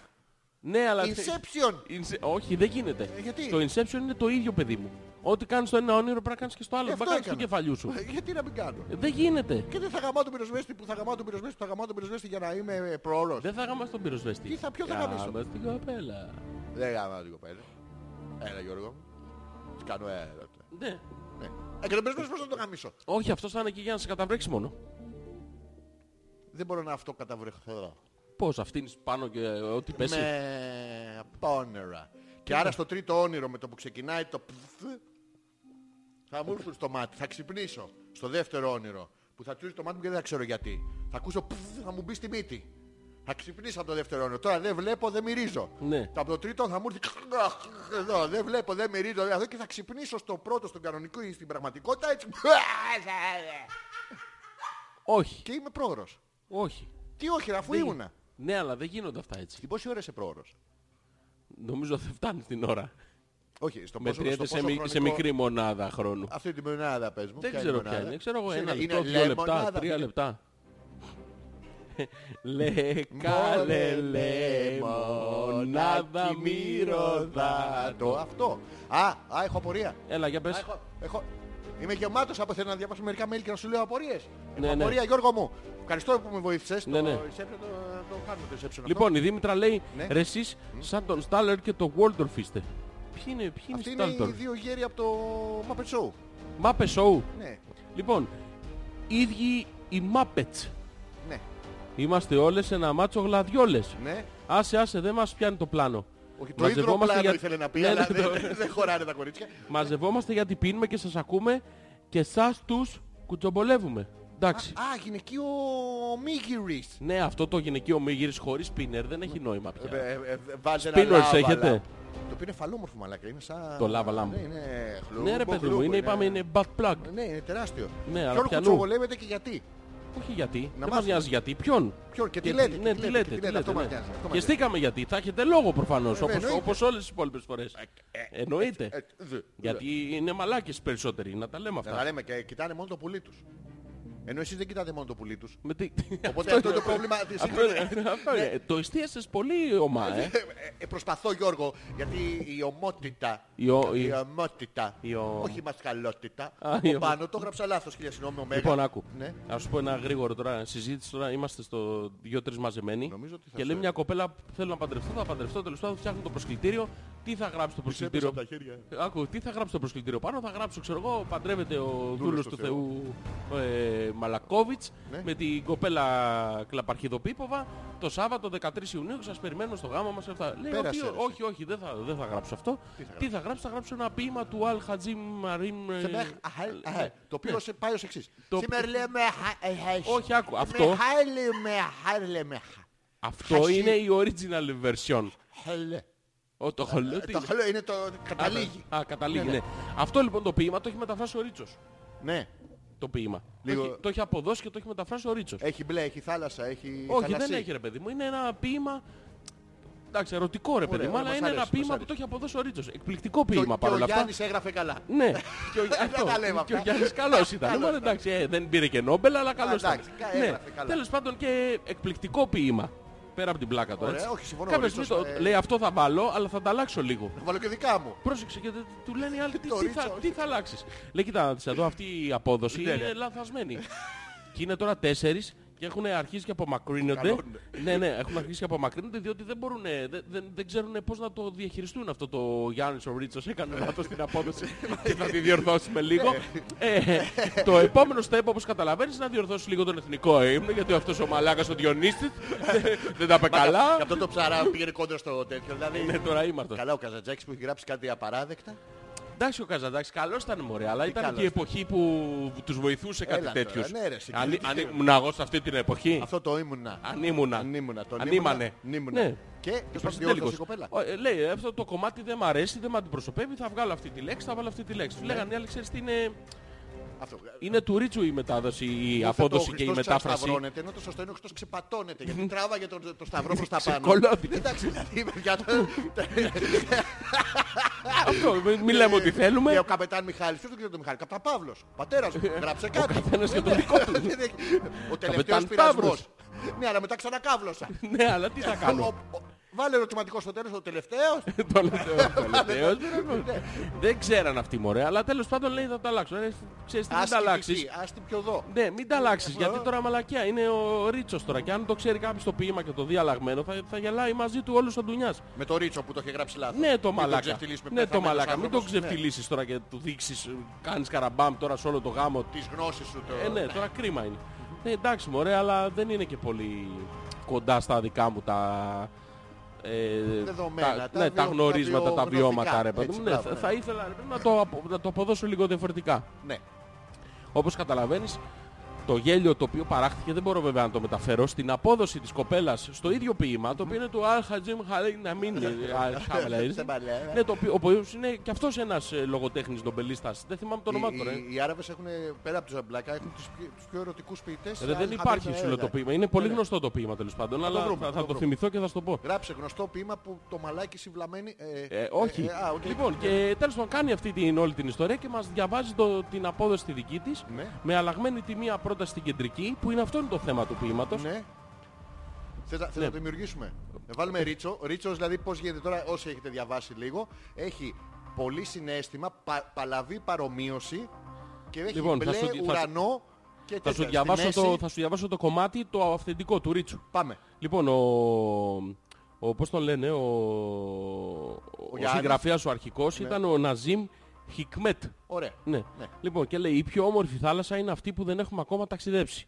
S1: Ναι, αλλά...
S2: Inception.
S1: Inse- Όχι, δεν γίνεται.
S2: Ε, γιατί?
S1: Το Inception είναι το ίδιο παιδί μου. Ό,τι κάνεις στο ένα όνειρο πρέπει να κάνεις και στο
S2: Ε,
S1: άλλο. Πρέπει να
S2: αυτό
S1: κάνεις του
S2: έκανα.
S1: κεφαλιού σου.
S2: Γιατί να μην κάνω.
S1: Ε, Δεν γίνεται.
S2: Και δεν θα γαμάω τον πυροσβέστη που θα γαμάω τον πυροσβέστη που θα γαμάω τον πυροσβέστη για να είμαι ε, προώρος.
S1: Δεν θα γαμάς τον πυροσβέστη.
S2: Τι θα- ποιο θα γαμίσω?
S1: Γάμας την κοπέλα.
S2: Δεν γαμάω την κοπέλα. Έλα Γιώργο. μου. Της κάνω έρωτα.
S1: Ναι.
S2: Ναι. Ε, και τον πυροσβέστη πώς θα το γαμίσω.
S1: Όχι, αυτός θα είναι εκεί για να σε καταβρέξει μόνο.
S2: Δεν μπορώ να αυτό καταβρεχθώ.
S1: Πώς, αυτήν πάνω και ε, ό,τι πέσει.
S2: Ναι. Με πόνερα. Και άρα στο τρίτο όνειρο με το που ξεκινάει το πφ, θα μου έρθουν στο μάτι, θα ξυπνήσω. Στο δεύτερο όνειρο που θα τσούζει το μάτι μου και δεν θα ξέρω γιατί. Θα ακούσω πφ, θα μου μπει στη μύτη. Θα ξυπνήσω από το δεύτερο όνειρο. Τώρα δεν βλέπω, δεν μυρίζω.
S1: Ναι.
S2: Το Από το τρίτο θα μου έρθει εδώ, δεν βλέπω, δεν μυρίζω. Εδώ και θα ξυπνήσω στο πρώτο, στον κανονικό ή στην πραγματικότητα έτσι.
S1: Όχι,
S2: Και είμαι πρόωρος.
S1: όχι.
S2: Τι όχι, ρε, αφού ήμουνα.
S1: Ναι, αλλά δεν γίνονται αυτά έτσι.
S2: Στην πόση ώρα είσαι πρόωρος.
S1: Νομίζω δεν φτάνει την ώρα.
S2: Όχι, στο πόσο, στο
S1: Μετριέται
S2: πόσο
S1: σε, μι- σε
S2: χρονικό-
S1: μικρή μονάδα χρόνου.
S2: Αυτή την μονάδα πες μου.
S1: Δεν
S2: ποια
S1: ξέρω
S2: η μονάδα?
S1: ποια είναι. Ξέρω εγώ
S2: Ξέρω,
S1: ένα
S2: είναι
S1: λεπτό, δύο λεπτά,
S2: λεμονάδα,
S1: τρία
S2: είναι.
S1: λεπτά.
S2: [LAUGHS]
S1: Λε καλέ λεμονάδα μυρωδά.
S2: Το αυτό. Α, α, έχω απορία.
S1: Έλα για
S2: Α,
S1: πες.
S2: έχω, έχω... Είμαι γεμάτος από θέλω να διαβάσω μερικά mail και να σου λέω απορίες.
S1: Ναι,
S2: έχω
S1: ναι.
S2: απορία Γιώργο μου. Ευχαριστώ που με βοήθησες.
S1: Ναι,
S2: το,
S1: ναι.
S2: reception, το, το κάνουμε το reception αυτό.
S1: Λοιπόν η Δήμητρα λέει
S2: Ναι.
S1: ρε εσείς σαν τον Στάλερ και τον Waldorf είστε. Ποιοι είναι, ποιοι είναι
S2: Αυτοί είναι οι
S1: Στάλτορ.
S2: δύο γέροι από το Muppet Show.
S1: Μάπε Show.
S2: Ναι,
S1: Λοιπόν, ίδιοι οι Muppets.
S2: ναι,
S1: Είμαστε όλες ένα μάτσο γλαδιόλες.
S2: ναι.
S1: Άσε άσε δεν μας πιάνει το πλάνο.
S2: Όχι, το ίδιο
S1: Μαζευόμαστε
S2: πλάνο
S1: για-
S2: ήθελε να πει,
S1: Ναι,
S2: αλλά
S1: ναι,
S2: δεν,
S1: το-
S2: δεν χωράνε τα κορίτσια.
S1: Μαζευόμαστε γιατί πίνουμε και σας ακούμε και σας τους κουτσομπολεύουμε. Εντάξει.
S2: Α, γυναικείο μίγυρης.
S1: Ναι, αυτό το γυναικείο μίγυρης χωρίς σπίνερ δεν έχει νόημα πια.
S2: Ε, ε, ε, Βάζε ένα
S1: Spinners
S2: λάβαλα.
S1: έχετε?
S2: Το οποίο είναι φαλόμορφο μαλάκα. Είναι σαν...
S1: Το lava lamp.
S2: Ναι, είναι χλούμπο,
S1: ναι, ρε παιδί μου,
S2: χλούμπο,
S1: είναι, είπαμε, είναι butt plug.
S2: Ναι, είναι τεράστιο.
S1: Ναι, αλλά
S2: Ποιον
S1: πιανού.
S2: κουτσοβολεύετε και γιατί.
S1: Όχι γιατί. δεν μας
S2: Ε, μάθουμε.
S1: νοιάζει γιατί. Ποιον.
S2: Ποιον και τι
S1: Γιατί-
S2: λέτε,
S1: Ναι,
S2: τι
S1: τι
S2: λέτε,
S1: λέτε.
S2: τι
S1: τι
S2: λέτε, αυτό
S1: λέτε,
S2: μας
S1: ναι.
S2: νοιάζει, αυτό μας
S1: Και στήκαμε γιατί. Θα έχετε λόγο προφανώς, όπως,
S2: εννοείται.
S1: όπως όλες τις υπόλοιπες φορές.
S2: Ε,
S1: Εννοείται.
S2: δε, δε.
S1: Γιατί είναι μαλάκες οι περισσότεροι, να τα λέμε
S2: Να τα
S1: αυτά.
S2: λέμε και κοιτάνε μόνο το πουλί τους. Ενώ εσείς δεν κοιτάτε μόνο το πουλί τους.
S1: Με τι-
S2: Οπότε αυτό είναι το πρόβλημα. της-
S1: Ναι, Αυτό είναι- αυτό είναι. Το εστίασες πολύ ομά, ε.
S2: Ε, ε, Προσπαθώ Γιώργο, γιατί η ομότητα,
S1: Η ο- η-
S2: η ομότητα,
S1: η ο-
S2: όχι η μασχαλότητα,
S1: Α, η
S2: από
S1: ομο-
S2: πάνω το έγραψα λάθος, χίλια συγγνώμη, ωμέγα.
S1: Λοιπόν, άκου.
S2: Ναι.
S1: Να σου πω ένα γρήγορο τώρα. Συζήτηση τώρα. Είμαστε στο δύο-τρει μαζεμένοι.
S2: Νομίζω ότι θα
S1: και λέει
S2: σου
S1: μια κοπέλα που θέλω να παντρευτώ. Θα παντρευτώ. Τέλος πάντων, φτιάχνω το προσκλητήριο. Τι θα γράψει το
S2: Τους έπεσε
S1: προσκλητήριο.
S2: από τα χέρια.
S1: Άκου, τι θα γράψει το προσκλητήριο πάνω, θα γράψω, ξέρω εγώ, παντρεύεται ο δούλος του
S2: του
S1: Θεού ε, Μαλακόβιτς
S2: Ναι.
S1: με την κοπέλα Κλαπαρχιδοπίποβα το Σάββατο 13 Ιουνίου και σας περιμένω στο γάμα μας αυτά. Λέει
S2: Πέρασε,
S1: ότι,
S2: ρε, εσύ.
S1: όχι, όχι, δεν θα, δεν θα γράψω αυτό. Τι θα, γράψω, θα γράψω ένα ποίημα του Αλ Χατζίμ Μαρίμ... ε, ναι.
S2: Σε με- αχα- αχα- Το οποίο σε πάει ως εξής.
S1: Το-
S2: Σήμερα λέμε... χα- ε, χα-
S1: Όχι, άκου,
S2: με
S1: αυτό-
S2: χάλι, με χάλι, λέμε χα-
S1: Αυτό
S2: Χασί.
S1: είναι η original version.
S2: χαλε.
S1: Ο, το χαλό, τι
S2: Ε, Το
S1: είναι?
S2: χαλό είναι το... Καταλήγει.
S1: Α, καταλήγει,
S2: Ναι,
S1: ναι.
S2: ναι.
S1: Αυτό λοιπόν το ποίημα το έχει μεταφράσει ο Ρίτσος.
S2: Ναι.
S1: Το ποίημα.
S2: Λίγο-
S1: Το, έχει, το έχει αποδώσει και το έχει μεταφράσει ο Ρίτσος.
S2: Έχει μπλε, έχει θάλασσα, έχει
S1: Όχι, δεν
S2: θαλασσί.
S1: έχει ρε παιδί μου. Είναι ένα ποίημα. Εντάξει, ερωτικό ρε παιδί
S2: Ωραία,
S1: μου, αλλά
S2: μας
S1: είναι ένα
S2: άρεσε,
S1: ποίημα
S2: μας
S1: που το έχει αποδώσει ο Ρίτσος. Εκπληκτικό
S2: Και ο-
S1: ποίημα
S2: και ο
S1: παρόλα αυτά.
S2: Γιάννης έγραφε καλά. [LAUGHS]
S1: Ναι, και ο, αυτό.
S2: τα λέμε
S1: και ο
S2: αυτά.
S1: Γιάννης καλός ήταν.
S2: Καλός
S1: Μα,
S2: ήταν.
S1: εντάξει, ε, δεν πήρε και νόμπελ, αλλά καλός ήταν. Ναι.
S2: εντάξει, κα- έγραφε καλά.
S1: Τέλος πάντων και εκπληκτικό ποίημα. Πέρα από την πλάκα τώρα.
S2: Ωραία,
S1: έτσι.
S2: όχι, συμφωνώ,
S1: Κάποια
S2: ο
S1: στιγμή
S2: Ρίτσος,
S1: το-
S2: ε,
S1: λέει αυτό θα βάλω, αλλά θα τα αλλάξω λίγο.
S2: Να βάλω και δικά μου.
S1: Πρόσεξε και δεν- του λένε οι άλλοι τι,
S2: Το
S1: τι, θα,
S2: ρίτσο.
S1: τι θα αλλάξεις. Λέει κοίτα να δεις εδώ αυτή η απόδοση
S2: Ναι, ναι.
S1: είναι λανθασμένη. και είναι τώρα τέσσερις και έχουν αρχίσει και απομακρύνονται.
S2: Καλό
S1: ναι, ναι, έχουν αρχίσει και απομακρύνονται διότι δεν μπορούν, δεν, δεν, δεν ξέρουν πώς να το διαχειριστούν αυτό το Γιάννης ο Ρίτσος έκανε λάθος την
S2: [LAUGHS]
S1: απόδοση και θα τη διορθώσουμε λίγο.
S2: Ναι.
S1: ε, το επόμενο step όπως καταλαβαίνεις είναι να διορθώσεις λίγο τον εθνικό ύμνο γιατί αυτός ο μαλάκας ο Διονύστης δεν- [LAUGHS] δεν τα είπε καλά.
S2: Γι' αυτό το ψαρά πήγαινε κόντρα στο τέτοιο.
S1: Ναι,
S2: Δηλαδή,
S1: τώρα είμαστε.
S2: καλά ο Καζατζάκης που έχει γράψει κάτι απαράδεκτα.
S1: Εντάξει ο Καζαντάκης, καλός ήταν μωρέ, αλλά ήταν
S2: καλός
S1: και η εποχή που τους βοηθούσε κάτι
S2: Έλα τώρα,
S1: τέτοιους.
S2: ναι, ρε, εσύ,
S1: αν,
S2: τι-
S1: αν ήμουν εγώ σε αυτή την εποχή,
S2: Αυτό το ήμουνα.
S1: αν ήμουνα.
S2: Αν ήμουνα, τον
S1: αν
S2: ήμουνα,
S1: ήμανε.
S2: αν ήμουνα.
S1: Ναι.
S2: Και ποιος
S1: Ήμουν
S2: μας
S1: τέλικος.
S2: διόρθωσε η κοπέλα.
S1: Ο, ε, λέει, αυτό το κομμάτι δεν μ' αρέσει, δεν με αντιπροσωπεύει, θα βγάλω αυτή τη λέξη, θα βάλω αυτή τη λέξη.
S2: Ναι.
S1: Του λέγανε, οι άλλοι, ξέρεις τι είναι,
S2: Αυτό.
S1: είναι του Ρίτσου η μετάδοση, η
S2: Ήρθε
S1: απόδοση
S2: το
S1: και η
S2: Χριστός
S1: μετάφραση.
S2: ξανασταυρώνεται, ενώ το σωστό είναι ο Χριστός ξεπατώνεται γιατί τράβαγε τον, το σταυρό προς τα
S1: [LAUGHS]
S2: πάνω.
S1: Ξεκολλώθηκε.
S2: Εντάξει, δηλαδή, παιδιά, το...
S1: Αυτό, μη- μη λέμε ότι
S2: Και
S1: θέλουμε.
S2: ο καπετάν Μιχάλης, ποιος τον κύριο τον Μιχάλη, καπετάν Παύλος, πατέρας μου, γράψε κάτι.
S1: καθένας και το δικό
S2: [LAUGHS]
S1: του.
S2: Ο
S1: Καπετάν
S2: τελευταίος πειρασμός.
S1: Παύλος.
S2: Ναι, αλλά μετά ξανακάβλωσα.
S1: Ναι, αλλά τι θα [LAUGHS] κάνω.
S2: Ο- ο- Βάλε ερωτηματικό στο τέλος, ο
S1: [LAUGHS]
S2: τελευταίος.
S1: Το τελευταίο, το τελευταίο.
S2: Ναι.
S1: Δεν ξέραν αυτοί μωρέ, αλλά τέλος πάντων λέει θα τα αλλάξω. Ε, Ξέρεις τι,
S2: Ας
S1: μην τα
S2: την
S1: αλλάξεις.
S2: πηδή, Ας την πιο εδώ.
S1: Ναι, μην τα αλλάξει,
S2: Ε,
S1: γιατί
S2: ε.
S1: τώρα μαλακιά είναι ο Ρίτσος τώρα. Και αν το ξέρει κάποιος το ποίημα και το δει αλλαγμένο, θα, θα γελάει μαζί του όλος ο ντουνιάς.
S2: Με το Ρίτσο που το είχε γράψει λάθος.
S1: Ναι, το
S2: Μην τον
S1: μαλάκα.
S2: ξεφτυλίσουμε,
S1: Ναι, το
S2: πεθαμένος
S1: μαλάκα. Μην το
S2: άνθρωπος.
S1: ξεφτυλίσεις τώρα και του δείξεις, κάνεις καραμπάμ τώρα σε όλο το γάμο.
S2: Ναι, Τις γνώσεις σου το...
S1: Ε, ναι, τώρα κρίμα είναι. Ναι, εντάξει, μωρέ, αλλά δεν είναι και πολύ κοντά στα δικά μου τα. Ε,
S2: Δεδομένα, τα
S1: ναι, τα
S2: βιο-
S1: γνωρίσματα, τα
S2: τα βιογνωστικά.
S1: βιώματα, ρε παιδί μου.
S2: Έτσι,
S1: Ναι,
S2: μπράβο,
S1: θα-
S2: ναι.
S1: θα ήθελα ρε, να το, απο- να το αποδώσω λίγο διαφορετικά.
S2: Ναι.
S1: Όπως καταλαβαίνεις, το γέλιο το οποίο παράχθηκε, δεν μπορώ βέβαια να το μεταφέρω, στην απόδοση της κοπέλας στο ίδιο ποίημα, το οποίο είναι του Αλ Χατζίμ Χαλέι να μην ε,
S2: [LAUGHS] Σε ε. μπαλέ.
S1: Ναι, το οποίο, ο οποίος είναι και αυτός ένας ε, λογοτέχνης νομπελίστας. Δεν θυμάμαι το όνομά
S2: Οι-
S1: του, ρε.
S2: οι- Οι Άραβες έχουν, πέρα από τους ζαμπλάκα, έχουν τους πιο- τους πιο ερωτικούς ποιητές.
S1: Ρε, Ε, δεν
S2: αλλά
S1: υπάρχει
S2: χαμένα,
S1: σου λέω το
S2: έλα.
S1: ποίημα. Είναι πολύ
S2: Ναι, ναι.
S1: γνωστό το ποίημα τέλος πάντων, αλλά
S2: βρούμε,
S1: θα-
S2: θα το
S1: θα το
S2: βρούμε.
S1: θυμηθώ και θα σου το πω.
S2: ε, Γράψε γνωστό ποίημα που το μαλάκι συμβλαμένει... ε,
S1: Ε, όχι.
S2: ε, α, οκ.
S1: Λοιπόν, και τέλος πάντων κάνει αυτή την όλη την ιστορία και μας διαβάζει το, την απόδοση τη δική της
S2: Ναι.
S1: με αλλαγμένη τη μία πρώτα στην κεντρική, που είναι αυτό είναι το θέμα του ποίηματος.
S2: Ναι. Θες να, θες
S1: Ναι.
S2: να το δημιουργήσουμε. Να
S1: Ε,
S2: βάλουμε Ρίτσο. Ο Ρίτσος δηλαδή πώς γίνεται τώρα όσοι έχετε διαβάσει λίγο. Έχει πολύ συνέστημα, πα, παλαβή παρομοίωση και έχει
S1: Λοιπόν, θα
S2: μπλε
S1: σου- θα-
S2: ουρανό και
S1: Θα
S2: τέτοια.
S1: σου,
S2: Στη
S1: διαβάσω
S2: μέση-
S1: το, θα σου διαβάσω το κομμάτι το αυθεντικό του Ρίτσου.
S2: Πάμε.
S1: Λοιπόν, ο... ο πώς τον λένε, ο, ο,
S2: Γιάννης.
S1: συγγραφέας ο αρχικός ήταν ο Ναζίμ Χικμέτ.
S2: Ωραία.
S1: Ναι.
S2: Ναι.
S1: Λοιπόν, και λέει, η πιο όμορφη θάλασσα είναι αυτή που δεν έχουμε ακόμα ταξιδέψει.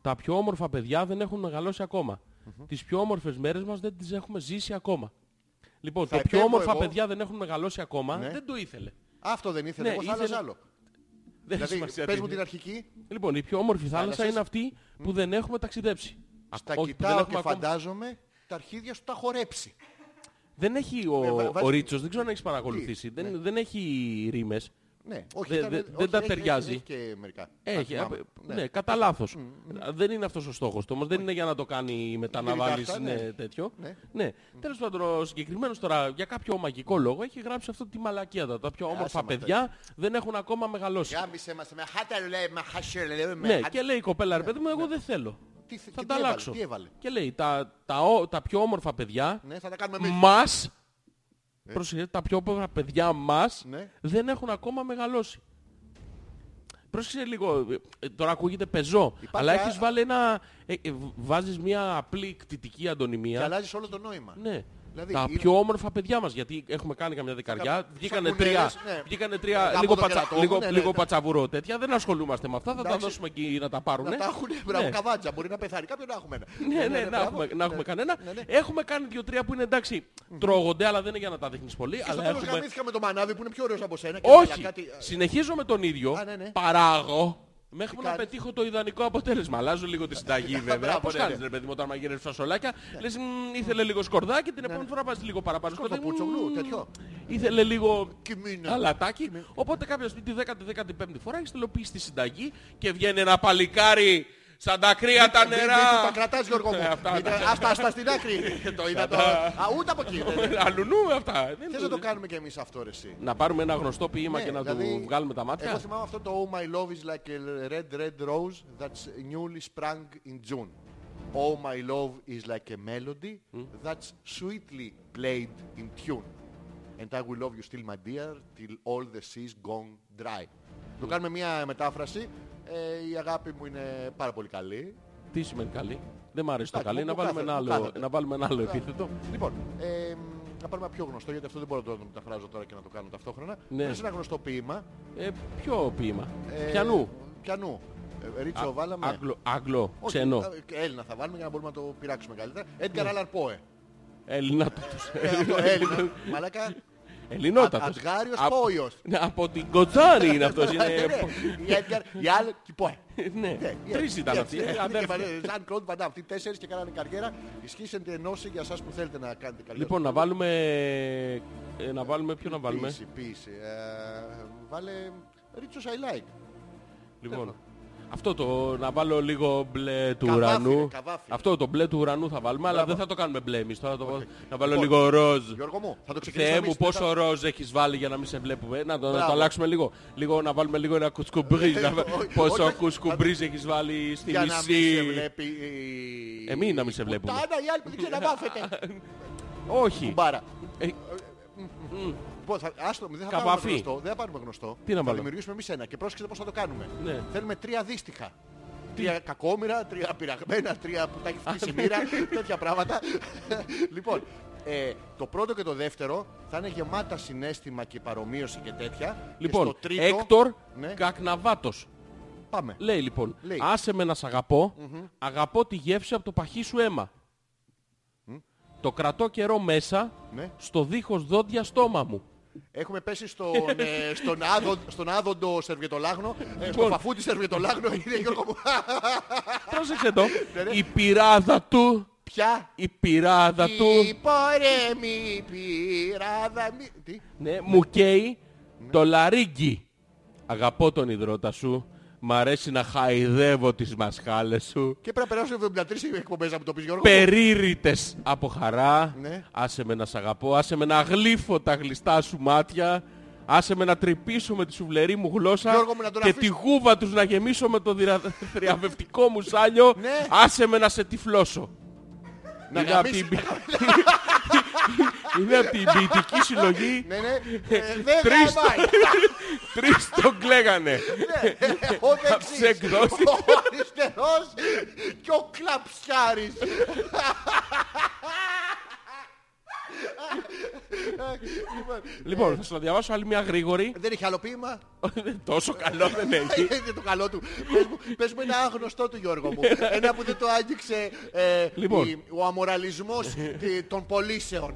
S1: Τα πιο όμορφα παιδιά δεν έχουν μεγαλώσει ακόμα. Τις πιο όμορφες μέρες μας δεν τις έχουμε ζήσει ακόμα. Λοιπόν,
S2: Θα
S1: το πιο
S2: επέμβω
S1: όμορφα
S2: εγώ.
S1: παιδιά δεν έχουν μεγαλώσει ακόμα,
S2: Ναι.
S1: δεν το ήθελε.
S2: Αυτό δεν ήθελε.
S1: Ναι,
S2: εγώ θα άλλαζα
S1: ήθελε-
S2: άλλο.
S1: Δεν έχει
S2: Δηλαδή
S1: σημασία
S2: πες
S1: τι
S2: μου την
S1: είναι.
S2: αρχική.
S1: Λοιπόν, η πιο όμορφη θάλασσα
S2: Θάλασσες.
S1: είναι αυτή που δεν έχουμε ταξιδέψει.
S2: Στα
S1: Ακ- όχι, που δεν
S2: κοιτάω
S1: έχουμε
S2: και
S1: ακόμα-
S2: φαντάζομαι τα αρχίδια σου τα χορέψει.
S1: Δεν έχει ο,
S2: Ε, βα-
S1: ο
S2: βάζει-
S1: Ρίτσος, δεν ξέρω αν έχεις παρακολουθήσει. Δεν, δεν έχει ρήμες.
S2: Ναι, όχι,
S1: Δε-
S2: ήταν-
S1: δε-
S2: όχι,
S1: δεν τα
S2: έχει- έχει-
S1: ταιριάζει.
S2: Έχει, και μερικά.
S1: Έχει,
S2: Τα θυμάμαι.
S1: απ- ναι, κατά λάθος. Δεν είναι αυτός ο στόχος του, όμως δεν είναι για να το κάνει μετά να
S2: Γενικά
S1: βάλεις
S2: αυτά,
S1: ναι,
S2: ναι.
S1: τέτοιο. Ναι.
S2: Ναι.
S1: Τέλος πάντων, ο συγκεκριμένος τώρα για κάποιο μαγικό λόγο έχει γράψει αυτό τη μαλακία. Τα, τα πιο όμορφα
S2: μας
S1: παιδιά δεν έχουν ακόμα μεγαλώσει.
S2: Γάμισε μας με χάτα λέει, με χάσε λέει, με
S1: Ναι,
S2: χάτα-
S1: και λέει η κοπέλα, ρε παιδί μου, εγώ δεν θέλω.
S2: Τι- και
S1: Θα
S2: τι
S1: τα
S2: έβαλε,
S1: αλλάξω.
S2: τι έβαλε.
S1: Και λέει, τα, τα, ο- τα πιο όμορφα παιδιά
S2: Ναι, θα τα κάνουμε εμείς.
S1: μας, πρόσεχε, τα πιο όμορφα παιδιά μας
S2: Ναι.
S1: δεν έχουν ακόμα μεγαλώσει. Πρόσεξε λίγο, ε, τώρα ακούγεται πεζό,
S2: Υπάρχει
S1: αλλά
S2: α-
S1: έχεις βάλει ένα... Ε, ε, β- βάζεις μια απλή κτητική
S2: Και
S1: αντωνυμία.
S2: αλλάζεις όλο το νόημα.
S1: Ναι.
S2: Δηλαδή,
S1: τα
S2: είναι-
S1: πιο όμορφα παιδιά μας, γιατί έχουμε κάνει καμιά δεκαριά,
S2: Κάποια-
S1: βγήκανε
S2: σαν
S1: τρία,
S2: κουνέλες, ναι.
S1: βγήκανε τρία
S2: Από
S1: λίγο,
S2: το
S1: πατσα,
S2: κερατό,
S1: λίγο,
S2: ναι, ναι,
S1: λίγο
S2: ναι.
S1: πατσαβουρό τέτοια, δεν ασχολούμαστε με αυτά, θα τα
S2: Εντάξει.
S1: δώσουμε εκεί να τα πάρουν.
S2: Να τα έχουν, μπράβο, καβάτζα. Μπορεί να πεθάνει κάποιον να έχουμε ένα.
S1: Ναι, ναι, να
S2: μπράβο.
S1: έχουμε, να έχουμε
S2: Ναι.
S1: κανένα.
S2: Ναι, ναι.
S1: Έχουμε κάνει δύο-τρία που είναι εντάξει, τρώγονται, αλλά δεν είναι για να τα δείχνεις πολύ.
S2: Και στο
S1: Αλλά
S2: τέλος
S1: έχουμε...
S2: γαμήθηκα με το μανάδι που είναι πιο ωραίος από σένα. και
S1: Όχι,
S2: έβαλα κάτι- ε,
S1: συνεχίζω με τον ίδιο,
S2: Α, ναι, ναι.
S1: παράγω, μέχρι που να
S2: κάνεις?
S1: πετύχω το ιδανικό αποτέλεσμα. Αλλάζω λίγο τη
S2: [LAUGHS]
S1: συνταγή βέβαια.
S2: Μπράβο,
S1: Πώς
S2: ναι, ναι.
S1: κάνεις ρε παιδί μου όταν μαγειρεύεις φασολάκια, λες «Μμ, ήθελε λίγο σκορδάκι,
S2: Ναι,
S1: την επόμενη φορά βάζεις λίγο παραπάνω σκορδάκι.
S2: Σκορδοπούτσογλου,
S1: «Μμ,
S2: ναι, τέτοιο».
S1: Ήθελε λίγο
S2: Κιμίνα.
S1: αλατάκι. Οπότε κάποια στιγμή τη 10η-15η φορά έχεις τελειοποιήσει τη συνταγή και βγαίνει ένα παλικάρι σαν τα κρύα τα
S2: Μην- μην-
S1: νερά.
S2: μην Τα κρατάς Γιώργο μου.
S1: Ε, αυτά,
S2: Μην τα-
S1: αυτά.
S2: Αυτά, αυτά στην
S1: [LAUGHS]
S2: άκρη. Ε, Το είδα το. Α, ούτε από εκεί. δεν-
S1: Αλουνούμε αυτά. Δεν
S2: Θες να
S1: το-
S2: το κάνουμε κι εμείς αυτό ρε εσύ.
S1: Να πάρουμε ένα γνωστό ποίημα
S2: Ναι,
S1: και να
S2: δηλαδή,
S1: του βγάλουμε τα μάτια.
S2: Εγώ θυμάμαι αυτό το Oh my love is like a red red rose that's newly sprung in June. Oh my love is like a melody that's sweetly played in tune. And I will love you still my dear till all the seas gone dry. Το κάνουμε μια μετάφραση. Ε, η αγάπη μου είναι πάρα πολύ καλή.
S1: Τι σημαίνει καλή. Δεν μ' αρέσει το
S2: Εντάξει,
S1: καλή.
S2: μου-
S1: Να
S2: μου
S1: βάλουμε,
S2: κάθεται,
S1: ένα
S2: μου
S1: άλλο,
S2: κάθεται.
S1: να βάλουμε ένα άλλο επίθετο.
S2: Λοιπόν, ε, να πάρουμε ένα πιο γνωστό γιατί αυτό δεν μπορώ τώρα να το μεταφράζω τώρα και να το κάνω ταυτόχρονα.
S1: Ναι.
S2: Πες ένα γνωστό ποίημα.
S1: Ε, ποιο ποίημα.
S2: Ε,
S1: Πιανού.
S2: Πιανού. Ε, Ρίτσο, βάλαμε.
S1: Άγγλο, Άγγλο
S2: Όχι,
S1: ξενό. Ναι.
S2: ε, Έλληνα θα βάλουμε για να μπορούμε να το πειράξουμε καλύτερα. Edgar Allan Poe.
S1: Έλληνα το τους.
S2: Ε, αυτό,
S1: [LAUGHS]
S2: Έλληνα. Μαλάκα.
S1: Ελληνότατος.
S2: Ατγάριος
S1: Από-
S2: Πόιος.
S1: Ναι, Από την Κοτσάνη είναι αυτός.
S2: Ναι, ναι,
S1: Είναι...
S2: Η Edgar, η Allan και η Poe.
S1: ναι,
S2: Ναι,
S1: τρεις ήταν
S2: ναι,
S1: αυτοί.
S2: ναι,
S1: ε,
S2: ναι,
S1: αδέρφια.
S2: ναι, Ζαν Κλοντ Βαντάμ. Αυτοί τέσσερις και κάνανε καριέρα. Ισχύσετε ενώση για εσάς που θέλετε να κάνετε καριέρα.
S1: Λοιπόν, να βάλουμε... ε, να βάλουμε, ποιο να βάλουμε.
S2: Ποίηση, ποίηση. Ε, Βάλε Ρίτσος I like.
S1: Λοιπόν,
S2: Τέλος.
S1: αυτό το να βάλω λίγο μπλε του
S2: Καβάφι,
S1: ουρανού.
S2: ρε, καβάφι.
S1: Αυτό το μπλε του ουρανού θα βάλουμε, αλλά δεν θα το κάνουμε μπλε εμείς. Τώρα το βάλω- να βάλω
S2: Λοιπόν,
S1: λίγο ροζ.
S2: Γιώργο μου, θα το ξεκινήσουμε
S1: Θεέ μου,
S2: εμείς
S1: πόσο
S2: μετά.
S1: ροζ έχεις βάλει για να μην σε βλέπουμε. Ε, Να το, να το
S2: Μπράβο. Ε,
S1: αλλάξουμε λίγο. λίγο. Να βάλουμε λίγο ένα κουσκουμπρίζ. να βα-
S2: Όχι,
S1: πόσο
S2: όχι.
S1: κουσκουμπρίζ έχεις βάλει στη
S2: Για να μην σε
S1: μισή.
S2: βλέπει η-
S1: Εμείς να μην σε
S2: η
S1: βλέπουμε.
S2: πουτάνα, η άλλη που δεν ξαναβάφεται.
S1: Όχι.
S2: Μπάρα.
S1: Ε,
S2: Λοιπόν, θα, άστο, δεν θα
S1: Καβαφή.
S2: πάρουμε γνωστό. Δεν θα πάρουμε γνωστό.
S1: Τι να
S2: θα
S1: βάλω?
S2: δημιουργήσουμε εμείς ένα και πρόσεξε πώς θα το κάνουμε.
S1: Ναι.
S2: Θέλουμε τρία δύστιχα. Τρία κακόμοιρα, τρία πειραγμένα, τρία που τα έχει φτύσει η μοίρα, τέτοια πράγματα. λοιπόν, ε, το πρώτο και το δεύτερο θα είναι γεμάτα συνέστημα και παρομοίωση και τέτοια. Και στο
S1: Λοιπόν,
S2: τρίτο,
S1: Έκτορ
S2: Ναι,
S1: Κακναβάτος.
S2: πάμε.
S1: Λέει λοιπόν,
S2: Λέει.
S1: άσε με να σ' αγαπω αγαπώ τη γεύση από το παχύ σου αίμα. Το κρατώ καιρό μέσα,
S2: Ναι.
S1: στο δίχως δόντια στόμα μου.
S2: Έχουμε πέσει στον, ε, στον, άδον, στον άδοντο σερβιετολάγνο, ε, στον
S1: Λοιπόν.
S2: παφούτη σερβιετολάγνο, είναι Γιώργο μου.
S1: Πρόσεξε το.
S2: Ναι, ναι.
S1: η πειράδα του,
S2: Πια
S1: η πειράδα
S2: Η
S1: του,
S2: πορεμή πειράδα μη... Τι?
S1: ναι, μου καίει
S2: Ναι.
S1: το λαρίγκι. Αγαπώ τον υδρότα σου, μ' αρέσει να χαϊδεύω τις μασχάλες σου.
S2: Και πρέπει να περάσουν 73 εκπομπές να μου το πεις Γιώργο.
S1: Περίρητες από χαρά.
S2: Ναι.
S1: Άσε με να σ' αγαπώ, άσε με να γλύφω τα γλιστά σου μάτια. Άσε με να τρυπήσω με τη σουβλερή μου γλώσσα
S2: Γιώργο μου, να τον
S1: και
S2: αφήσεις.
S1: τη γούβα τους να γεμίσω με το δυρα- θριαβευτικό μου σάλιο.
S2: Ναι.
S1: Άσε με να σε τυφλώσω.
S2: Να
S1: είναι, από
S2: γαμίσεις-
S1: την... είναι απ' την ποιητική συλλογή.
S2: Ναι, ναι. Ε, Δεν
S1: Τρεις.
S2: γαμάει.
S1: Τρεις τον κλαίγανε.
S2: Ναι. Ο
S1: Σε
S2: δεξής.
S1: εκδόσεις.
S2: Ο αριστερός. Και ο κλαψιάρης.
S1: λοιπόν, θα σου τα διαβάσω άλλη μια γρήγορη.
S2: Δεν είχε άλλο ποίημα.
S1: Τόσο καλό δεν έχει.
S2: [LAUGHS] Είναι το καλό του. Πες μου- Πες μου ένα άγνωστό του Γιώργο
S1: [LAUGHS]
S2: μου. Ένα που δεν το άγγιξε ε,
S1: Λοιπόν.
S2: η- ο
S1: [LAUGHS]
S2: αμοραλισμός τη- των πωλήσεων.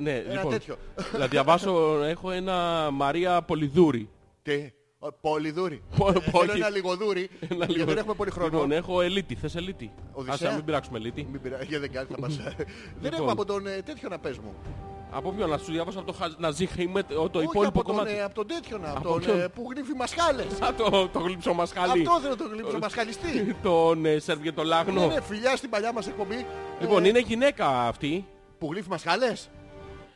S1: ναι, λοιπόν.
S2: τέτοιο.
S1: Να διαβάσω, έχω ένα Μαρία Πολυδούρη.
S2: Τι. Ε, ο- Πολυδούρι.
S1: Πο-
S2: Ε,
S1: όχι.
S2: Θέλω ένα λιγοδούρι.
S1: Ένα
S2: Γιατί
S1: λίγο.
S2: δεν έχουμε πολύ χρόνο.
S1: Λοιπόν, έχω Ελίτη. Θες Ελίτη.
S2: Οδυσσέα.
S1: Ας να μην πειράξουμε Ελίτη.
S2: Μην πειράζει, για δεν κάνει, θα μας... Δεν
S1: Λοιπόν.
S2: έχουμε από τον ε, τέτοιο να πες μου.
S1: Από ποιον να σου διαβάσω από το Χαζ- Ναζί Χαϊμέτ, ο- το
S2: Όχι
S1: υπόλοιπο
S2: από τον,
S1: κομμάτι.
S2: ε, από τον τέτοιο να, από
S1: Από
S2: τον
S1: ποιον?
S2: ε, που γνύφει μασχάλες.
S1: Α, το, το γλύψω μασχάλι.
S2: Αυτό θέλω τον γλύψο μασχαλιστή.
S1: Τον ε, Σερβιετολάγνο.
S2: Ναι, ναι, φιλιά στην παλιά μας εκπομπή.
S1: Λοιπόν,
S2: ε,
S1: είναι γυναίκα αυτή.
S2: Που γλύφει μασχάλες.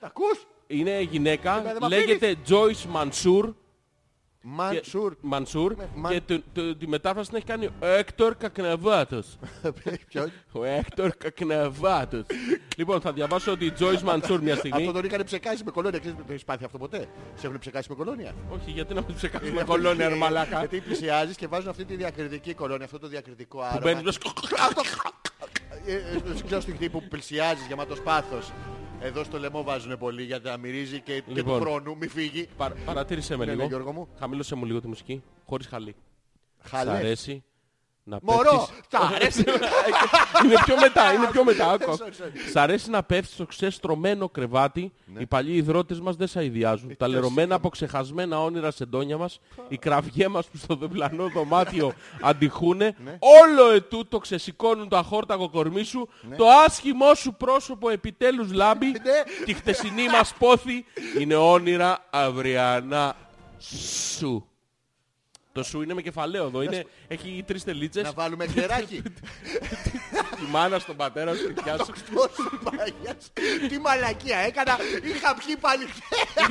S2: Τα ακούς?
S1: Είναι
S2: Ε, δεν
S1: γυναίκα.
S2: μ'
S1: Λέγεται Joyce Mansour. και-
S2: Μαντσούρ.
S1: Mansour.
S2: Ναι, Μαν-
S1: Και το- το- τη μετάφραση την έχει κάνει ο Έκτορ Κακναβάτος.
S2: [LAUGHS] Ποιος?
S1: Ο Έκτορ Κακναβάτος. λοιπόν, θα διαβάσω ότι η Joyce Mansour
S2: Αυτό
S1: μια στιγμή.
S2: τον είχαν ψεκάσει με κολόνια. Ξέρεις, το έχεις πάθει αυτό ποτέ. Σε έχουν ψεκάσει με κολόνια.
S1: Όχι, γιατί να μην ψεκάσουμε κολόνια, ρε μαλάκα.
S2: Γιατί πλησιάζεις και βάζουν αυτή τη διακριτική κολόνια, αυτό το διακριτικό άρωμα.
S1: μπαίνεις, λες,
S2: Αυτό. Ε, ε, Ξέρω στην χτύπη που πλησιάζεις γεμάτος πάθος. Ε, Εδώ στο λαιμό βάζουν πολύ για να μυρίζει και, και του
S1: Λοιπόν.
S2: χρόνου. Μη φύγει.
S1: Παρα- παρατήρησε με
S2: Ναι, ναι,
S1: λίγο.
S2: Γιώργο μου.
S1: Χαμήλωσε μου λίγο τη μουσική. Χωρίς χαλί. Σ'
S2: Χαλέ.
S1: αρέσει να
S2: Μωρό,
S1: πέφτεις-
S2: τα αρέσει.
S1: [LAUGHS] είναι πιο μετά, είναι πιο μετά. άκου, άκου.
S2: Sorry, sorry. Ναι.
S1: Σ' αρέσει να πέφτεις στο ξεστρωμένο κρεβάτι. Οι παλιοί ιδρώτες μας δεν σε
S2: Ε,
S1: αειδιάζουν. Τα λερωμένα από ξεχασμένα όνειρα σεντόνια μας, οι κραυγές μας που στο διπλανό
S2: [LAUGHS]
S1: δωμάτιο αντιχούνε,
S2: Ναι.
S1: όλο ετούτο ξεσηκώνουν το αχόρταγο κορμί σου,
S2: Ναι.
S1: το άσχημό σου πρόσωπο επιτέλους λάμπει, τη χτεσινή μας πόθη είναι όνειρα αυριανά σου. Το σου είναι με κεφαλαίο εδώ. Είναι, έχει τρεις τελίτσες.
S2: Να βάλουμε χεράκι.
S1: Τη μάνα στον πατέρα σου, τη θιά σου.
S2: Τόσο μαγιάς. Τι μαλακία έκανα. Είχα πιει πάλι χθες.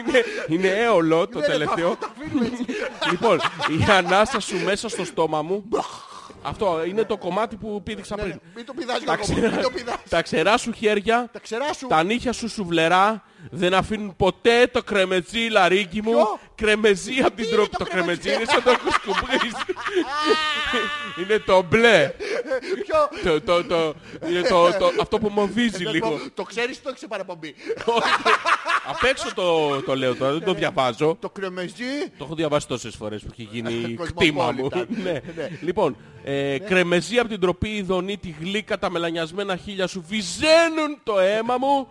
S1: είναι, είναι έολο το
S2: Δεν είναι
S1: τελευταίο.
S2: αυτό, Ναι, τα αφήνουμε έτσι.
S1: λοιπόν, η ανάσα σου μέσα στο στόμα μου. Αυτό είναι το κομμάτι που πήδηξα
S2: Ναι, ναι,
S1: πριν.
S2: Μην το πηδάς
S1: Τα
S2: Γιώργο μου,
S1: ξερά,
S2: Μην το πηδάς.
S1: τα ξερά σου χέρια,
S2: Τα ξερά σου.
S1: τα νύχια σου σουβλερά δεν αφήνουν ποτέ το κρεμετζί λαρίκι μου.
S2: Ποιο?
S1: Κρεμεζί από την
S2: είναι
S1: τρόπη.
S2: το
S1: Το
S2: κρεμεζί?
S1: κρεμεζί είναι σαν το έχεις
S2: [LAUGHS]
S1: κουμπίσει. Είναι το μπλε.
S2: Ποιο. Ε,
S1: Το- το- το- είναι το- το- Αυτό που μοδίζει λίγο.
S2: Το ξέρεις ή το έχεις παραπομπή.
S1: Απ' έξω το, το λέω τώρα, δεν το διαβάζω.
S2: Το κρεμεζί.
S1: Το έχω διαβάσει τόσες φορές που έχει γίνει κτήμα μου.
S2: Κοσμοπόλιτα.
S1: ναι.
S2: Ναι.
S1: Λοιπόν, ε, κρεμεζή από την τροπή ειδονή τη γλύκα τα μελανιασμένα χείλια σου βυζένουν το αίμα μου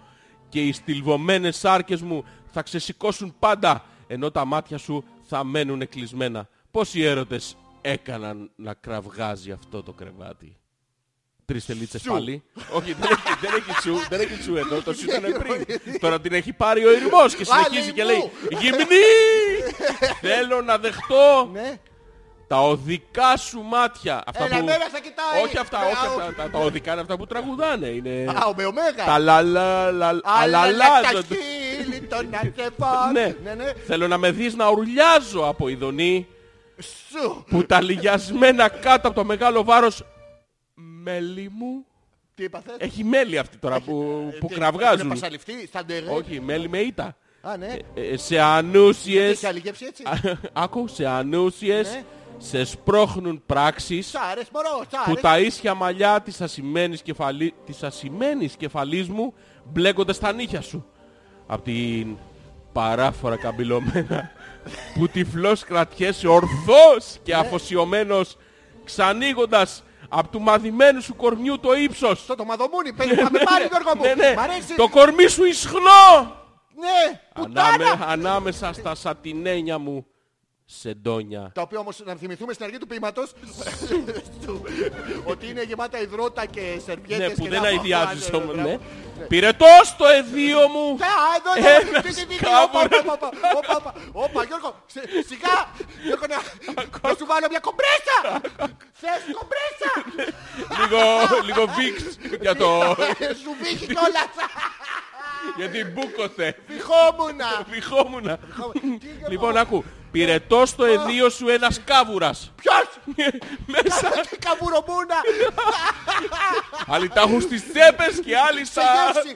S1: και οι στυλβωμένες σάρκες μου θα ξεσηκώσουν πάντα ενώ τα μάτια σου θα μένουν κλεισμένα. Πόσοι έρωτες έκαναν να κραυγάζει αυτό το κρεβάτι. Τρεις τελίτσες
S2: Σου.
S1: πάλι. Όχι, δεν έχει, δεν έχει σου, δεν έχει σου εδώ, το σου ήταν πριν. Τώρα την έχει πάρει ο Ειρημός και συνεχίζει
S2: Άλλη
S1: και
S2: μου.
S1: λέει «Γυμνή! Θέλω να δεχτώ
S2: Ναι.
S1: τα οδικά σου μάτια». Αυτά
S2: Έλα
S1: που...
S2: μέρα θα κοιτάει.
S1: Όχι αυτά,
S2: Ναι,
S1: όχι
S2: α,
S1: αυτά. Τα, τα οδικά είναι αυτά που τραγουδάνε. Είναι...
S2: Α, ο με ωμέγα.
S1: Τα λα λα λα
S2: τα
S1: αλαλάζονται.
S2: χείλη των αδελφών.
S1: Ναι.
S2: Ναι, ναι.
S1: Θέλω να με δεις να ουρλιάζω από ειδονή
S2: Σου.
S1: που τα λιγιασμένα κάτω από το μεγάλο βάρος μέλι μου.
S2: Τι είπα θες?
S1: Έχει μέλι αυτή τώρα που, που
S2: Τι,
S1: κραυγάζουν.
S2: έχουνε πασαληφθεί, θα ντε-
S1: Όχι, μέλι με ήττα.
S2: Α, ναι.
S1: Ε, ε, σε ανούσιες...
S2: Έχει αλληγεύσει έτσι.
S1: Άκου, σε ανούσιες
S2: Ναι.
S1: σε σπρώχνουν πράξεις
S2: Τσάρες, μωρό,
S1: που
S2: τσάρες.
S1: τα ίσια μαλλιά της ασημένης, κεφαλή, της ασημένης κεφαλής μου μπλέκονται στα νύχια σου. Απ' την παράφορα καμπυλωμένα που τυφλός κρατιέσαι ορθός και
S2: Ναι.
S1: αφοσιωμένος ξανοίγοντας από του μαδημένου σου κορμιού το ύψος.
S2: Στο το μαδομούνι, παίζει πάμε πάλι Γιώργο μου.
S1: Ναι, ναι.
S2: Μ' αρέσει.
S1: Το κορμί σου ισχνό
S2: Ναι,
S1: Ανάμε,
S2: πουτάνα.
S1: ανάμεσα στα σατινένια μου σεντόνια.
S2: Τα οποία όμως να θυμηθούμε στην αρχή του ποίηματος του, ότι είναι γεμάτα υδρότα και σερβιέτες.
S1: Ναι, που
S2: και
S1: δεν
S2: τα-
S1: αειδιάζεις
S2: Ναι, ναι,
S1: όμως,
S2: μπράβο.
S1: ναι. Ε, Πυρετός στο εδίο μου.
S2: Τα, Ναι, εδώ είναι.
S1: Ένας
S2: Τι, τι, τι, τι,
S1: κάβουρας.
S2: ναι, όπα, όπα, όπα, όπα, όπα. Όπα, Γιώργο, σε- σιγά. Γιώργο, να, να σου βάλω μια κομπρέσα. Θες κομπρέσα.
S1: λίγο, λίγο βίξ για το...
S2: Ε, Σου βύχει κιόλας.
S1: γιατί μπούκοθε.
S2: Βυχόμουνα.
S1: Βυχόμουνα.
S2: Τι, Γιώργο?
S1: λοιπόν, άκου. Πυρετός στο εδίο σου ένας κάβουρας.
S2: Ποιος.
S1: Μέσα
S2: Τι καβουρομούνα.
S1: άλλοι τα έχουν στις τσέπες και
S2: Σε
S1: άλλοι στα...
S2: γεύση.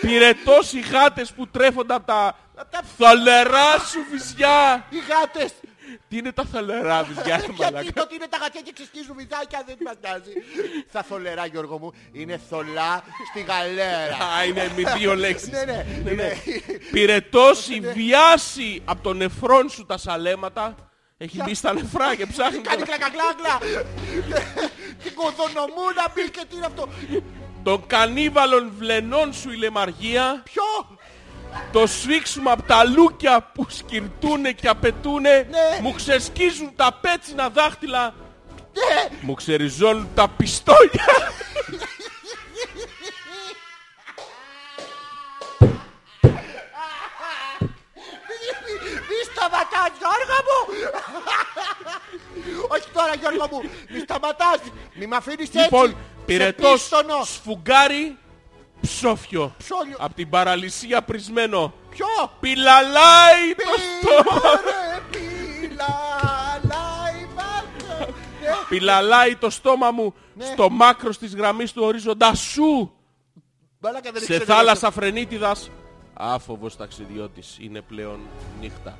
S1: Πυρετός οι γάτες που τρέφονται από τα... Θαλερά σου βυζιά!
S2: Οι γάτες.
S1: Τι είναι τα θαλερά βυζιά, ρε
S2: Γιατί
S1: μαλάκα.
S2: το ότι είναι τα γατιά και ξεσκίζουν βυζάκια δεν μας νοιάζει. Θα θολερά Γιώργο μου. Είναι θολά στη γαλέρα.
S1: Α, είναι με δύο λέξεις.
S2: Ναι, ναι. είναι-
S1: Πυρετός η βιάση από τον νεφρόν σου τα σαλέματα. Έχει μπει στα νεφρά και ψάχνει.
S2: Κάνει
S1: τώρα.
S2: κλακακλάκλα. Την κοδονομούνα μπήκε. Τι είναι αυτό.
S1: Των κανίβαλων βλενών σου η λεμαργία.
S2: Ποιο.
S1: Το σφίξιμο από τα λούκια που σκυρτούνε και απαιτούνε.
S2: Ναι.
S1: Μου ξεσκίζουν τα πέτσινα δάχτυλα.
S2: Ναι.
S1: Μου ξεριζώνουν τα πιστόλια.
S2: Μη- Μη σταματάς Γιώργο μου. Όχι τώρα Γιώργο μου. Μη σταματάς. Μη μ' αφήνεις έτσι.
S1: Λοιπόν,
S2: Σε
S1: πυρετός
S2: πίστονο.
S1: σφουγγάρι ψόφιο.
S2: Ψόλιο.
S1: Από την παραλυσία πρισμένο.
S2: Ποιο.
S1: Πιλαλάει το στόμα.
S2: Ωραία, πιλαλά, είμαστε.
S1: Πιλαλάει το στόμα μου στο μάκρος της γραμμής του ορίζοντα σου.
S2: Μπαλάκα, δεν
S1: Σε
S2: ήξερα
S1: θάλασσα φρενίτιδας. Άφοβος ταξιδιώτης είναι πλέον νύχτα.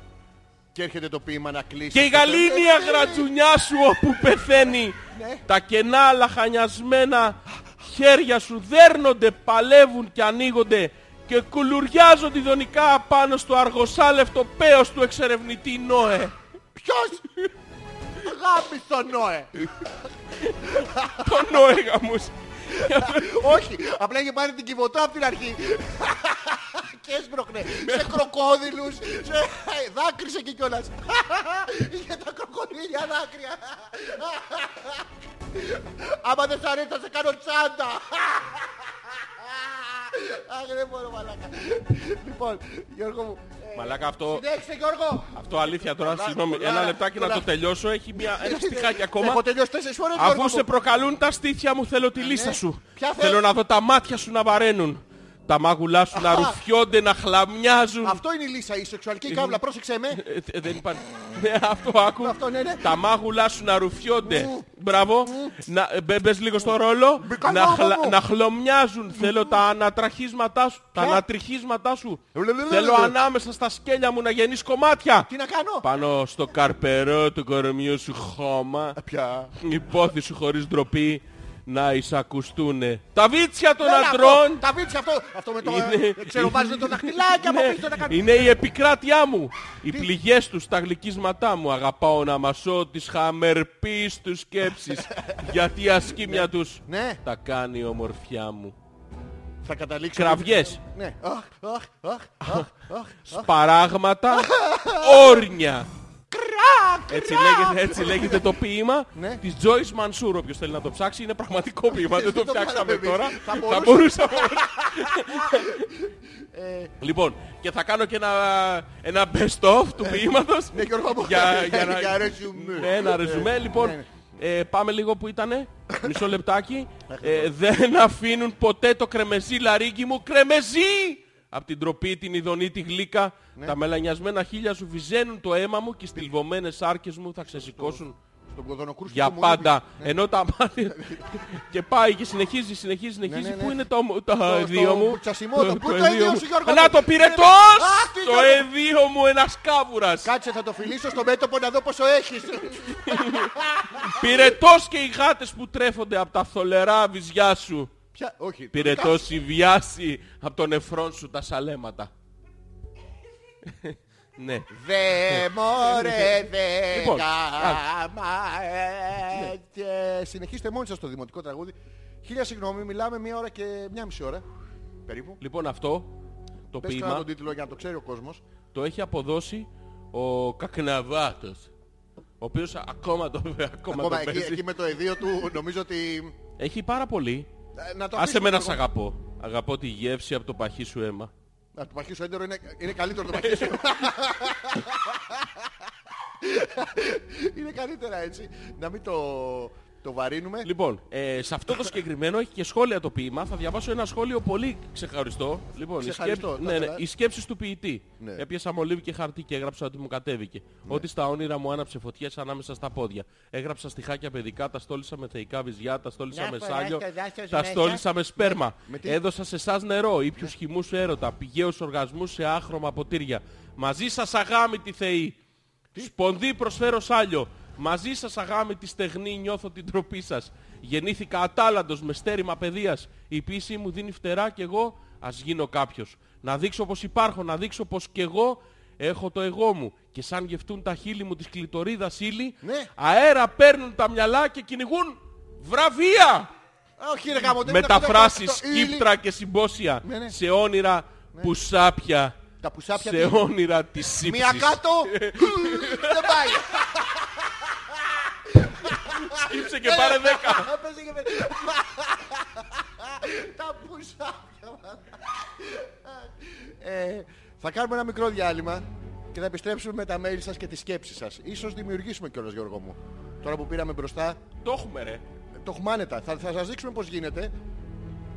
S2: Και έρχεται το ποίημα να κλείσει.
S1: Και η γαλήνια γρατσουνιά σου όπου πεθαίνει.
S2: Ναι.
S1: Τα κενά λαχανιασμένα χέρια σου δέρνονται, παλεύουν και ανοίγονται και κουλουριάζονται ειδονικά πάνω στο αργοσάλευτο πέος του εξερευνητή Νόε.
S2: Ποιος! Αγάπη στο Νόε!
S1: Το Νόε γαμούσε.
S2: Όχι, απλά είχε πάρει την κυβωτά από την αρχή. [LAUGHS] και έσπροχνε σε κροκόδιλους, σε... Ε, δάκρυσε και κιόλας. [LAUGHS] είχε τα κροκοδίλια δάκρυα. [LAUGHS] Άμα δεν σ' αρέσει θα σε κάνω τσάντα. [LAUGHS] Αχ, δεν μπορώ μαλάκα. Λοιπόν, Γιώργο μου. ε,
S1: Μαλάκα αυτό,
S2: Συνέχισε Γιώργο.
S1: αυτό αλήθεια τώρα,
S2: Κολλά-
S1: συγγνώμη,
S2: κολλά-
S1: ένα λεπτάκι να
S2: κολλά.
S1: το τελειώσω, έχει μια, ένα στιχάκι ακόμα.
S2: Έχω τελειώσει τέσσερις φορές Γιώργο
S1: Αφού
S2: μου.
S1: σε προκαλούν τα στήθια μου θέλω τη λίστα
S2: ναι.
S1: σου.
S2: Ποια
S1: Θέλω
S2: θες?
S1: να δω τα μάτια σου να βαραίνουν. Τα μάγουλά σου να ρουφιώνται, να χλαμιάζουν.
S2: Αυτό είναι η λύσα, η σεξουαλική κάβλα, πρόσεξε με.
S1: Ε, ε, Δεν υπάρχει. Ναι, αυτό άκου.
S2: Αυτό, ναι, ναι.
S1: Τα μάγουλά σου να ρουφιώνται. Μπράβο. Να ε, μπε- μπες λίγο στο ρόλο.
S2: Μπήκα
S1: Να,
S2: εγώ,
S1: χλα-
S2: εγώ.
S1: να χλωμιάζουν. Θέλω τα ανατραχίσματά σου. Τα ανατριχίσματά σου.
S2: Λουλουλουλου.
S1: Θέλω ανάμεσα στα σκέλια μου να γεννείς κομμάτια.
S2: Τι να κάνω.
S1: Πάνω στο καρπερό του κορμιού σου χώμα.
S2: Πια.
S1: Οι πόθη σου χωρίς ντροπή να εισακουστούνε. Τα βίτσια των
S2: Έλα,
S1: αντρών
S2: αυτό, Τα βίτσια αυτό. Αυτό με το... ε, Ξέρω βάζουν το
S1: [LAUGHS]
S2: δαχτυλάκι από
S1: Ναι,
S2: πίσω να κάνουν.
S1: Είναι η επικράτειά μου. Οι πληγές τους, τα γλυκίσματά μου. Αγαπάω να μασώ τις χαμερπείς τους
S2: [LAUGHS]
S1: σκέψεις. γιατί η ασκήμια τους
S2: Ναι.
S1: τα κάνει η ομορφιά μου.
S2: Θα καταλήξω.
S1: Κραυγές,
S2: Ναι. Αχ, αχ, αχ, αχ, αχ. [LAUGHS]
S1: σπαράγματα, όρνια. Έτσι λέγεται, έτσι λέγεται το ποίημα
S2: Ναι.
S1: της Joyce Mansour. Όποιος θέλει να το ψάξει είναι πραγματικό ποίημα. Δεν το
S2: Δεν [LAUGHS] το
S1: φτιάξαμε
S2: κάναμε
S1: τώρα.
S2: εμείς. Θα
S1: Θα
S2: μπορούσαμε. [LAUGHS]
S1: μπορούσαμε.
S2: Ε.
S1: Λοιπόν, και θα κάνω και ένα, ένα best of του ποίηματος.
S2: Ναι, Γιώργο μου.
S1: για, για να...
S2: Για ρεζουμί.
S1: Ναι, ένα ρεζουμέ. Λοιπόν,
S2: ναι, ναι.
S1: ε, πάμε λίγο που ήτανε. Μισό
S2: [LAUGHS]
S1: λεπτάκι. Ε, δεν αφήνουν ποτέ το κρεμεζί λαρίκι μου. Κρεμεζί! Απ' την τροπή, την ειδονή, τη γλύκα.
S2: Ναι.
S1: Τα μελανιασμένα χείλια σου βυζαίνουν το αίμα μου και οι στυλβωμένες άρκες μου θα ξεσηκώσουν
S2: Στον κοδωνοκρούστο
S1: για
S2: του μου
S1: πάντα.
S2: ναι.
S1: Ενώ τα μάτια... και πάει και συνεχίζει, συνεχίζει, συνεχίζει.
S2: ναι, ναι.
S1: Πού είναι το, μου- τα
S2: Το-
S1: εδίο
S2: το
S1: μου.
S2: τσασιμό, το- πού είναι το εδίο σου, Γιώργο
S1: Να
S2: μου?
S1: το πήρε
S2: Ναι, ναι.
S1: το!
S2: Α, τι
S1: Το
S2: Γιώργο.
S1: εδίο μου ένας κάβουρας.
S2: Κάτσε θα το φιλήσω στο μέτωπο να δω πόσο έχεις.
S1: Πυρετός και οι γάτες που τρέφονται από τα φθολερά βυζιά σου.
S2: Ποια... Όχι.
S1: Πυρετός η βιάση από τον νεφρόν σου τα σαλέματα. [LAUGHS] ναι.
S2: Δε Ε, μωρέ δε
S1: Λοιπόν,
S2: γάμα
S1: Ναι.
S2: ε, και Συνεχίστε μόνοι σας το δημοτικό τραγούδι Χίλια συγγνώμη μιλάμε μία ώρα και μία μισή ώρα Περίπου
S1: Λοιπόν αυτό το
S2: Πες ξανά
S1: ποίημα
S2: τον τίτλο για να το ξέρει ο κόσμος
S1: το έχει αποδώσει ο Κακναβάτος. Ο οποίος ακόμα το, [LAUGHS] ακόμα
S2: Ακόμα
S1: το
S2: εκεί,
S1: παίζει.
S2: εκεί με το εδίο του νομίζω ότι
S1: Έχει πάρα πολύ.
S2: ε, να το
S1: Άσε
S2: αφήσουμε
S1: με να
S2: λίγο.
S1: σ' αγαπώ. Αγαπώ τη γεύση από το παχύ σου αίμα.
S2: Α, το παχύ σου έντερο είναι, είναι καλύτερο το παχύ
S1: [LAUGHS]
S2: σου. είναι καλύτερα έτσι. Να μην το, το βαρύνουμε.
S1: Λοιπόν, ε, σε αυτό το συγκεκριμένο έχει και σχόλια το ποίημα. Θα διαβάσω ένα σχόλιο πολύ ξεχωριστό. Λοιπόν, οι
S2: Ξεχαριστό,
S1: σκέψεις-
S2: θα
S1: ναι, ναι,
S2: ήθελα.
S1: οι σκέψεις του ποιητή.
S2: Ναι.
S1: Έπιασα μολύβι και χαρτί και έγραψα ότι μου κατέβηκε. Ότι στα όνειρα μου άναψε φωτιές ανάμεσα στα πόδια. Έγραψα στιχάκια παιδικά, τα στόλισα με θεϊκά βυζιά, τα στόλισα
S3: Να
S1: με
S3: φοράς
S1: σάλιο,
S3: το δάσος
S1: τα
S3: μέσα.
S1: στόλισα με σπέρμα.
S2: Ναι. Με τι? Ναι.
S1: Έδωσα σε εσάς νερό, ήπιους χυμούς έρωτα, πηγαίους οργασμούς σε άχρωμα ποτήρια. Μαζί σας αγάμητη θεοί. Σπονδύ προσφέρω σάλιο. Μαζί σας αγάμητη στεγνή νιώθω την τροπή σας. Γεννήθηκα ατάλλαντος με στέρημα παιδείας. Η πίση μου δίνει φτερά και εγώ ας γίνω κάποιος. Να δείξω πως υπάρχω, να δείξω πως κι εγώ έχω το εγώ μου. Και σαν γευτούν τα χείλη μου της κλειτορίδας ύλη,
S2: Ναι.
S1: αέρα παίρνουν τα μυαλά και κυνηγούν βραβεία.
S2: Α, Όχι ρε γάμο, δεν είναι αυτό,
S1: Λοιπόν, Μεταφράσεις,
S2: το- το- το-
S1: σκύπτρα και συμπόσια
S2: Ναι, ναι.
S1: σε όνειρα πουσάπια.
S2: Τα πουσάπια
S1: σε
S2: τι?
S1: όνειρα της σύψης.
S2: Μία
S1: [LAUGHS]
S2: κάτω. Δεν πάει.
S1: Σκύψε και πάρε δέκα.
S2: Έπαιζε και με- Τα πουσάπια. μας. Ε, Θα κάνουμε ένα μικρό διάλειμμα και θα επιστρέψουμε με τα mail σας και τις σκέψεις σας. Ίσως δημιουργήσουμε κιόλας Γιώργο μου. Τώρα που πήραμε μπροστά,
S1: Το έχουμε ρε.
S2: το χμάνετα. Θα, θα σας δείξουμε πώς γίνεται.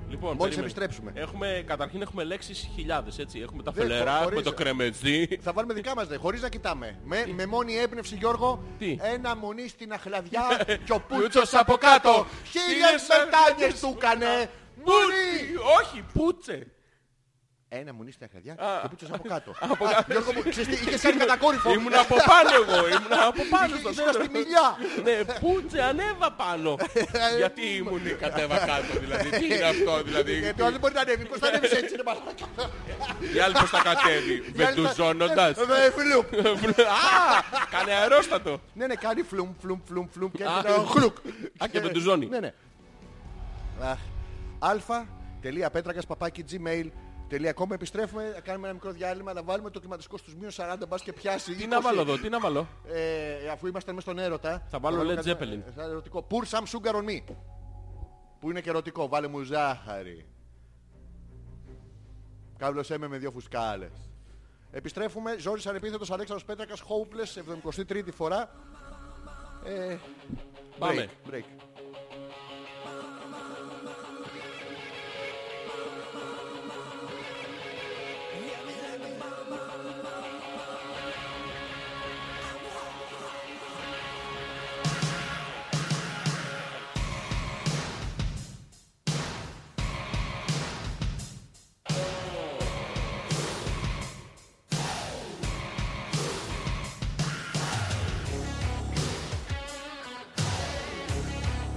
S1: Λοιπόν,
S2: Μόλις
S1: περίμενε.
S2: επιστρέψουμε.
S1: Έχουμε, καταρχήν έχουμε λέξεις χιλιάδες, έτσι. Έχουμε τα
S2: Δεν
S1: φελερά,
S2: χωρίζω.
S1: έχουμε το κρεμετζί.
S2: Θα βάλουμε δικά μας δε, χωρίς να κοιτάμε. Με, με μόνη έμπνευση Γιώργο,
S1: Τι?
S2: ένα μονί στην
S1: [LAUGHS]
S2: αχλαδιά και ο
S1: Πούτσος
S2: Πούτσος από κάτω. Χίλιες
S1: Χίλιες
S2: μετάνιες
S1: μετάνιες
S2: του κάνε.
S1: Μπούρι! Όχι, πούτσε!
S4: Ένα μουνί στην αχραδιά
S1: Α.
S4: και πούτσος από κάτω.
S1: [LAUGHS] Από
S4: Α,
S1: κάτω.
S4: Γιώργο μου, ξέρεις τι, είχες κάνει κατακόρυφο. Ε,
S1: Ήμουν από πάνω εγώ, ήμουν
S2: [LAUGHS]
S1: από πάνω στο
S4: Ήσουν στη
S1: τέλος.
S4: μιλιά.
S1: Ναι, πούτσε, ανέβα
S2: [LAUGHS]
S1: πάνω. Γιατί ήμουν η κατέβα κάτω, δηλαδή. Τι είναι αυτό, δηλαδή.
S2: [LAUGHS]
S4: Ε, τώρα δεν μπορεί να ανέβει. Πώς θα ανέβεις έτσι, ρε μαλάκα.
S1: Η άλλη πώς τα κατέβει, βεντουζώνοντας.
S4: Ε, ε, φλουμ.
S1: Α, κάνε αερόστατο.
S4: Ναι, ναι, κάνει φλουμ, φλουμ, φλουμ, φλουμ και
S1: Α.
S4: έρχεται ένα χλουκ.
S1: Α, και βεντουζώνει.
S4: Ναι, ναι. Αλφα.πέτρακας παπάκι gmail.com Επιστρέφουμε, θα κάνουμε ένα μικρό διάλειμμα να βάλουμε το κλιματιστικό στους μείον 40 μπας και πιάσει.
S1: Τι να βάλω εδώ, τι να βάλω.
S4: Ε, αφού ήμασταν μέσα στον έρωτα.
S1: Θα βάλω
S4: βάλουμε
S1: Led
S4: κάτι-
S1: Zeppelin.
S4: ε, θα είναι Ερωτικό. Pour some sugar on me. Που είναι και ερωτικό. Βάλε μου ζάχαρη. Κάβλωσέ με με δύο φουσκάλες. Επιστρέφουμε. Ζόρις ανεπίθετος Αλέξανδρος Πέτρακας. Hopeless. 73η φορά. Ε,
S1: Πάμε.
S4: Break, break.
S5: Thank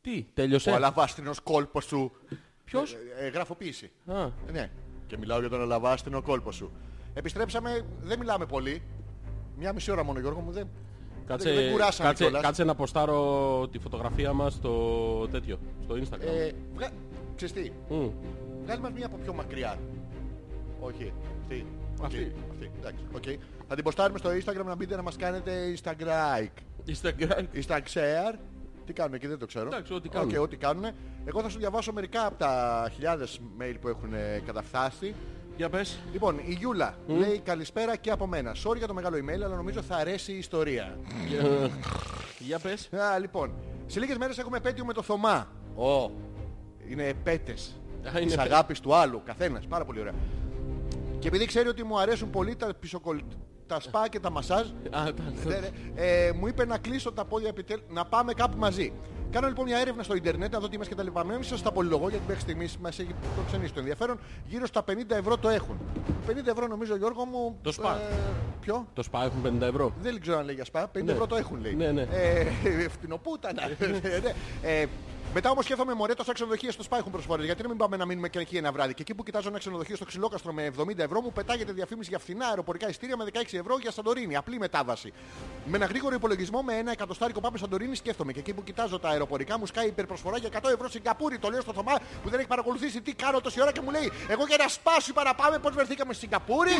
S1: Τι, τέλειωσε.
S4: Ο αλαβάστινος κόλπος σου.
S1: Ποιος?
S4: Ε, ε, γράφω ποίηση.
S1: Α.
S4: Ναι. Και μιλάω για τον αλαβάστινο κόλπο σου. Επιστρέψαμε, δεν μιλάμε πολύ. Μια μισή ώρα μόνο Γιώργο μου δεν.
S1: Κάτσε,
S4: δεν κουράσαμε
S1: κάτσε,
S4: κιόλας.
S1: κάτσε να αποστάρω τη φωτογραφία μας στο τέτοιο, στο Instagram.
S4: Ε, βγα... Ξέρεις τι,
S1: Μμ.
S4: βγάλει μας μία από πιο μακριά. Όχι, αυτή.
S1: Αυτή.
S4: Αυτή, εντάξει, οκ. Θα την ποστάρουμε στο Instagram να μπείτε να μας κάνετε Instagram.
S1: Instagram.
S4: Instagram. Τι κάνουν εκεί δεν το ξέρω.
S1: Εντάξει, ό,τι κάνουν.
S4: Οκ, ό,τι κάνουν. Εγώ θα σου διαβάσω μερικά από τα χιλιάδες mail που έχουν ε, καταφθάσει.
S1: Για πες.
S4: Λοιπόν, η Γιούλα λέει καλησπέρα και από μένα. Sorry για το μεγάλο email, αλλά νομίζω θα αρέσει η ιστορία.
S1: Για πες.
S4: Α, λοιπόν, σε λίγες μέρες έχουμε επέτειο με το Θωμά. Ω, είναι επέτες
S1: Α, είναι
S4: της αγάπης του άλλου, καθένας. Πάρα πολύ ωραία. Και επειδή ξέρει ότι μου αρέσουν πολύ τα πισοκολ... τα σπα και τα μασάζ,
S1: Α, τα-
S4: ναι, ναι. Ε, μου είπε να κλείσω τα πόδια επιτέλου, να πάμε κάπου μαζί. Κάνω λοιπόν μια έρευνα στο Ιντερνετ να δω τι είμαστε και τα λοιπά. Μην σας τα πολυλογώ γιατί μέχρι στιγμής μας έχει προξενήσει το ενδιαφέρον. Γύρω στα 50 ευρώ το έχουν. 50 ευρώ νομίζω Γιώργο μου. ε,
S1: Το σπα.
S4: ποιο?
S1: Το σπα έχουν 50 ευρώ.
S4: Δεν ξέρω αν λέει για σπα. 50 ευρώ το έχουν λέει.
S1: Ναι, ναι.
S4: Ε, φτηνοπούτανα. Ναι, ναι. ε, μετά όμως σκέφτομαι μωρέ τόσα ξενοδοχεία στο σπα έχουν προσφορές. Γιατί να μην πάμε να μείνουμε και εκεί ένα βράδυ. Και εκεί που κοιτάζω ένα ξενοδοχείο στο ξυλόκαστρο με 70 ευρώ μου πετάγεται διαφήμιση για φθηνά αεροπορικά ειστήρια με 16 ευρώ για Σαντορίνη. Απλή μετάβαση. Με ένα γρήγορο υπολογισμό με ένα εκατοστάρικο πάμε Σαντορίνη σκέφτομαι. Και εκεί που κοιτάζω τα αεροπορικά μου σκάει υπερπροσφορά για 100 ευρώ Σιγκαπούρη. Το λέω στο Θωμά που δεν έχει παρακολουθήσει τι κάνω τόση ώρα και μου λέει Εγώ για να σπάσω είπα να πάμε πώς βρεθήκαμε στη Σιγκαπούρη.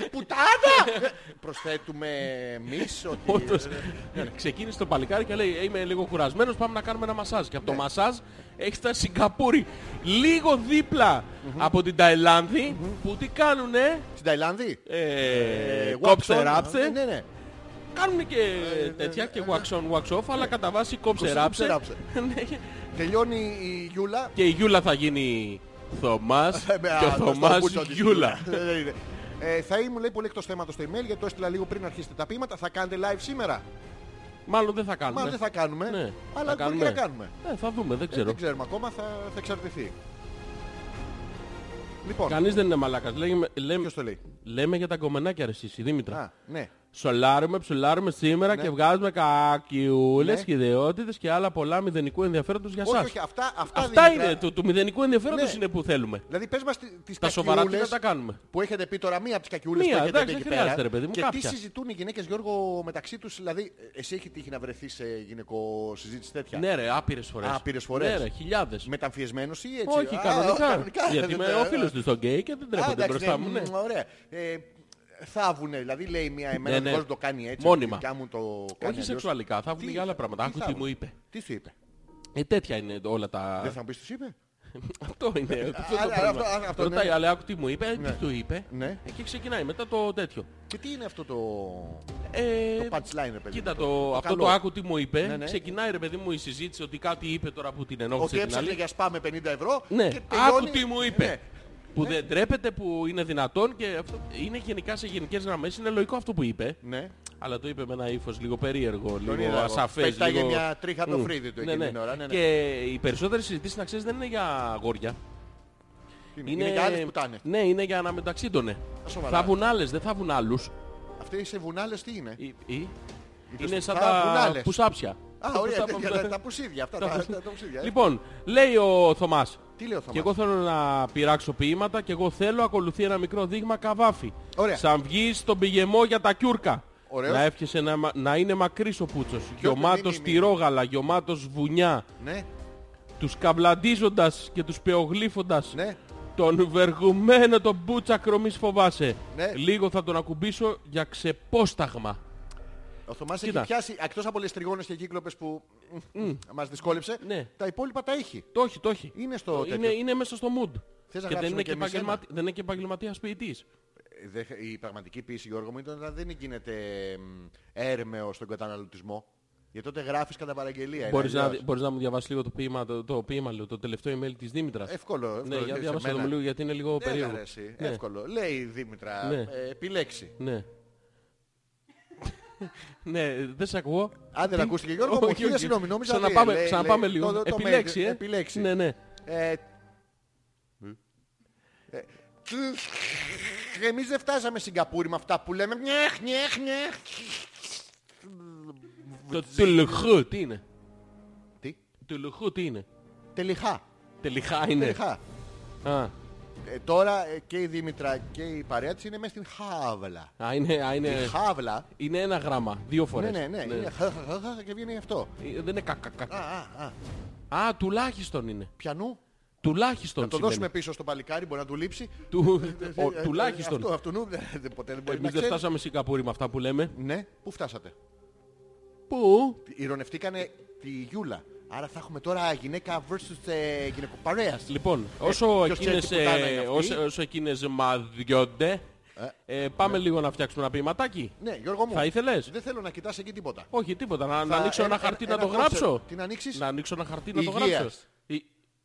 S4: Ε, Πουτάνα! Ε, Προσθέτουμε εμείς ότι.
S1: Όντως. Ξεκίνησε το παλικάρι και λέει: «Ε, Είμαι λίγο κουρασμένος, πάμε να κάνουμε ένα μασάζ. Και από το
S4: Ναι.
S1: μασάζ έχει τα Σιγκαπούρη. Λίγο δίπλα από την Ταϊλάνδη που τι κάνουνε.
S4: Στην Ταϊλάνδη.
S1: Ε,
S4: Ε,
S1: κόψε
S4: wax on.
S1: ράψε.
S4: Ε, Ναι, Ε, ναι.
S1: Κάνουν και τέτοια και wax on wax off, αλλά κατά βάση κόψε
S4: Κόψε,
S1: ράψε.
S4: Ε, ράψε.
S1: [LAUGHS] Ναι.
S4: Τελειώνει η Γιούλα.
S1: Και η Γιούλα θα γίνει Θωμάς
S4: Ε, με,
S1: και ο
S4: α, το
S1: Θωμάς
S4: σταμπούτσο της
S1: Γιούλα.
S4: Δεν είναι. Ε, θα ήμουν λέει πολύ εκτός θέματος στο email γιατί το έστειλα λίγο πριν αρχίσετε τα ποίηματα. Θα κάνετε live σήμερα. Ε,
S1: Μάλλον δεν θα κάνουμε.
S4: Μάλλον δεν θα κάνουμε.
S1: Ναι.
S4: Αλλά
S1: Θα
S4: μπορεί και
S1: κάνουμε.
S4: να κάνουμε.
S1: Ε, θα δούμε, δεν
S4: Ε,
S1: ξέρω.
S4: δεν ξέρουμε ακόμα, θα, θα εξαρτηθεί. Λοιπόν,
S1: Κανείς δεν είναι μαλάκας. Λέγουμε- λέμε-
S4: ποιος το λέει.
S1: Λέμε για τα κομμενάκια ρε εσύ, Δήμητρα.
S4: Α, ναι.
S1: Σολάρουμε, ψολάρουμε σήμερα και βγάζουμε κακιούλες
S4: Ναι.
S1: και ιδιότητες και άλλα πολλά μηδενικού ενδιαφέροντος για
S4: Όχι,
S1: σας.
S4: όχι, αυτά, αυτά,
S1: Αυτά
S4: Δημήτρα.
S1: είναι, του, του μηδενικού ενδιαφέροντος
S4: Ναι.
S1: είναι που θέλουμε.
S4: Δηλαδή πες μας τι- τις
S1: Τα σοβαρά τι να
S4: κακιούλες
S1: τα κάνουμε.
S4: που έχετε πει τώρα, μία από τις κακιούλες
S1: Μία,
S4: που έχετε
S1: εντάξει,
S4: πει εκεί
S1: δεν χρειάζεται,
S4: πέρα.
S1: ρε παιδί μου,
S4: και τι
S1: κάποια.
S4: συζητούν οι γυναίκες Γιώργο μεταξύ τους, δηλαδή εσύ έχει τύχει να βρεθείς σε γυναικό συζήτηση τέτοια.
S1: Ναι ρε, άπειρες φορές.
S4: Άπειρες φορές.
S1: Ναι ρε, χιλιάδες.
S4: Μεταμφιεσμένος ή έτσι.
S1: Όχι,
S4: Α,
S1: κανονικά.
S4: κανονικά.
S1: Γιατί
S4: Δεν
S1: είμαι
S4: τα-
S1: ο φίλος του στο γκέι και δεν
S4: Α,
S1: τρέπονται
S4: εντάξει,
S1: μπροστά
S4: ναι,
S1: μου. ναι.
S4: μ, Ωραία. Ε, θάβουνε, δηλαδή λέει μία εμένα
S1: Ναι,
S4: ναι,
S1: ναι.
S4: το κάνει έτσι.
S1: Μόνιμα.
S4: η δικιά μου το κάνει
S1: Όχι
S4: αλλιώς.
S1: σεξουαλικά, θα βγουν
S4: Τι-
S1: για άλλα πράγματα.
S4: τι
S1: Άκου
S4: θα
S1: τι
S4: μου.
S1: μου είπε.
S4: Τι σου είπε.
S1: Ε, τέτοια είναι όλα τα...
S4: Δεν θα μου πεις τι σου είπε.
S1: [LAUGHS] Αυτό είναι. αυτό
S4: α,
S1: το πράγμα.
S4: αυτό- α, αυτό
S1: Ρωτάει,
S4: είναι.
S1: αλλά άκου τι μου είπε, τι του είπε.
S4: Ναι.
S1: Ε, Και ξεκινάει μετά το τέτοιο.
S4: Και τι είναι αυτό το...
S1: Ε,
S4: Το punchline, ρε παιδί.
S1: Κοίτα, το, αυτό
S4: καλό.
S1: το άκου τι μου είπε.
S4: Ναι, ναι.
S1: Ξεκινάει ρε παιδί μου η συζήτηση ότι κάτι είπε τώρα που την ενόχλησε
S4: Ότι
S1: την άλλη.
S4: έψαχνε για σπα με 50 ευρώ
S1: δηλαδή? Ναι,
S4: και
S1: άκου
S4: τελειώνει-
S1: τι μου είπε.
S4: Ναι.
S1: Που δεν τρέπεται, που είναι δυνατόν και αυτό είναι γενικά σε γενικές γραμμές. Είναι λογικό αυτό που είπε.
S4: Ναι.
S1: Αλλά το είπε με ένα ύφος λίγο περίεργο, λίγο
S4: είδα εγώ.
S1: ασαφές.
S4: Πέταγε
S1: λίγο...
S4: μια τρίχα από το
S1: Μμ.
S4: φρύδι του εκείνη την ώρα, ναι, ναι.
S1: Και οι περισσότερες συζητήσεις, να ξέρεις, δεν είναι για αγόρια.
S4: Είναι, είναι για άλλες πουτάνες.
S1: Ναι, είναι για να μεταξύντωνε.
S4: Α, σοβαρά.
S1: Θα βγουν άλλες, δεν θα βγουν άλλους.
S4: Αυτές οι βουνάλες τι είναι.
S1: Ή- ή-
S4: Είδες
S1: Είναι
S4: που
S1: σαν
S4: θα βγουν
S1: τα
S4: άλλες.
S1: πουσάψια.
S4: Α, ωραία,
S1: Τα-
S4: τέτοια, τα- τα πουσίδια. Αυτά τα- τα τα πουσίδια. ε.
S1: Λοιπόν, λέει ο Θωμάς.
S4: Τι λέει ο Θωμάς?
S1: Και εγώ θέλω να πειράξω ποίηματα και εγώ θέλω ακολουθεί ένα μικρό δείγμα καβάφι.
S4: Ωραία.
S1: Σαν βγεις στον πηγεμό για τα κιούρκα.
S4: Ωραίος.
S1: Να εύχεσαι να, μα- να είναι μακρύς ο πούτσος. Γιωμάτος
S4: μη, μη.
S1: τυρόγαλα, γιωμάτος βουνιά.
S4: Ναι,
S1: Τους καβλαντίζοντας και τους πεογλύφοντας.
S4: ναι.
S1: Τον βεργουμένο τον μπούτσακρο μη φοβάσαι.
S4: Ναι.
S1: Λίγο θα τον ακουμπήσω για ξεπόσταγμα.
S4: Ο Θωμάς έχει
S1: Κοίτα.
S4: πιάσει, εκτός από λεστριγόνες και κύκλοπες που μ, μας δυσκόλεψε,
S1: Ναι.
S4: τα υπόλοιπα τα έχει.
S1: Το έχει, το έχει.
S4: Είναι στο
S1: είναι,
S4: τέτοιο.
S1: είναι μέσα στο mood.
S4: Θες να
S1: και δεν
S4: γράψουμε
S1: είναι
S4: και
S1: και,
S4: εμείς
S1: επαγγελματι... δεν είναι και επαγγελματίας ποιητής.
S4: Ε, δε- Η πραγματική ποιήση, Γιώργο μου, ήταν να δεν γίνεται μ, έρμεο στον καταναλωτισμό. Γιατί τότε γράφεις κατά παραγγελία. είναι
S1: Μπορείς να,
S4: αλλιώς.
S1: μπορείς να μου διαβάσεις λίγο το ποίημα, το, το, ποίημα, λέω, το τελευταίο email της Δήμητρας.
S4: Εύκολο, Ε, εύκολο.
S1: ναι, για
S4: σε
S1: διάβασα το
S4: μένα.
S1: μου λίγο γιατί είναι λίγο
S4: Ναι,
S1: περίεργο.
S4: ρε, εσύ,
S1: ναι,
S4: Εύκολο. Λέει η Δήμητρα,
S1: Ναι.
S4: ε, επιλέξει.
S1: ναι. ναι, δεν σε ακούω.
S4: Α, δεν
S1: Τι?
S4: ακούστηκε, Γιώργο μου.
S1: Όχι,
S4: Χίλια
S1: όχι.
S4: συγγνώμη, νόμιζα ότι
S1: Ξαναπάμε,
S4: λέει-
S1: ξαναπάμε
S4: λέει,
S1: λίγο.
S4: το- το- το
S1: επιλέξει,
S4: mail,
S1: ε.
S4: επιλέξει.
S1: Ναι, ναι.
S4: Ε, Εμείς Ε, δεν φτάσαμε Σιγκαπούρη με αυτά που λέμε. Νιέχ, νιέχ, νιέχ.
S1: Το τουλχού, τι είναι.
S4: Τι?
S1: Του λουχού τι είναι. Ε.
S2: Τελιχά.
S1: Τελιχά είναι.
S2: Τελιχά.
S1: Α,
S2: Ε, τώρα ε, και η Δήμητρα και η παρέα της είναι μέσα στην χάβλα.
S1: α, είναι, α,
S2: Η
S1: είναι,
S2: χάβλα.
S1: είναι ένα γράμμα. Δύο
S2: Ναι,
S1: φορές.
S2: ναι, ναι. Είναι χα, χα, χα, χα και βγαίνει αυτό.
S1: Ε, Δεν είναι κακά.
S2: Α, α, α.
S1: Α, τουλάχιστον είναι.
S2: Πιανού.
S1: Τουλάχιστον
S2: Το
S1: σημαίνει.
S2: δώσουμε πίσω στο παλικάρι, μπορεί να του λείψει.
S1: Του,
S4: [LAUGHS]
S2: Ε,
S1: ο,
S2: ε, ε,
S1: τουλάχιστον.
S2: Αυτό, αυτού νου, δεν- δεν- ποτέ δεν μπορεί να
S1: Εμείς δεν
S2: ξέρει.
S1: φτάσαμε σικαπούρι με αυτά που λέμε.
S2: Ναι, πού φτάσατε.
S1: Πού?
S2: Ηρωνευτήκανε τη Γιούλα. Άρα θα έχουμε τώρα γυναίκα versus ε, γυναικοπαρέα.
S1: Λοιπόν, όσο
S2: Ε, ποιος ξέρει
S1: εκείνες,
S2: τι πουτάνα είναι
S1: ε,
S2: αυτή.
S1: όσο, όσο εκείνες μαδιώνται, ε, πάμε λίγο να φτιάξουμε ένα ποιηματάκι.
S2: Ναι, Γιώργο μου.
S1: Θα ήθελες?
S2: Δεν θέλω να κοιτάς εκεί τίποτα.
S1: Όχι, τίποτα. Να, να
S2: Θα-
S1: ανοίξω ένα,
S2: ένα-
S1: χαρτί
S2: ένα-
S1: να το
S2: ένα
S1: γράψω.
S2: κόψε. Την ανοίξεις?
S1: Να ανοίξω ένα χαρτί να το
S2: Υγείας.
S1: γράψω. Ε,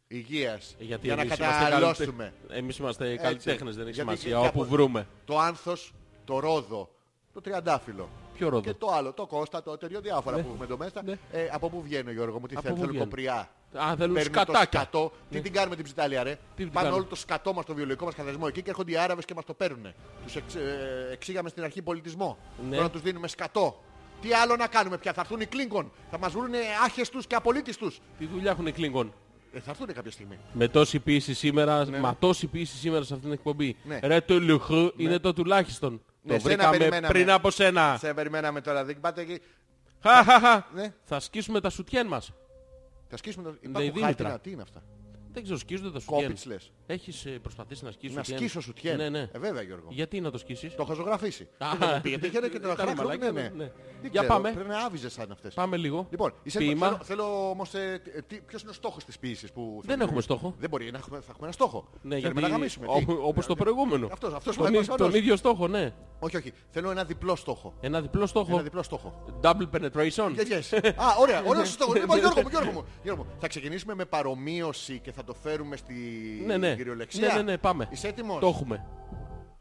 S2: Υγείας.
S1: Γιατί
S2: Για να
S1: εμείς είμαστε
S2: καταναλώσουμε.
S1: καλυτε- Εμείς είμαστε
S2: Έτσι.
S1: καλλιτέχνες, δεν έχει
S2: Γιατί
S1: σημασία.
S2: κάπου-
S1: Όπου βρούμε.
S2: Το άνθος, το ρόδο, το τριαντάφυλλο.
S1: Ποιο ρόδο?
S2: Και το άλλο, το κόστα, το τέτοιο, διάφορα που έχουμε εδώ μέσα.
S1: Ναι.
S2: Ε, από πού βγαίνει Γιώργο μου, τι
S1: Από
S2: θέλεις,
S1: πού
S2: θέλω
S1: βγαίνουν.
S2: κοπριά.
S1: Α, θέλουν
S2: Παίρνουν
S1: σκατάκια. Ναι.
S2: Το σκατό. Τι την κάνουμε την ψιτάλια, ρε.
S1: την
S2: Πάνε
S1: κάνουμε.
S2: όλο το σκατό μας, το βιολογικό μας καθαρισμό εκεί και έρχονται οι Άραβες και μας το παίρνουν. Τους εξ, ε, εξήγαμε στην αρχή πολιτισμό.
S1: Ναι.
S2: Τώρα τους δίνουμε σκατό. Τι άλλο να κάνουμε πια, θα έρθουν οι Κλίνκον. Θα μας βρουν άχεστους και απολύτιστους.
S1: Τι δουλειά έχουν οι Κλίνγκον.
S2: Ε, θα έρθουν κάποια στιγμή.
S1: Με τόση ποιήση σήμερα, μα τόση ποιήση σήμερα σε αυτήν την εκπομπή.
S2: Ναι.
S1: Ρε το λουχού είναι το τουλάχιστον.
S2: Ναι,
S1: το
S2: σένα
S1: βρήκαμε
S2: περιμέναμε.
S1: πριν από σένα.
S2: Σε περιμέναμε τώρα, δεν πάτε εκεί.
S1: Χα, χα, χα.
S2: Ναι.
S1: Θα σκίσουμε τα σουτιέν μας.
S2: Θα σκίσουμε το.
S1: η
S2: Υπάρχουν
S1: Ναι, Δήμητρα.
S2: χάρτινα, τι είναι αυτά.
S1: Δεν ξέρω, σκίζονται τα σουτιέν.
S2: Κόπιτς λες.
S1: Έχεις ε, προσπαθήσει να σκίσεις
S2: Να
S1: σουτιέν.
S2: σκίσω σου τιέν.
S1: Ναι, ναι.
S2: Ε, βέβαια Γιώργο.
S1: Γιατί να το σκίσεις.
S2: Το έχω ζωγραφίσει.
S1: Α,
S2: Πήγαινε και το
S1: ήταν
S2: χρώμα.
S1: μαλάκι,
S2: Ναι, ναι.
S1: ναι.
S2: Δεν
S1: Για
S2: ξέρω,
S1: πάμε.
S2: Πρέπει να άβιζες σαν αυτές.
S1: Πάμε λίγο.
S2: Λοιπόν, είσαι
S1: Ποίημα.
S2: θέλω, θέλω όμως... Ε, Ποιος είναι ο στόχος της ποιήσης που...
S1: Δεν έχουμε στόχο.
S2: Δεν μπορεί να έχουμε, θα έχουμε ένα στόχο. Θέλουμε
S1: Ναι, γιατί
S2: να γαμίσουμε.
S1: ό-
S2: Τι?
S1: όπως το προηγούμενο.
S2: Αυτός- αυτός
S1: τον,
S2: που
S1: ί- τον
S2: έπαθε
S1: ίδιο στόχο, ναι.
S2: Όχι, όχι. Θέλω ένα διπλό στόχο.
S1: Ένα διπλό στόχο.
S2: Ένα διπλό στόχο.
S1: Double penetration.
S2: Yes, yes. Α, ωραία,
S1: Ναι.
S2: ωραίο στόχος. Λοιπόν, Γιώργο μου, Γιώργο μου, Γιώργο μου. Θα ξεκινήσουμε με παρομοίωση και θα το φέρουμε στη
S1: Ναι, ναι.
S2: κυριολεξία.
S1: Ναι, ναι, ναι, πάμε.
S2: Είσαι έτοιμος.
S1: Το έχουμε.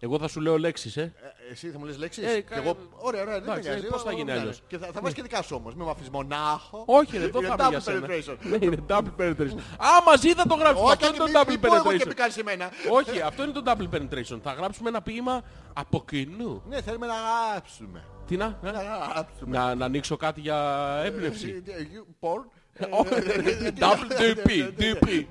S1: Εγώ θα σου λέω λέξεις, ε.
S2: Ε, Εσύ θα μου λες λέξεις.
S1: Ε,
S2: Και
S1: κα-
S2: εγώ... Ωραία, ωραία, δεν
S1: Εντάξει,
S2: με νοιάζει.
S1: πώς θα
S2: Όλα
S1: γίνει
S2: όλα
S1: αλλιώς. Ναι.
S2: είναι. Και θα, θα βάζεις και δικά σου όμως. Μην με αφήσεις μονάχο.
S1: Όχι, ρε, εδώ
S2: Είναι
S1: πάμε για
S2: double
S1: σένα.
S2: penetration.
S1: Ναι, είναι double penetration. Α, μαζί θα το γράψουμε.
S2: Όχι,
S1: Αυτό
S2: όχι,
S1: είναι το
S2: μην-
S1: double
S2: μην πω εγώ και
S1: penetration.
S2: μην κάνεις εμένα.
S1: Όχι, αυτό είναι το double penetration. Θα γράψουμε ένα ποίημα από κοινού.
S2: Ναι, θέλουμε να γράψουμε.
S1: Τι να, ε?
S2: Να γράψουμε.
S1: να, να ανοίξω κάτι για έμπνευση.
S2: Ε, you- Porn. ναι,
S1: Double DP, DP.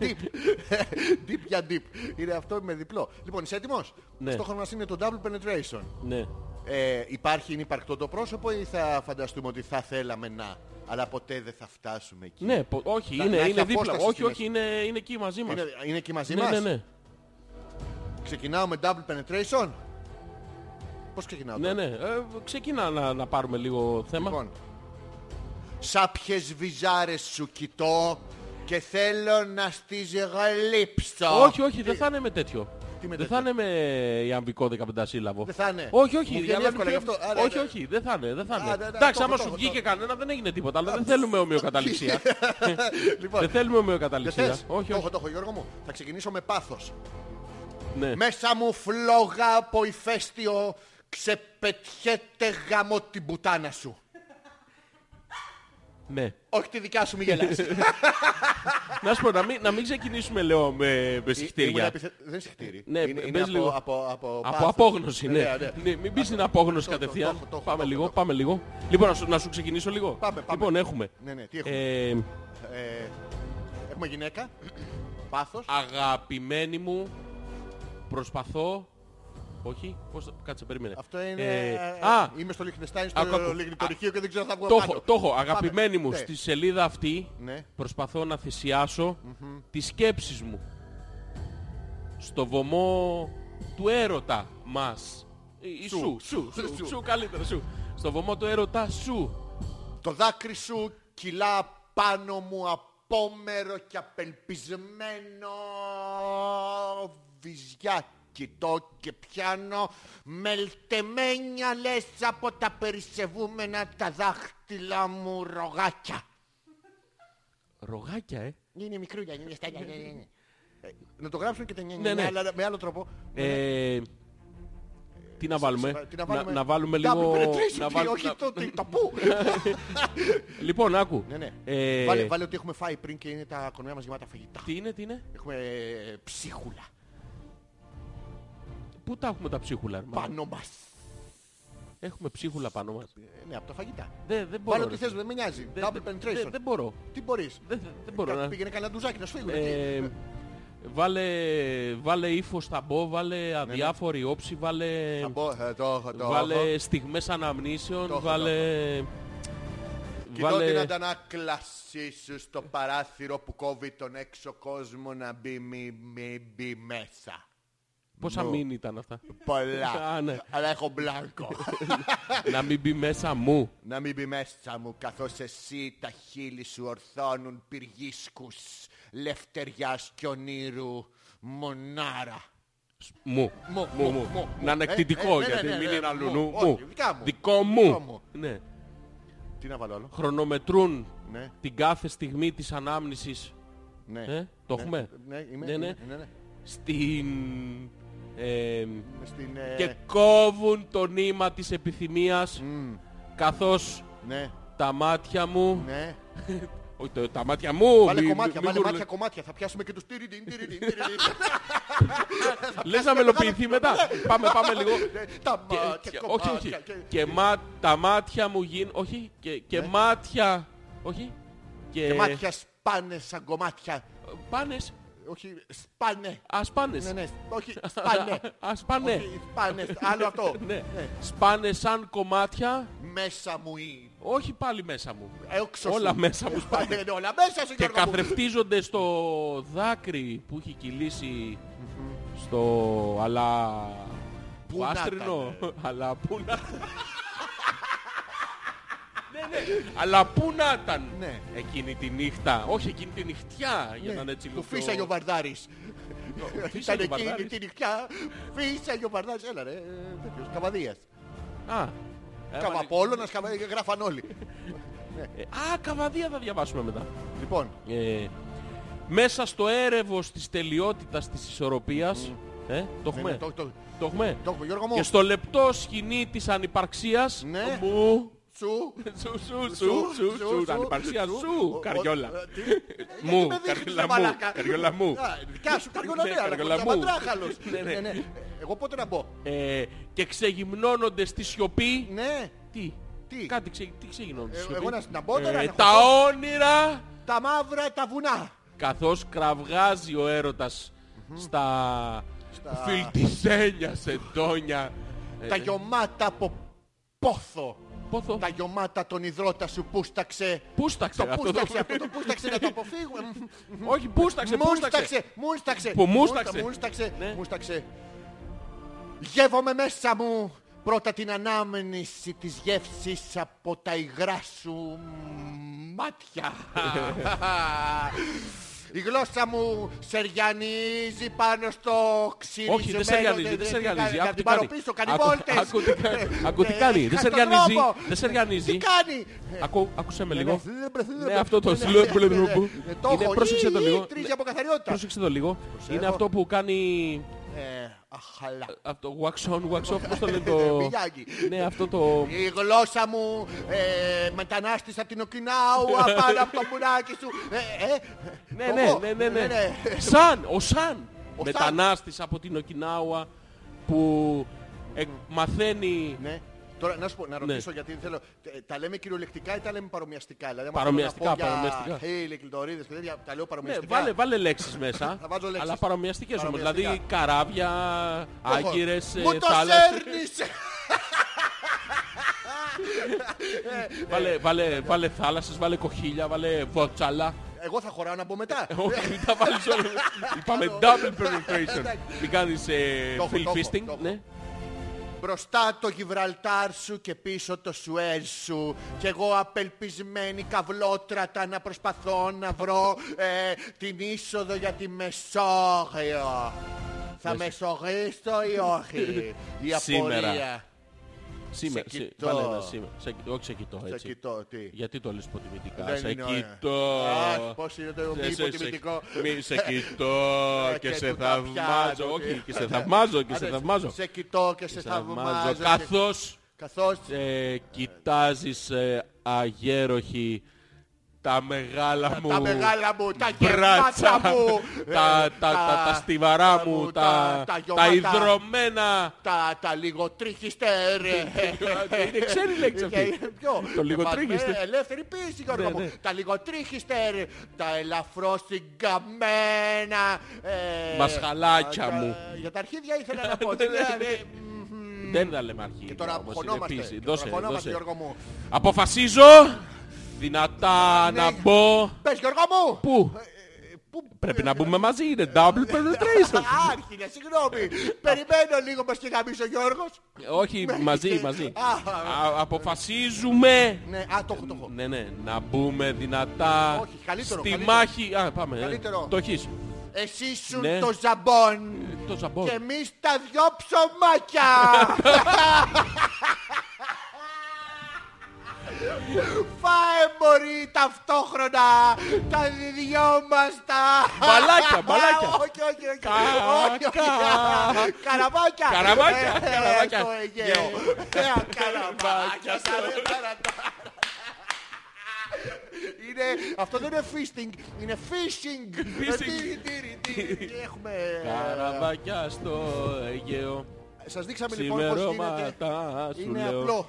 S2: Deep. [LAUGHS] Deep για deep. Είναι αυτό με διπλό. Λοιπόν, είσαι έτοιμος.
S1: Ναι.
S2: Στόχος μας είναι το double penetration.
S1: Ναι.
S2: Ε, υπάρχει, είναι υπαρκτό το πρόσωπο ή θα φανταστούμε ότι θα θέλαμε να, αλλά ποτέ δεν θα φτάσουμε εκεί.
S1: Ναι, πο- όχι,
S2: Να-
S1: είναι,
S2: να έχει
S1: είναι δίπλα.
S2: απόσταση
S1: Όχι,
S2: στη
S1: όχι, είναι, είναι εκεί μαζί μας.
S2: Είναι, είναι εκεί μαζί
S1: ναι,
S2: μας.
S1: ναι, ναι.
S2: Ξεκινάω με double penetration. Πώς ξεκινάω
S1: ναι,
S2: τώρα.
S1: ναι. Ε, ξεκινά να, να πάρουμε λίγο θέμα.
S2: Λοιπόν. Σα ποιες βυζάρες σου κοιτώ και θέλω να στις γλύψω.
S1: όχι, όχι, δεν θα είναι με τέτοιο.
S2: τι με τέτοιο?
S1: δεν θα είναι με ιαμβικό 15 σύλλαβο.
S2: Δεν θα είναι.
S1: Όχι,
S2: Μου
S1: όχι.
S2: βγαίνει
S1: αλλά
S2: εύκολα
S1: πιο-
S2: γι' αυτό. Άρα,
S1: όχι,
S2: ναι.
S1: όχι, δεν θα είναι. Δεν θα είναι.
S2: ναι, ναι,
S1: Εντάξει,
S2: το
S1: άμα
S2: έχω,
S1: σου
S2: το ναι.
S1: βγήκε
S2: έχω.
S1: κανένα δεν έγινε τίποτα, αλλά δεν θέλουμε
S2: [LAUGHS]
S1: ομοιοκαταληξία.
S2: λοιπόν,
S1: δεν θέλουμε ομοιοκαταληξία.
S2: δεν θες.
S1: Όχι,
S2: Το
S1: όχι.
S2: έχω, το έχω Γιώργο μου. Θα ξεκινήσω με πάθος.
S1: Ναι.
S2: Μέσα μου φλόγα από ηφαίστειο ξεπετιέται γαμό την πουτάνα σου.
S1: ναι.
S2: Όχι τη δικιά σου μη
S1: [LAUGHS]
S2: γελάς. Ε,
S1: Να σου πω, να μην, να μην ξεκινήσουμε, λέω, με, με
S2: Ήμουν
S1: συχτήρια.
S2: επιθε- Δεν είναι συχτήρι.
S1: Ναι,
S2: είναι,
S1: πες
S2: είναι από,
S1: λίγο.
S2: από, από,
S1: Από
S2: πάθος. Ε,
S1: απόγνωση, ναι.
S2: Ωραία, ωραία.
S1: Ναι, Μην πεις την απόγνωση
S2: το- το- το
S1: κατευθείαν.
S2: έχω, το έχω, το
S1: Πάμε
S2: έχω, το
S1: λίγο,
S2: έχω.
S1: πάμε λίγο. Λοιπόν, να σου- να σου ξεκινήσω λίγο.
S2: Πάμε, πάμε.
S1: Λοιπόν, έχουμε.
S2: Ναι, ναι, τι έχουμε.
S1: Ε,
S2: Ε, έχουμε γυναίκα. Πάθος.
S1: αγαπημένη μου, προσπαθώ... Όχι, πώς... Κάτσε, περίμενε.
S2: Αυτό είναι.
S1: Ε,
S2: ε,
S1: α,
S2: είμαι στο Λιχνεστάιν,
S1: άκου, άκου.
S2: στο Λιγνητορυχείο και δεν ξέρω αν θα βγω
S1: το
S2: απ'
S1: έχω,
S2: άνω.
S1: το έχω.
S2: Πάμε.
S1: Αγαπημένη μου,
S2: Ναι.
S1: στη σελίδα αυτή
S2: Ναι.
S1: προσπαθώ να θυσιάσω τις σκέψεις μου. Στο βωμό του έρωτα μας. Ή- ή
S2: Σου,
S1: Σου, σου, σου, σου, καλύτερα, σου. Στο βωμό του έρωτα σου.
S2: Το δάκρυ σου κυλά πάνω μου απόμερο και απελπισμένο. Βυζιά κοιτώ και πιάνω μελτεμένια λες από τα περισεβούμενα τα δάχτυλα μου ρογάκια.
S1: Ρογάκια, ε.
S2: Είναι μικρούλια, είναι μια στάλια. ναι, ναι, ναι. Ε, Να το γράψουν και τα νιά,
S1: Ναι,
S2: νιά,
S1: ναι.
S2: νιά, αλλά με άλλο τρόπο.
S1: Ε, τι να βάλουμε,
S2: Ναι, Σε- τι να βάλουμε,
S1: να, βάλουμε
S2: Double
S1: λίγο...
S2: penetration,
S1: να
S2: τι,
S1: βάλ-
S2: όχι
S1: να-
S2: το, τι, το
S1: [LAUGHS]
S2: πού.
S1: Λοιπόν, άκου.
S2: ναι, ναι.
S1: Ε,
S2: Βάλε, βάλε ότι έχουμε φάει πριν και είναι τα κορμιά μας γεμάτα φαγητά.
S1: Τι είναι, τι είναι.
S2: Έχουμε ε, ψίχουλα
S1: Πού τα έχουμε τα ψίχουλα, ρε, μάνα.
S2: πάνω μας.
S1: Έχουμε ψίχουλα πάνω μας.
S2: Ε, Ναι, από τα φαγητά.
S1: Δεν, δεν μπορώ.
S2: Βάλω
S1: ρε
S2: τι
S1: φίλε.
S2: θες, δεν με νοιάζει.
S1: Δεν-
S2: Double
S1: δεν-
S2: penetration.
S1: δεν- Δεν μπορώ.
S2: Τι μπορείς.
S1: Δεν- Δεν δεν μπορώ να...
S2: Πήγαινε κανένα ντουζάκι να σφίγγουν
S1: Ε,
S2: εκεί.
S1: βάλε, βάλε ύφος σταμπό, βάλε αδιάφορη όψη, βάλε,
S2: Ναι, Θα μπω, ε, Το έχω, το έχω.
S1: βάλε στιγμές αναμνήσεων,
S2: Το έχω,
S1: βάλε...
S2: Κοιτώ την αντανάκλασή σου στο παράθυρο που κόβει τον έξω κόσμο να μπει, μη, μη μπει μέσα.
S1: Πόσα
S2: Νο.
S1: μην
S2: [LAUGHS]
S1: ήταν αυτά.
S2: Πολλά.
S1: Α, ναι.
S2: Αλλά έχω [LAUGHS] μπλάνκο.
S1: να μην μπει μέσα μου.
S2: να μην μπει μέσα μου καθώς εσύ τα χείλη σου ορθώνουν πυργίσκους λευτεριάς και ονείρου μονάρα.
S1: Μου.
S2: Μου,
S1: Μου,
S2: μου,
S1: μου.
S2: μου,
S1: Να είναι
S2: ε,
S1: εκτιτικό
S2: ε, ναι,
S1: γιατί
S2: ναι, ναι,
S1: μην
S2: ναι,
S1: είναι
S2: ναι,
S1: αλλού.
S2: μου.
S1: νου.
S2: Όχι,
S1: Μου.
S2: δικά μου.
S1: Δικό
S2: Δικό
S1: μου.
S2: μου.
S1: Ναι.
S2: Τι να βάλω άλλο.
S1: Χρονομετρούν
S2: Ναι,
S1: την κάθε στιγμή της ανάμνησης.
S2: ναι.
S1: Ε, το
S2: Ναι,
S1: έχουμε.
S2: Ναι, είμαι,
S1: Ναι, ναι.
S2: είμαι, ναι, ναι.
S1: Στην... ε,
S2: Στην, ε,
S1: και κόβουν το νήμα της επιθυμίας
S2: μ,
S1: καθώς
S2: ναι,
S1: τα μάτια μου...
S2: ναι.
S1: Όχι, το- τα μάτια μου...
S2: Βάλε
S1: μη-
S2: κομμάτια,
S1: μη
S2: βάλε
S1: γουρλε-
S2: μάτια κομμάτια. Θα πιάσουμε και τους τυριντιν, τυριντιν, τυριντιν.
S1: Λες να μελοποιηθεί μετά. πάμε, πάμε
S2: [LAUGHS]
S1: λίγο.
S2: Τα
S1: Και-
S2: μάτια
S1: και-
S2: κομμάτια.
S1: όχι, όχι.
S2: Ναι. και- Ναι.
S1: Και μα- τα μάτια μου γίνουν... Όχι, και, και μάτια... Όχι. Και,
S2: Και μάτια σπάνες σαν κομμάτια.
S1: Πάνες.
S2: Όχι, σπάνε.
S1: Ας πάνες.
S2: Ναι, ναι, όχι, σπάνε.
S1: [LAUGHS] Ας πάνε.
S2: Όχι, Σπάνε, άλλο αυτό.
S1: [LAUGHS] Ναι. Σπάνε σαν κομμάτια.
S2: Μέσα μου ή
S1: Όχι πάλι μέσα μου.
S2: έξω σου.
S1: Όλα μέσα μου σπάνε.
S2: Σπάνε, ναι, όλα μέσα σου
S1: Και
S2: Γιώργο μου.
S1: καθρεφτίζονται στο δάκρυ που έχει κυλήσει στο αλλά...
S2: Πού
S1: που
S2: να
S1: άστρινο. [LAUGHS] Αλλά πού
S2: [LAUGHS]
S1: να... Ναι, ναι. Αλλά πού να ήταν
S2: Ναι.
S1: εκείνη τη νύχτα, όχι εκείνη τη νυχτιά, για να είναι έτσι λίγο
S2: Του
S1: πιο-
S2: φύσαγε ο Βαρδάρης. [LAUGHS]
S1: φύσαγε
S2: Ήταν
S1: ο
S2: εκείνη
S1: Βαρδάρης.
S2: τη νυχτιά. Φύσαγε ο Βαρδάρης. Έλα ρε, ε, τέτοιος, καβαδίας.
S1: Α, έβαλε-
S2: Καβαπόλωνας, καβα- γράφαν όλοι.
S1: Ε, Α, καβαδία θα διαβάσουμε μετά.
S2: Λοιπόν,
S1: Ε, μέσα στο έρευος της τελειότητας της ισορροπίας, ε, το
S2: ναι,
S1: έχουμε,
S2: ναι, το- το-
S1: το έχουμε.
S2: το έχουμε, Γιώργο μου.
S1: Και στο λεπτό σκηνή της ανυπαρξίας
S2: Ναι.
S1: μου.
S2: Σου.
S1: Σου, σου, σου, σου, σου, ανυπαρξία σου,
S2: Ο- ο-
S1: καριόλα.
S2: ε, τι?
S1: Μου,
S2: Γιατί με δείχνεις,
S1: καριόλα
S2: ρε
S1: μου,
S2: μαλάκα.
S1: καριόλα μου.
S2: Α, Δικιά σου καριόλα
S1: Ναι,
S2: ναι, αλλά
S1: καριόλα μου.
S2: παντράχαλος.
S1: Ναι, ναι.
S2: Ναι, ναι. Εγώ πότε να μπω.
S1: Ε, και ξεγυμνώνονται στη σιωπή.
S2: Ναι,
S1: Τι,
S2: Τι?
S1: κάτι ξε, τι ξεγυμνώνονται
S2: Ε,
S1: στη σιωπή.
S2: εγώ να- να μπω τώρα, να
S1: Τα
S2: χωθώ.
S1: όνειρα,
S2: τα μαύρα τα βουνά.
S1: καθώς κραυγάζει ο έρωτας στα
S2: Στα-
S1: φιλτισένια σεντόνια. Ε,
S2: Τα γεμάτα από πόθο.
S1: Πόθος.
S2: Τα γεμάτα τον υδρότα σου πούσταξε.
S1: Πούσταξε
S2: Το
S1: αυτό το-
S2: πούσταξε, αυτό το πούσταξε να το αποφύγουμε.
S1: [LAUGHS] Όχι, πούσταξε, πούσταξε.
S2: Μούσταξε, μούσταξε.
S1: Που μούσταξε. Ναι.
S2: Μούσταξε, μούσταξε. Γεύομαι μέσα μου πρώτα την ανάμνηση της γεύσης από τα υγρά σου
S1: [LAUGHS]
S2: μάτια. Η γλώσσα μου σεριανίζει πάνω στο ξυρισμένο.
S1: Όχι, δεν σεριανίζει, δεν σεριανίζει.
S2: Να
S1: Άκου τι
S2: την
S1: κάνει.
S2: πάρω πίσω, κάνει
S1: Άκου-
S2: βόλτες.
S1: Άκου τι κάνει. Άκου τι
S2: Ε,
S1: κάνει. Δεν
S2: χάσει τον
S1: σεριανίζει.
S2: δρόμο.
S1: Δεν σεριανίζει.
S2: Τι κάνει.
S1: Ακού, άκουσε με λίγο.
S2: Ναι,
S1: Ναι, αυτό το σλουπ,
S2: ε,
S1: μπλε, μπλε, μπλε. Είναι, πρόσεξε το λίγο.
S2: Τρίζει
S1: Ναι,
S2: από καθαριότητα.
S1: Πρόσεξε το λίγο. Είναι αυτό που κάνει
S2: Ε, αχαλά.
S1: αυτό wax on, wax off, πώς το λένε το...
S2: Μιγιάγκη.
S1: Ναι, αυτό το...
S2: Η γλώσσα μου ε, μετανάστησα από την
S1: [LAUGHS]
S2: Οκινάουα πάνω από το μουνάκι σου. Ε, ε,
S1: Ναι,
S2: το
S1: ναι,
S2: εγώ.
S1: ναι, ναι, ναι. Σαν, ο Σαν.
S2: Ο
S1: Μετανάστης από την Οκινάουα που εκ- μαθαίνει...
S2: Ναι. Τώρα να σου πω, να
S1: Ναι.
S2: ρωτήσω γιατί θέλω. ε, Τα λέμε κυριολεκτικά ή τα λέμε παρομοιαστικά. Δηλαδή, άμα
S1: Παρομοιαστικά,
S2: θέλω να πω για
S1: παρομοιαστικά.
S2: Χέιλι, κλειτορίδες και τέτοια, τα λέω
S1: Ναι,
S2: παρομοιαστικά.
S1: βάλε, βάλε λέξεις μέσα,
S2: Θα βάλω λέξεις.
S1: αλλά παρομοιαστικές όμως.
S2: Παρομοιαστικά.
S1: Δηλαδή καράβια,
S2: Έχω.
S1: άγκυρες, ε,
S2: Μου το
S1: θάλασσες.
S2: σέρνεις!
S1: Βάλε, βάλε, βάλε θάλασσες, βάλε κοχύλια, βάλε βότσαλα.
S2: Εγώ θα χωράω να μπω μετά.
S1: Ε,
S2: [LAUGHS]
S1: Όχι, μην τα βάλεις όλα. Είπαμε
S2: Άλλο.
S1: double penetration.
S2: Εντάξει.
S1: Μην κάνεις ε,
S2: Το έχω,
S1: fill
S2: το έχω, το
S1: fisting.
S2: έχω.
S1: ναι.
S2: Μπροστά το Γιβραλτάρ σου και πίσω το Σουέζ σου Κι εγώ απελπισμένη καυλότρατα να προσπαθώ να βρω ε, την είσοδο για τη Μεσόγειο Θα μεσογείσω ή όχι Η
S1: Σήμερα.
S2: απορία
S1: Σήμερα,
S2: Σε
S1: σε-
S2: κοιτώ.
S1: βάλε ένα σήμερα. Σε κοιτώ, Όχι σε κοιτώ
S2: Σε
S1: έτσι.
S2: κοιτώ τι
S1: Γιατί το λες υποτιμητικά.
S2: Δεν
S1: Σε
S2: είναι ωραία.
S1: κοιτώ.
S2: Αχ, πώς είναι το μη
S1: Σε- σε- σε-
S2: υποτιμητικό
S1: Μη σε κοιτώ
S2: Ε,
S1: και
S2: και
S1: σε
S2: του τα
S1: θαυμάζω.
S2: πιάνω,
S1: Όχι,
S2: τι.
S1: και σε θαυμάζω και σε
S2: Άντε,
S1: θαυμάζω.
S2: Σε κοιτώ και σε
S1: Σε
S2: θαυμάζω και-
S1: Καθώς
S2: Καθώς
S1: ε, κοιτάζεις ε, αγέροχη Τα μεγάλα μου.
S2: Τα μεγάλα μου, τα
S1: μπράτσα
S2: γεμάτα μου.
S1: τα, τα, τα, τα, στιβαρά μου, τα, τα,
S2: γεωμάτα,
S1: υδρωμένα.
S2: Τα, τα λιγοτρίχιστε,
S1: Ναι,
S2: ρε.
S1: Είναι
S2: [LAUGHS]
S1: ξένη λέξη αυτή.
S2: Είναι Ποιο?
S1: Το λιγοτρίχιστε.
S2: Ε, Ελεύθερη πίεση, Γιώργο
S1: Ναι,
S2: μου.
S1: ναι.
S2: Τα λιγοτρίχιστε, ρε. Τα ελαφρώς συγκαμμένα. ε,
S1: Μασχαλάκια
S2: τα-
S1: μου.
S2: Για τα αρχίδια ήθελα
S1: [LAUGHS]
S2: να πω.
S1: Ναι, ναι,
S2: δηλαδή,
S1: ναι.
S2: μμμ.
S1: Δεν θα λέμε αρχή.
S2: Και τώρα
S1: όμως, είναι
S2: χωνόμαστε.
S1: επίσης.
S2: Και τώρα
S1: Δώσε,
S2: χωνόμαστε,
S1: δώσε.
S2: Γιώργο μου.
S1: Αποφασίζω δυνατά να μπω.
S2: Πες, Γιώργο μου.
S1: Πού?
S2: Ε, Πού
S1: Πρέπει να μπούμε μαζί, είναι double penetration.
S2: Άρχινε, συγγνώμη. Περιμένω λίγο μας και γαμίσει ο Γιώργος.
S1: Όχι, μαζί, μαζί.
S2: Α,
S1: Α, Αποφασίζουμε.
S2: Ναι, α, το έχω, το έχω.
S1: Ναι, ναι, να μπούμε δυνατά.
S2: Όχι, καλύτερο,
S1: Στη
S2: καλύτερο.
S1: μάχη. Α, πάμε. ναι.
S2: Καλύτερο.
S1: Το έχεις.
S2: Εσύ ήσουν
S1: Ναι.
S2: το ζαμπόν.
S1: Το ζαμπόν.
S2: Και εμείς τα δυο ψωμάκια. Φάε μπορεί ταυτόχρονα τα δυο μας τα...
S1: Μπαλάκια, μπαλάκια.
S2: όχι, όχι, όχι.
S1: Κα-
S2: όχι, όχι.
S1: κα-
S2: Καραβάκια.
S1: Καραβάκια,
S2: Ε,
S1: καραβάκια.
S2: Στο Αιγαίο. Ε, Καραβάκια.
S1: στο-
S2: Είναι, αυτό δεν είναι fisting, είναι fishing.
S1: Fishing.
S2: Τι- τι- τι- τι- τι Έχουμε...
S1: Καραβάκια στο Αιγαίο.
S2: Σας δείξαμε λοιπόν πώς γίνεται.
S1: Ξημερώματα σου
S2: Είναι
S1: λέω.
S2: απλό.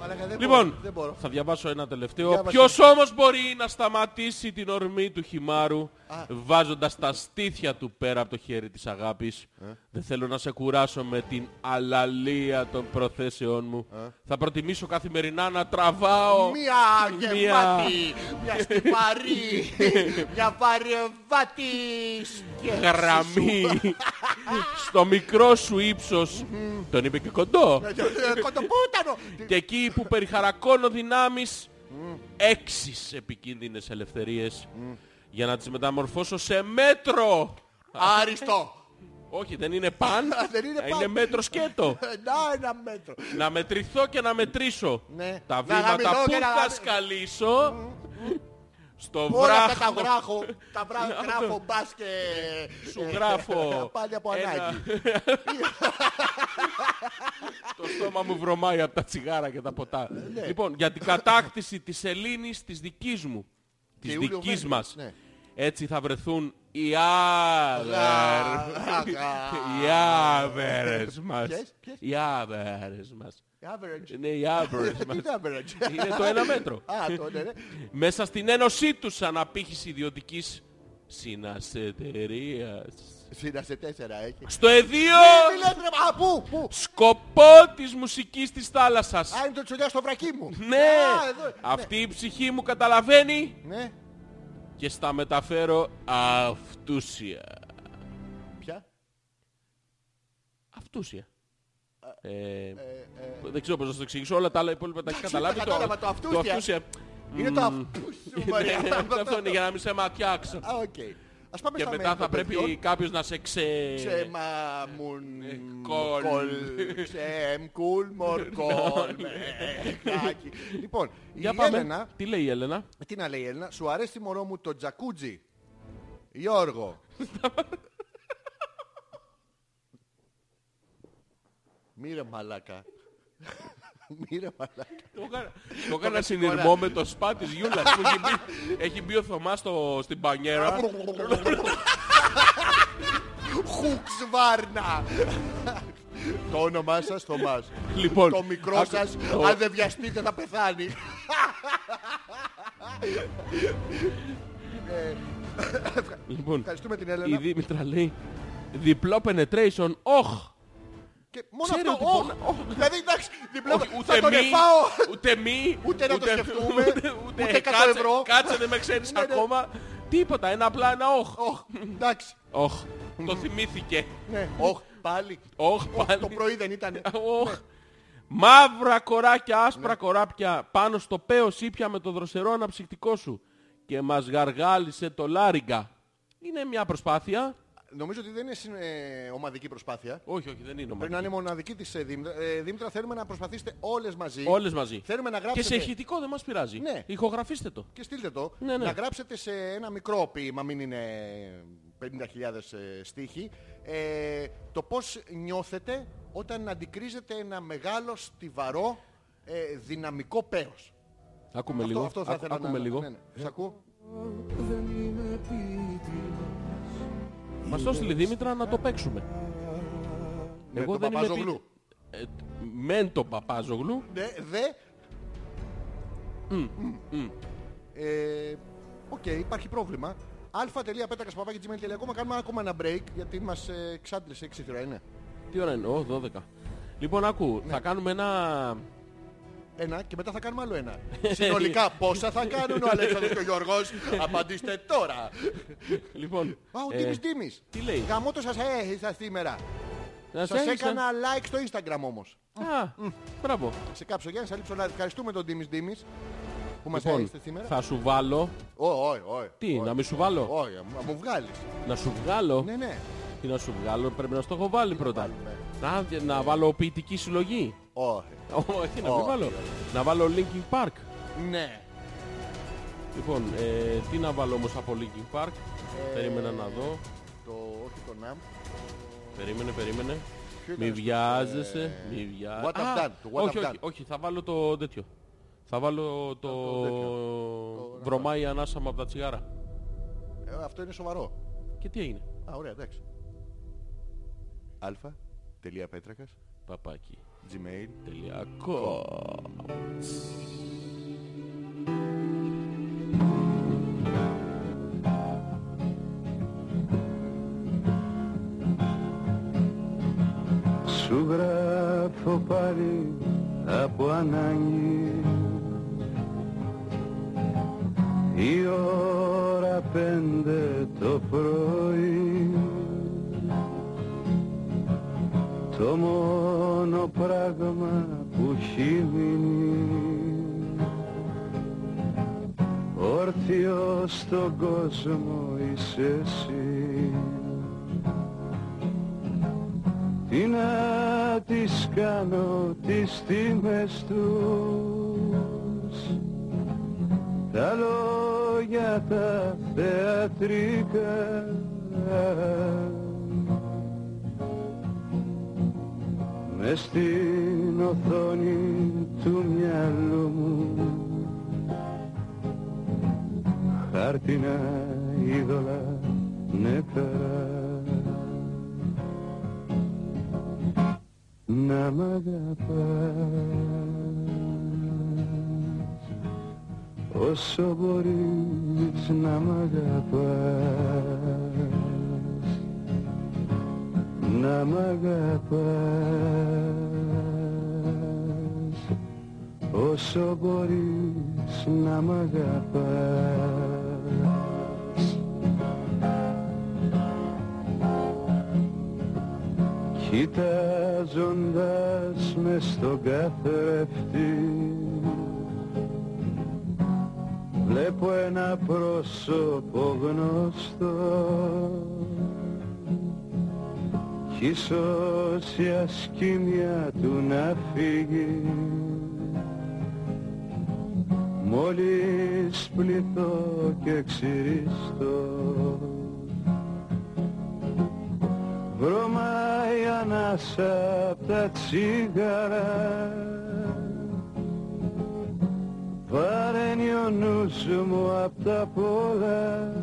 S2: Μαλάκα, δεν
S1: Λοιπόν,
S2: μπορώ, δεν μπορώ.
S1: θα διαβάσω ένα τελευταίο.
S2: Διάβασε.
S1: Ποιος όμως μπορεί να σταματήσει την ορμή του χυμάρου βάζοντας τα στήθια του πέρα από το χέρι της αγάπης. Δεν θέλω να σε κουράσω με την αλαλία των προθέσεών μου. Θα προτιμήσω καθημερινά να τραβάω...
S2: Μία
S1: Μία.
S2: γεμάτη, μία
S1: [LAUGHS]
S2: στιβαρή, μία βαρεβάτη σκέψη
S1: γραμμή στο μικρό σου ύψος. Τον είπε και κοντό.
S2: σου. Ε, Κοντοπούτανο.
S1: Και εκεί που περιχαρακώνω δυνάμεις έξις επικίνδυνες ελευθερίες για να τις μεταμορφώσω σε μέτρο.
S2: Άριστο.
S1: Όχι, δεν είναι παν, Ε,
S2: Δεν είναι παν.
S1: είναι μέτρο σκέτο.
S2: Ε, Να ένα μέτρο.
S1: να μετρηθώ και να μετρήσω
S2: Ναι.
S1: τα
S2: Να
S1: βήματα
S2: χαμηλώ
S1: που
S2: και να
S1: θα
S2: χαμη-
S1: σκαλίσω στο
S2: Όλα αυτά τα
S1: βράχο.
S2: βράχο, τα βράχο, γράφω μπας και...
S1: Σου
S2: ε, [LAUGHS]
S1: γράφω
S2: Πάλι από
S1: ένα-
S2: ανάγκη.
S1: [LAUGHS] Το στόμα μου βρωμάει από τα τσιγάρα και τα ποτά.
S2: Ε, ναι.
S1: Λοιπόν, για την κατάκτηση της σελήνης της δικής μου. Της
S2: Και ούλιο
S1: δικής
S2: βέλη,
S1: μας.
S2: ναι.
S1: Έτσι θα βρεθούν οι άδερ. Οι άδερες μας.
S2: Ποιες, ποιες?
S1: Οι άδερες μας.
S2: Average.
S1: Είναι οι άδερες
S2: Τι
S1: μας.
S2: είναι average.
S1: Είναι το ένα μέτρο.
S2: Α, το ναι, ναι.
S1: Μέσα στην ένωσή τους αναπήχηση ιδιωτικής συναστερίας.
S2: Σύνα σε τέσσερα έχει.
S1: Στο εδίο
S2: Τι λες ρε, α, πού, πού.
S1: σκοπό της μουσικής της θάλασσας.
S2: Α, είναι το τσουλιά στο βρακί μου.
S1: Ναι!
S2: Α, εδώ,
S1: Αυτή η ψυχή μου καταλαβαίνει
S2: Ναι.
S1: και στα μεταφέρω αυτούσια.
S2: Ποια.
S1: Αυτούσια. Ε, δεν ξέρω πώς να σας το εξηγήσω. Όλα τα άλλα υπόλοιπα τα έχει
S2: Εντάξει,
S1: καταλάβει.
S2: κατάλαβα, το αυτούσια. Είναι το αυτού σου, Μαρία.
S1: Ε, Αυτό είναι για να μην σε ματιάξω.
S2: Α, οκ. Ας πάμε
S1: Και
S2: στα
S1: μετά
S2: mail
S1: θα
S2: των
S1: πρέπει
S2: παιδιών.
S1: κάποιος να σε ξε...
S2: Ξεμαμουν...
S1: Ε, κολ.
S2: Ξεμκουλ
S1: [LAUGHS]
S2: μορκόλ. Ε, χάκι. Λοιπόν, η
S1: Ναι, Για
S2: Έλενα,
S1: πάμε. Τι λέει η Έλενα.
S2: τι να λέει η Έλενα, σου αρέσει μωρό μου το τζακούτζι. Γιώργο. Μύρε μαλάκα. Μύρε μαλάκα.
S1: Το έκανα- Το έκανα
S2: κατσικορά.
S1: συνειρμό με το σπά της Γιούλας που έχει μπει- έχει μπει ο Θωμάς στο- στην πανιέρα.
S2: Χουξβάρνα. Το όνομά σας Θωμάς.
S1: Λοιπόν,
S2: Το μικρό
S1: άκου-
S2: σας,
S1: το-
S2: αν δεν βιαστείτε θα πεθάνει.
S1: Λοιπόν,
S2: Ευχαριστούμε την
S1: η
S2: Έλενα.
S1: Δήμητρα λέει διπλό penetration, όχ!
S2: Και μόνο
S1: Ξέρω
S2: αυτό,
S1: ότι
S2: όχ, δηλαδή εντάξει, διπλό,
S1: Όχι, ούτε
S2: θα τον
S1: μη,
S2: εφάω.
S1: ούτε μη,
S2: Ούτε να το σκεφτούμε,
S1: ούτε, ούτε,
S2: ούτε 100
S1: κάτσε,
S2: ευρώ.
S1: Κάτσε δεν με ξέρεις
S2: Ναι, ναι.
S1: ακόμα. Τίποτα, ένα απλά ένα όχ.
S2: Όχ, εντάξει,
S1: Όχ, το θυμήθηκε.
S2: ναι, όχ, πάλι.
S1: Όχ,
S2: Το
S1: πάλι.
S2: πρωί δεν ήταν.
S1: [LAUGHS] Όχ. Μαύρα κοράκια, άσπρα
S2: Ναι.
S1: κοράπια, πάνω στο πέος ήπια με το δροσερό αναψυκτικό σου και μας γαργάλισε το λάριγκα. Είναι μια προσπάθεια.
S2: Νομίζω ότι δεν είναι συν- ε, ομαδική προσπάθεια.
S1: Όχι, όχι, δεν είναι
S2: Πρέπει
S1: ομάδα.
S2: να είναι μοναδική της ε, Δήμητρα. Ε, Δήμητρα, θέλουμε να προσπαθήσετε όλες μαζί.
S1: Όλες μαζί.
S2: Θέλουμε να
S1: Και σε
S2: γράψετε.
S1: ηχητικό δεν μας πειράζει.
S2: Ναι.
S1: Ηχογραφήστε το.
S2: και στείλτε το,
S1: Ναι, ναι.
S2: να γράψετε σε ένα μικρό ποίημα, μην είναι 50.000 ε, στίχοι, ε, το πώς νιώθετε όταν αντικρίζετε ένα μεγάλο, στιβαρό, ε, δυναμικό πέος.
S1: Ακούμε
S2: Αυτό-
S1: λίγο.
S2: Αυτό θα
S1: Άκου-
S2: ήθελα να-
S1: Ακούμε λίγο.
S2: ναι, ναι. Σ' ακούω.
S3: Δεν είμαι πίτη.
S1: Μας το έστειλε η Δήμητρα να το παίξουμε.
S2: Με τον Παπάζογλου.
S1: πι- Ε, τ- Μεν τον Παπάζογλου.
S2: Ναι, δε. Ε, Οκ, υπάρχει πρόβλημα. α.πέτρακα.gmail.com Κάνουμε ακόμα ένα break γιατί μας ε, ξάντλησε 6 η ώρα, είναι.
S1: Τι ώρα είναι, Ω, 12. Λοιπόν, άκου,
S2: Ναι.
S1: θα κάνουμε ένα...
S2: Ένα και μετά θα κάνουμε άλλο
S1: [LAUGHS]
S2: ένα. Συνολικά πόσα θα κάνουν ο Αλέξανδρος και ο Γιώργος. Απαντήστε τώρα.
S1: Λοιπόν,
S2: Α, ο
S1: ε,
S2: Τίμης Τίμης.
S1: τι λέει?
S2: Γαμώ το σας έχασα σήμερα.
S1: να
S2: Σας
S1: σε
S2: έκανα Ε, like στο Instagram όμως.
S1: Α, μπράβο.
S2: Σε κάψω Γιάννη, θα λείψω live. Ευχαριστούμε τον Τίμης Τίμης που μας
S1: Λοιπόν,
S2: έχασε σήμερα.
S1: θα σου βάλω...
S2: Ω, όχι, όχι.
S1: Τι, να μην σου βάλω.
S2: Όχι, να μου βγάλεις.
S1: Να σου βγάλω.
S2: Ναι, ναι.
S1: Τι να σου βγάλω, πρέπει να στο έχω βάλει πρώτα. Να, να βάλω ποιητική συλλογή.
S2: Όχι.
S1: Όχι, να μην
S2: Όχι,
S1: βάλω.
S2: όχι.
S1: Να βάλω Linkin Park.
S2: Ναι.
S1: Λοιπόν, ε, τι να βάλω όμως από Linkin Park.
S2: Ε,
S1: Περίμενα να δω.
S2: Το όχι το ναμ.
S1: Περίμενε, περίμενε.
S2: Ποιο ήταν
S1: Μη
S2: αυτό,
S1: βιάζεσαι,
S2: ε,
S1: μη βιάζεσαι.
S2: What I've done, το What I've
S1: όχι,
S2: done.
S1: όχι, όχι, θα βάλω το τέτοιο. Θα βάλω το...
S2: Το-
S1: Βρωμάει η ανάσα μου από τα τσιγάρα.
S2: Ε, Αυτό είναι σοβαρό.
S1: Και τι έγινε.
S2: Α, ωραία, εντάξει. Αλφα. Τελεία πέτρακας.
S1: Παπάκι.
S2: Gmail.
S1: Τελειακό.
S6: Σου γράφω πάλι από ανάγκη Η ώρα πέντε το πρωί Το μόνο πράγμα που έχει μείνει Όρθιο στον κόσμο είσαι εσύ τι να τις κάνω τις τιμές τους Τα λόγια τα θεατρικά με στην οθόνη του μυαλού μου χάρτινα είδωλα νεκρά να μ' αγαπάς όσο μπορείς να μ' αγαπάς να μ' αγαπάς όσο μπορείς να μ' αγαπάς κοιτάζοντας με στον καθρέφτη βλέπω ένα πρόσωπο γνωστό κι ίσως η ασκήμια του να φύγεις μόλις πληθώ και ξυριστώ βρωμάει ανάσα απ' τα τσίγαρα βαραίνει ο νους μου απ' τα πολλά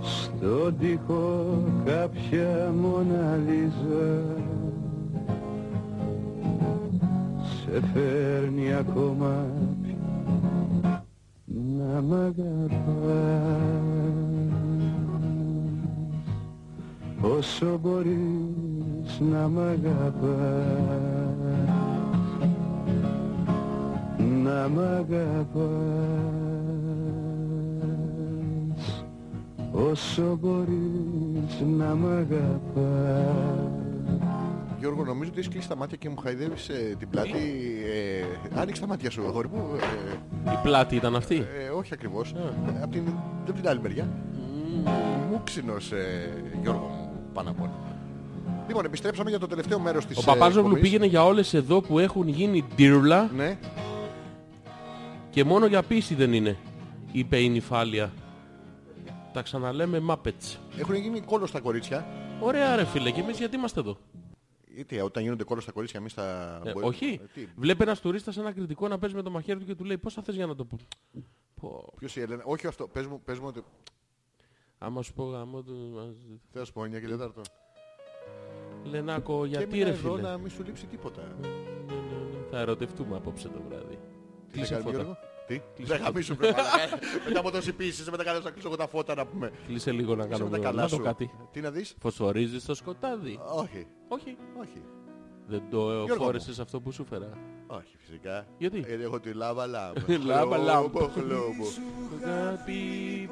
S6: στον τοίχο κάποια μοναλίζα σε φέρνει ακόμα να μ' αγαπάς Όσο μπορείς να μ' αγαπάς Να μ' αγαπάς Όσο μπορείς να μ' αγαπάς
S2: Γιώργο, νομίζω ότι έχεις κλείσει τα μάτια και μου χαϊδεύεις ε, την πλάτη.
S1: Ναι.
S2: Ε, άνοιξε τα μάτια σου, αγόρι μου. Ε,
S1: Η πλάτη ήταν αυτή.
S2: Ε, όχι ακριβώς.
S1: Ναι.
S2: Ε, απ' την, απ' την άλλη μεριά.
S1: Mm.
S2: Μούξινος, ε, Γιώργο μου, πάνω απ' όλα. Λοιπόν, επιστρέψαμε για το τελευταίο μέρος της ε,
S1: Ο Παπάζογλου
S2: εκπομπής.
S1: πήγαινε για όλες εδώ που έχουν γίνει ντύρουλα
S2: Ναι,
S1: και μόνο για πίση δεν είναι, είπε η νυφάλια. Τα ξαναλέμε Muppets.
S2: έχουν γίνει κόλλο στα κορίτσια.
S1: Ωραία ρε φίλε, και εμείς γιατί είμαστε εδώ.
S2: Ή τι, όταν γίνονται κόλλο στα κορίτσια, εμείς θα.
S1: Ε,
S2: μπορούμε-
S1: όχι.
S2: Ε, τι,
S1: Βλέπει ένας τουρίστας ένα κριτικό να παίζει με το μαχαίρι του και του λέει πόσα θες για να το πω. Πω.
S2: Ποιος η Ελένα. Όχι αυτό. Πες μου, πες μου ότι.
S1: Άμα σου πω γαμό του.
S2: Θέλω να σου πω 9 και 4.
S1: Λενάκο,
S2: και
S1: γιατί
S2: έμεινα
S1: ρε
S2: εδώ
S1: φίλε.
S2: να μην σου λείψει τίποτα.
S1: Ναι, ναι, ναι. Θα ερωτευτούμε απόψε το βράδυ.
S2: Τι
S1: Κλείσε
S2: θα κάνουμε,
S1: φώτα.
S2: Γιώργο. Τι. Δεν γαμίσου πρέπει μαλάκα. Μετά από τόση πίεση, σε μετακαλέσω να κλείσω εγώ τα φώτα να πούμε.
S1: Κλείσε λίγο να
S2: Κλείσε με
S1: κάνουμε
S2: τα καλά
S1: να το
S2: σου.
S1: κάτι.
S2: Τι να δεις.
S1: Φωσορίζεις στο σκοτάδι.
S2: Όχι.
S1: Όχι.
S2: Όχι.
S1: Δεν το
S2: μου.
S1: φόρεσες αυτό που σου φέρα.
S2: Όχι φυσικά.
S1: Γιατί?
S2: Γιατί έχω τη λάβα λάμπα.
S1: Λάβα λάμπα.
S2: Χλόμπο, χλόμπο.
S1: Αγάπη,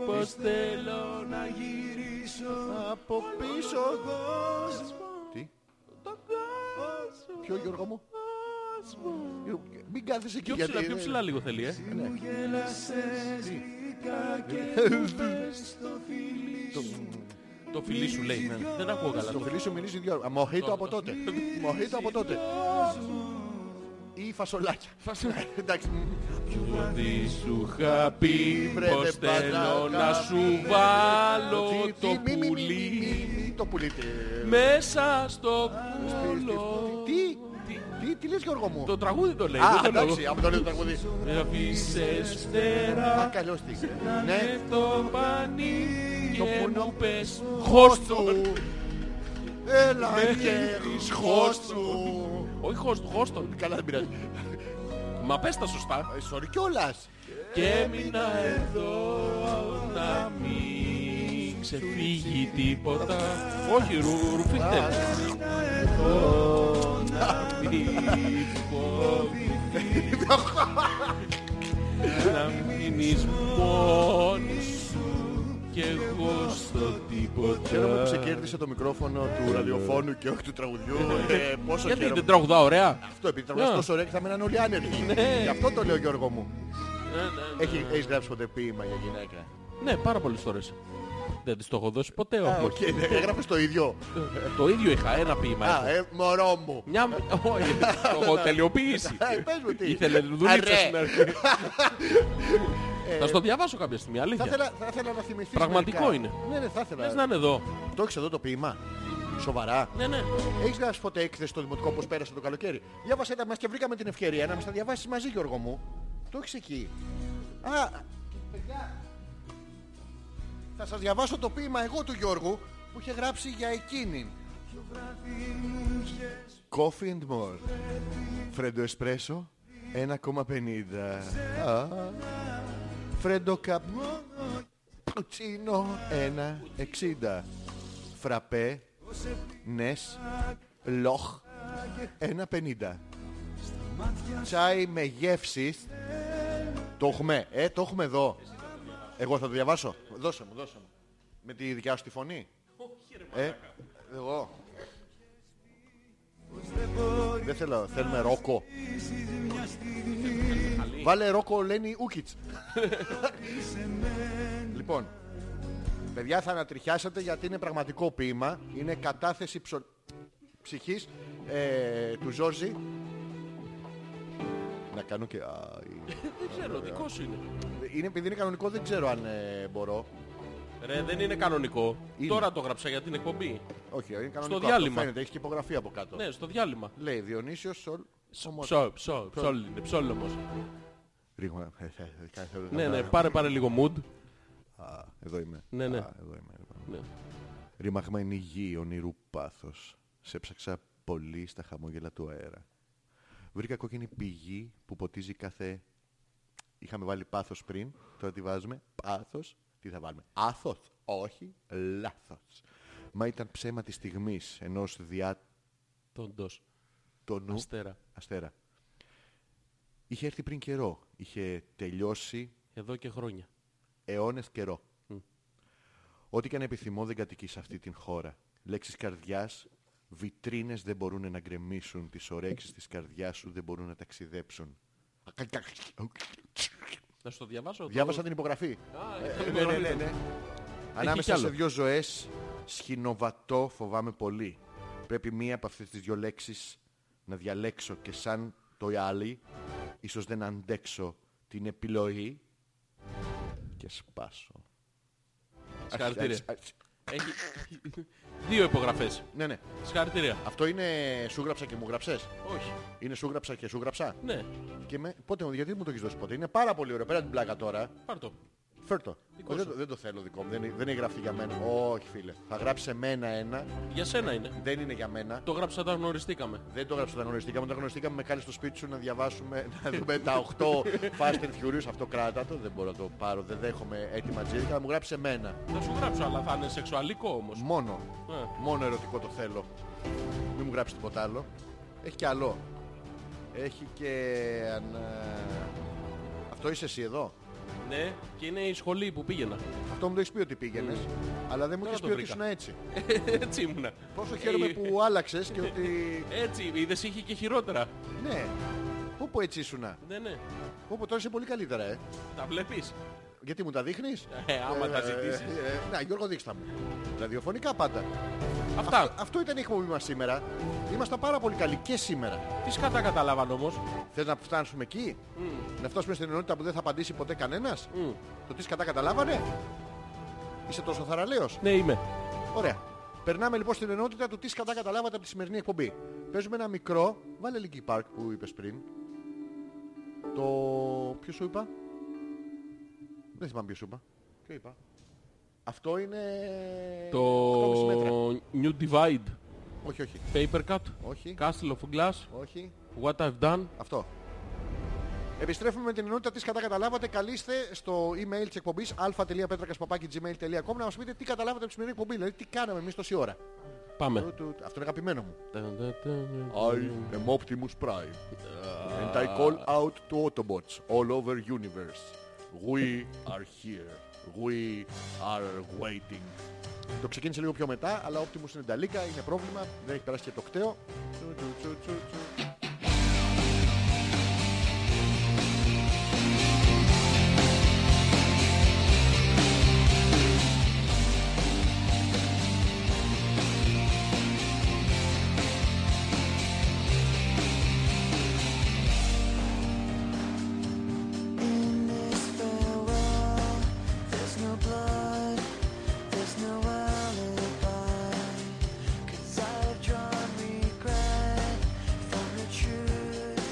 S1: πως θέλω να γυρίσω
S2: Από πίσω κόσμο. Τι.
S1: το κόσμο.
S2: Ποιο Γιώργο μου. Γιώργο, Μην κάθεσαι εκεί
S1: Πιο ψηλά,
S2: γιατί...
S1: πιο ψηλά λίγο θέλει, ε.
S2: Ναι.
S1: Το φιλί σου λέει. ναι. Δεν ακούω καλά.
S2: Το
S1: το-
S2: φιλί σου μυρίζει δυο ώρα. Μοχίτο από τότε. Μοχίτο από τότε. Ή
S1: [LAUGHS]
S2: φασολάκια. Εντάξει.
S1: Ότι σου είχα πει
S2: βρε,
S1: πως
S2: δεν πάντα
S1: θέλω να
S2: αγάπη.
S1: σου βάλω
S2: Τι- τι-
S1: το
S2: μη- μη- μη-
S1: πουλί
S2: μη- μη- Το πουλί. τι-
S1: μέσα στο κούλο.
S2: Τι, τι, τι λες Γιώργο μου.
S1: Το τραγούδι το λέει.
S2: Α,
S1: δεν το λέω.
S2: εντάξει, από το λέω το τραγούδι.
S1: Με αφήσες
S2: Α,
S1: φτερά
S2: καλώς τι. Ναι,
S1: με το πανί
S2: Το
S1: και
S2: πουνό.
S1: μου πες
S2: χώστου. Έλα,
S1: Ναι.
S2: γέρις, χώστου.
S1: Όχι χώστο, χώστο.
S2: Καλά, δεν πειράζει.
S1: Μα πες τα σωστά.
S2: Ε, Sorry κιόλας.
S1: Και έμεινα εδώ να μην ξεφύγει τίποτα. Όχι, ρου, ρουφίχτε. Να μην φοβηθείς, να μείνεις μόνη σου κι εγώ στο
S2: Χαίρομαι που σε
S1: τίποτα.
S2: κέρδισε το μικρόφωνο του ραδιοφώνου και όχι του τραγουδιού. Ε, Πόσο
S1: Γιατί
S2: χαίρομαι.
S1: δεν τραγουδά ωραία.
S2: Αυτό επειδή τραγουδάς
S1: Ναι.
S2: τόσο ωραία και θα μείναν όλοι άνεργοι.
S1: Ναι.
S2: Γι' αυτό το λέω Γιώργο μου.
S1: Ναι, ναι,
S2: Έχει, έχεις γράψει ποτέ ποίημα για γυναίκα.
S1: ναι. Ναι, πάρα πολλές φορές. Δεν της το έχω δώσει ποτέ
S2: Α,
S1: όμως.
S2: οκ, ναι, έγραφες το ίδιο.
S1: Το ίδιο είχα, ένα ποίημα.
S2: Α,
S1: έχω.
S2: ε, μωρό μου.
S1: Μια... Όχι, το έχω τελειοποιήσει.
S2: Ε, πες μου τι.
S1: Ήθελε δουλίτσα
S2: Α,
S1: στην
S2: ρε.
S1: αρχή. Θα στο διαβάσω κάποια στιγμή,
S2: Θα
S1: αλήθεια.
S2: ήθελα, θα ήθελα να θυμηθείς
S1: Πραγματικό
S2: μερικά.
S1: είναι.
S2: Ναι, ναι, θα
S1: Πες
S2: ήθελα.
S1: να είναι εδώ.
S2: Το έχεις εδώ το ποίημα. Σοβαρά.
S1: Ναι, ναι.
S2: Έχεις γράψει ποτέ έκθεση στο δημοτικό πώς πέρασε το καλοκαίρι. Διάβασέ τα μας και βρήκαμε την ευκαιρία να μας τα διαβάσεις μαζί Γιώργο μου. Το έχεις εκεί. Α, παιδιά. Θα σας διαβάσω το ποίημα εγώ του Γιώργου που είχε γράψει για εκείνη. Coffee and more. Φρέντο εσπρέσο 1,50. Α. Φρέντο καπουτσίνο 1,60. Φραπέ Νες Λοχ 1,50 Τσάι με γεύσεις Το έχουμε, ε, το έχουμε εδώ Εγώ θα το διαβάσω Δώσε μου, δώσε μου Με τη δικιά σου τη φωνή ε, Εγώ Δεν θέλω, θέλουμε ρόκο Βάλε ρόκο Λένι Ούκιτς Λοιπόν Παιδιά θα ανατριχιάσετε γιατί είναι πραγματικό ποίημα. Είναι κατάθεση ψω... ψυχής ε, του Ζόρζη. Να κάνω και... α, ε,
S1: Δεν ξέρω, δικό σου είναι.
S2: είναι επειδή είναι κανονικό δεν ξέρω αν ε, μπορώ.
S1: Ρε, δεν είναι κανονικό.
S2: Είναι.
S1: Τώρα το γράψα για την εκπομπή.
S2: Όχι, είναι κανονικό.
S1: διάλειμμα.
S2: Αυτό φαίνεται, έχεις και υπογραφή από κάτω.
S1: Ναι, στο διάλειμμα.
S2: Λέει Διονύσιος Σολ... Ομο-
S1: Ψό, ψό, ψόλ είναι, ψόλωμος.
S2: Ρίγμα. Ε, ε, ε, κάθε ώρα
S1: Ναι,
S2: να-
S1: ναι, πάρε, πάρε λίγο mood.
S2: Α, εδώ είμαι.
S1: Ναι, ναι.
S2: Α, εδώ είμαι, λοιπόν.
S1: Ναι.
S2: Ρημαγμένη γη ονειρού πάθος. Σε ψαξα πολύ στα χαμόγελα του αέρα. Βρήκα κόκκινη πηγή που ποτίζει κάθε... Είχαμε βάλει πάθος πριν, τώρα τη βάζουμε. Πάθος, τι θα βάλουμε. Άθος, όχι, λάθος. Μα ήταν ψέμα της στιγμής ενός διάτονου
S1: Τον τος. Αστέρα.
S2: αστέρα. Είχε έρθει πριν καιρό. Είχε τελειώσει
S1: Εδώ και χρόνια.
S2: αιώνες καιρό. Ό,τι και αν επιθυμώ δεν κατοικεί σε αυτή την χώρα. Λέξεις καρδιάς, βιτρίνες δεν μπορούν να γκρεμίσουν, τις ορέξεις της καρδιάς σου δεν μπορούν να ταξιδέψουν.
S1: Να σου το διαβάσω. το-
S2: Διάβασα την υπογραφή.
S1: Α,
S2: Ναι, ναι, ναι, ναι.
S1: κι
S2: Ανάμεσα
S1: άλλο.
S2: σε δύο ζωές, σχηνοβατό φοβάμαι πολύ. Πρέπει μία από αυτές τις δύο λέξεις να διαλέξω και σαν το άλλη, ίσως δεν αντέξω την επιλογή και σπάσω.
S1: Συγχαρητήρια.
S2: Άρχισε- άρχισε-
S1: Έχει δύο υπογραφές.
S2: Ναι, ναι.
S1: Συγχαρητήρια.
S2: Αυτό είναι σου γράψα και μου γράψες.
S1: Όχι.
S2: Είναι σου γράψα και σου γράψα.
S1: Ναι.
S2: Και με... Πότε, γιατί δεν μου το έχεις δώσει ποτέ. Είναι πάρα πολύ ωραίο. Πέρα την πλάκα τώρα.
S1: Πάρ' το.
S2: Φέρ το.
S1: Δικό
S2: Όχι, Δεν,
S1: σου.
S2: το- δεν το θέλω δικό μου. Δεν, είναι- δεν έχει γραφτεί για μένα. Όχι φίλε. Θα γράψει σε μένα ένα.
S1: Για σένα είναι.
S2: Δεν είναι για μένα.
S1: Το γράψα όταν γνωριστήκαμε.
S2: Δεν το γράψα τα γνωριστικά μου. Τα γνωριστικά μου με κάλεσε στο σπίτι σου να διαβάσουμε, [LAUGHS] να δούμε τα 8 Fast and Furious. Αυτό κράτα το. Δεν μπορώ να το πάρω. Δεν δέχομαι έτοιμα τζίρικα. Θα μου γράψει εμένα.
S1: Θα σου γράψω, αλλά θα είναι σεξουαλικό όμως.
S2: Μόνο.
S1: Ε.
S2: Μόνο ερωτικό το θέλω. Μην μου γράψεις τίποτα άλλο. Έχει και άλλο. Έχει και... ανα- Αυτό είσαι εσύ εδώ.
S1: Ναι, και είναι η σχολή που πήγαινα.
S2: Αυτό μου το έχεις πει ότι πήγαινες. Αλλά δεν μου
S1: Τώρα
S2: έχεις
S1: το
S2: πει ότι
S1: βρήκα.
S2: ήσουν έτσι.
S1: [LAUGHS] Έτσι ήμουνα.
S2: Πόσο χαίρομαι
S1: Ε,
S2: που άλλαξες και ότι...
S1: [LAUGHS] Έτσι, είδες είχε και χειρότερα.
S2: ναι. Πού πω έτσι ήσουνα.
S1: Ναι, ναι.
S2: Πού πω τώρα είσαι πολύ καλύτερα, ε.
S1: Τα βλέπεις.
S2: Γιατί μου τα δείχνεις.
S1: Ε, άμα τα
S2: Ε,
S1: ζητήσεις.
S2: ε, ε, Να, Γιώργο, δείξτε μου. Δηλαδή, Ραδιοφωνικά πάντα.
S1: Αυτά.
S2: ε, Αυτό ήταν η εκπομπή μας σήμερα. Ήμασταν πάρα πολύ καλοί και σήμερα.
S1: Τι σκατά καταλάβαν όμως.
S2: Θες να φτάσουμε εκεί, να φτάσουμε στην ενότητα που δεν θα απαντήσει ποτέ κανένας.
S1: Μμ.
S2: Το τι σκατά καταλάβανε. Είσαι τόσο θαραλέος.
S1: Ναι, είμαι.
S2: Ωραία. Περνάμε λοιπόν στην ενότητα του τι σκατά καταλάβατε από τη σημερινή εκπομπή. Παίζουμε ένα μικρό, βάλε Linkin Park που είπες πριν. Το... Ποιος σου είπα? Δεν θυμάμαι ποιος σου είπα. Ποιο είπα? Αυτό είναι...
S1: Το
S2: 8,5 Ε, μέτρα.
S1: New Divide,
S2: Όχι, όχι.
S1: Paper Cut,
S2: Όχι.
S1: Castle of Glass,
S2: Όχι.
S1: What I've Done.
S2: Αυτό. Επιστρέφουμε με την ενότητα της κατά καταλάβατε. Καλείστε στο email της εκπομπής α.πέτρακας.gmail.com να μας πείτε τι καταλάβατε από τη σημερινή εκπομπή. Δηλαδή τι κάναμε εμείς τόση ώρα.
S1: Πάμε.
S2: Του- του- Αυτό είναι αγαπημένο μου. I am Optimus Prime. And I call out to Autobots all over universe. We are here. We are waiting. Το ξεκίνησε λίγο πιο μετά, αλλά ο Optimus είναι ταλίκα, είναι πρόβλημα, δεν έχει περάσει και το κταίο. Τσου, τσου, τσου, τσου, τσου.
S7: In this farewell, there's no blood, there's no alibi. 'Cause I've drawn regret from the truth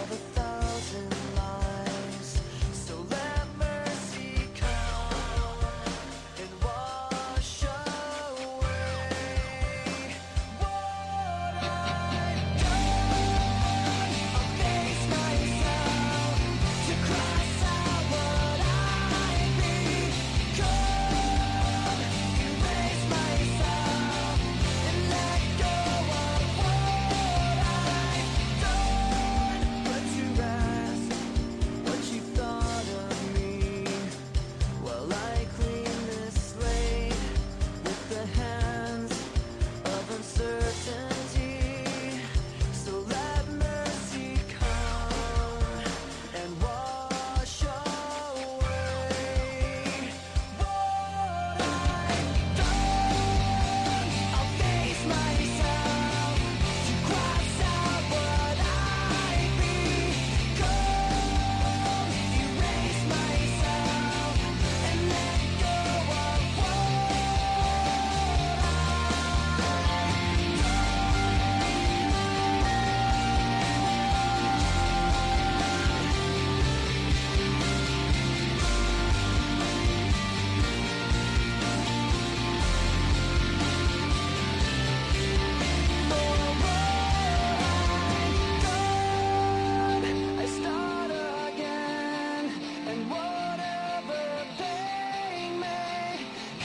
S7: of a thousand lies. So let mercy come and wash away what I've done. I'll face myself. To cross out what I become, erase myself and let go of what I've done. But to rest what you thought of me, while I clean this slate with the hands of uncertainty. So let mercy come and wash away what I've done. I'll face myself to cross out what I become, erase myself and let go of what I start again, and whatever pain may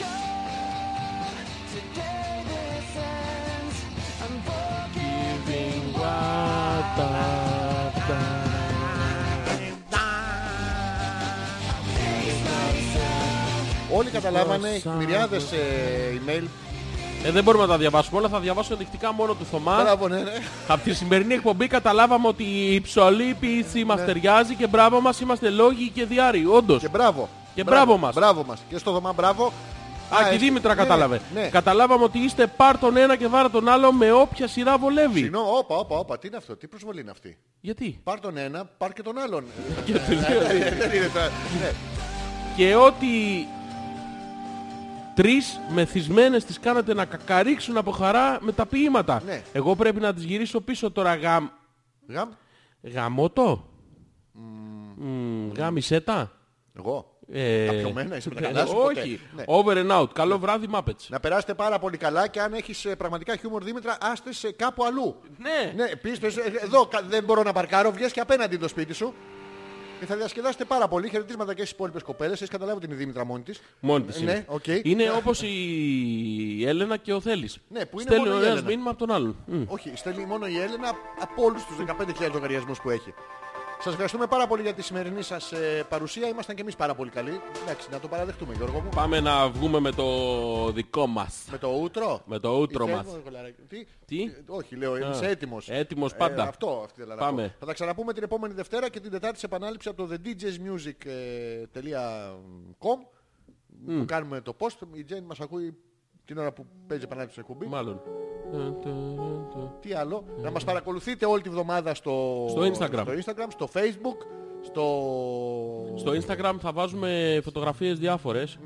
S7: come, today this ends. I'm forgiving what I've done. Face myself.
S2: Όλοι καταλάβανε, έχει μυριάδες ε, email.
S1: Ε, δεν μπορούμε να τα διαβάσουμε όλα, θα διαβάσω ενδεικτικά μόνο του Θωμά.
S2: Μπράβο, ναι, ναι.
S1: Από τη σημερινή εκπομπή καταλάβαμε ότι η ψωλή
S2: Ναι.
S1: ποιήση μας ταιριάζει και μπράβο μας είμαστε λόγοι και διάρροι, όντως.
S2: Και μπράβο.
S1: Και μπράβο μας.
S2: Μπράβο μας. Και στο δωμά μπράβο.
S1: Α, και η
S2: έτσι.
S1: Δήμητρα
S2: Ναι,
S1: κατάλαβε.
S2: Ναι.
S1: Καταλάβαμε ότι είστε πάρ τον ένα και βάρα τον άλλο με όποια σειρά βολεύει.
S2: Συγγνώμη, όπα, όπα, όπα. Τι είναι αυτό, τι προσβολή είναι αυτή.
S1: Γιατί.
S2: Πάρ τον ένα, πάρ και τον άλλον.
S1: Και τελείωσε.
S2: Δεν είναι τώρα. Ναι.
S1: και ό,τι Τρεις μεθυσμένες τις κάνατε να κακαρίξουν από χαρά με τα ποίηματα.
S2: Ναι.
S1: Εγώ πρέπει να τις γυρίσω πίσω τώρα γαμ...
S2: Γαμ.
S1: Γαμώτο. Μμμ, Γάμισέ τα.
S2: Εγώ.
S1: Ε,
S2: Τα πιωμένα είσαι με τα καλά σου ποτέ.
S1: Όχι.
S2: Ναι.
S1: Over and out. Καλό βράδυ, Muppets.
S2: Να περάσετε πάρα πολύ καλά και αν έχεις ε, πραγματικά χιούμορ Δήμητρα, άστε σε κάπου αλλού.
S1: Ναι.
S2: Ναι, πεις, πες, ε, εδώ κα- δεν μπορώ να παρκάρω, βγες και απέναντι το σπίτι σου. Και θα διασκεδάσετε πάρα πολύ. Χαιρετίσματα και στις υπόλοιπες κοπέλες. Έχεις καταλάβει την Δήμητρα μόνη της.
S1: Μόνη της
S2: Ναι,
S1: είναι.
S2: οκ.
S1: Είναι όπως η Έλενα και ο Θέλης.
S2: Ναι, που είναι
S1: Στέλνει
S2: μόνο
S1: ο
S2: η
S1: ένας
S2: Έλενα.
S1: μήνυμα από τον άλλον. Μμ.
S2: Όχι, στέλνει μόνο η Έλενα από όλους τους 15.000 λογαριασμούς που έχει. Σας ευχαριστούμε πάρα πολύ για τη σημερινή σας ε, παρουσία. Ήμασταν και εμείς πάρα πολύ καλοί. Εντάξει, να το παραδεχτούμε Γιώργο μου.
S1: Πάμε να βγούμε με το δικό μας.
S2: Με το ούτρο.
S1: Με το ούτρο μας.
S2: Τι.
S1: Τι?
S2: Ε, Όχι, λέω, είσαι έτοιμος. Ε,
S1: έτοιμος πάντα.
S2: αυτό αυτή ήθελα να
S1: Πάμε.
S2: πω. Θα τα ξαναπούμε την επόμενη Δευτέρα και την Τετάρτη σε επανάληψη από το ε, thedjsmusic.com που κάνουμε το post. Η Τζέιν μας ακούει την ώρα που παίζει επανάληψη σε κουμπί.
S1: Μάλλον.
S2: Τι άλλο. Να μας παρακολουθείτε όλη τη βδομάδα στο...
S1: Στο Instagram.
S2: στο Instagram, στο Facebook, στο...
S1: Στο Instagram θα βάζουμε φωτογραφίες διάφορες.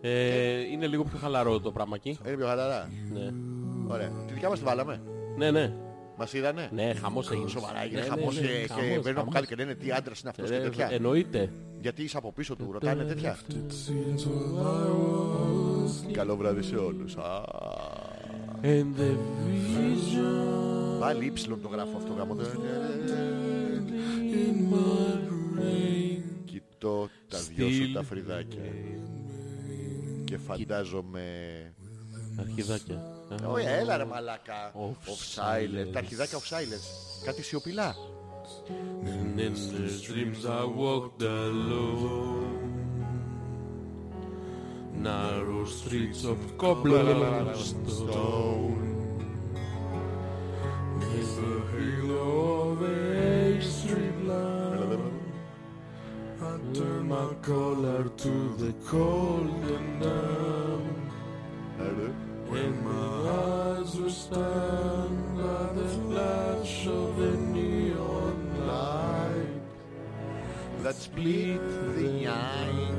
S1: Ε, είναι λίγο πιο χαλαρό το πράγμα εκεί.
S2: Είναι πιο χαλαρά.
S1: Ναι,
S2: Ε, Ωραία. Τη δικιά μας τη βάλαμε.
S1: ναι. Ναι,
S2: Μας είδανε.
S1: ναι χαμός έγινε.
S2: Σοβαρά,
S1: Ναι,
S2: είναι
S1: ναι,
S2: χαμός
S1: ναι,
S2: και-
S1: χαμός,
S2: και μπαίνουν από
S1: χαμός.
S2: κάτω και λένε τι άντρας είναι αυτός και
S1: Ε,
S2: τέτοια.
S1: Εννοείται.
S2: Γιατί είσαι από πίσω του, ρωτάνε τέτοια. Καλό βράδυ σε όλους. Α,
S1: And the vision
S2: Πάλι ύψιλον το γράφω αυτό γάμο. Κοιτώ τα δυο σου
S1: Still.
S2: τα φρυδάκια. Και φαντάζομαι...
S1: Αρχιδάκια.
S2: Όχι, έλα ρε μαλάκα.
S1: Off
S2: Off silence.
S1: silence.
S2: Τα αρχιδάκια off silence. Κάτι σιωπηλά.
S1: And in the dreams I walked alone Narrow streets of cobblestone Neath the halo of a street light I turn my collar to the cold and numb When my eyes were stunned by the flash of a neon light
S2: That split the night.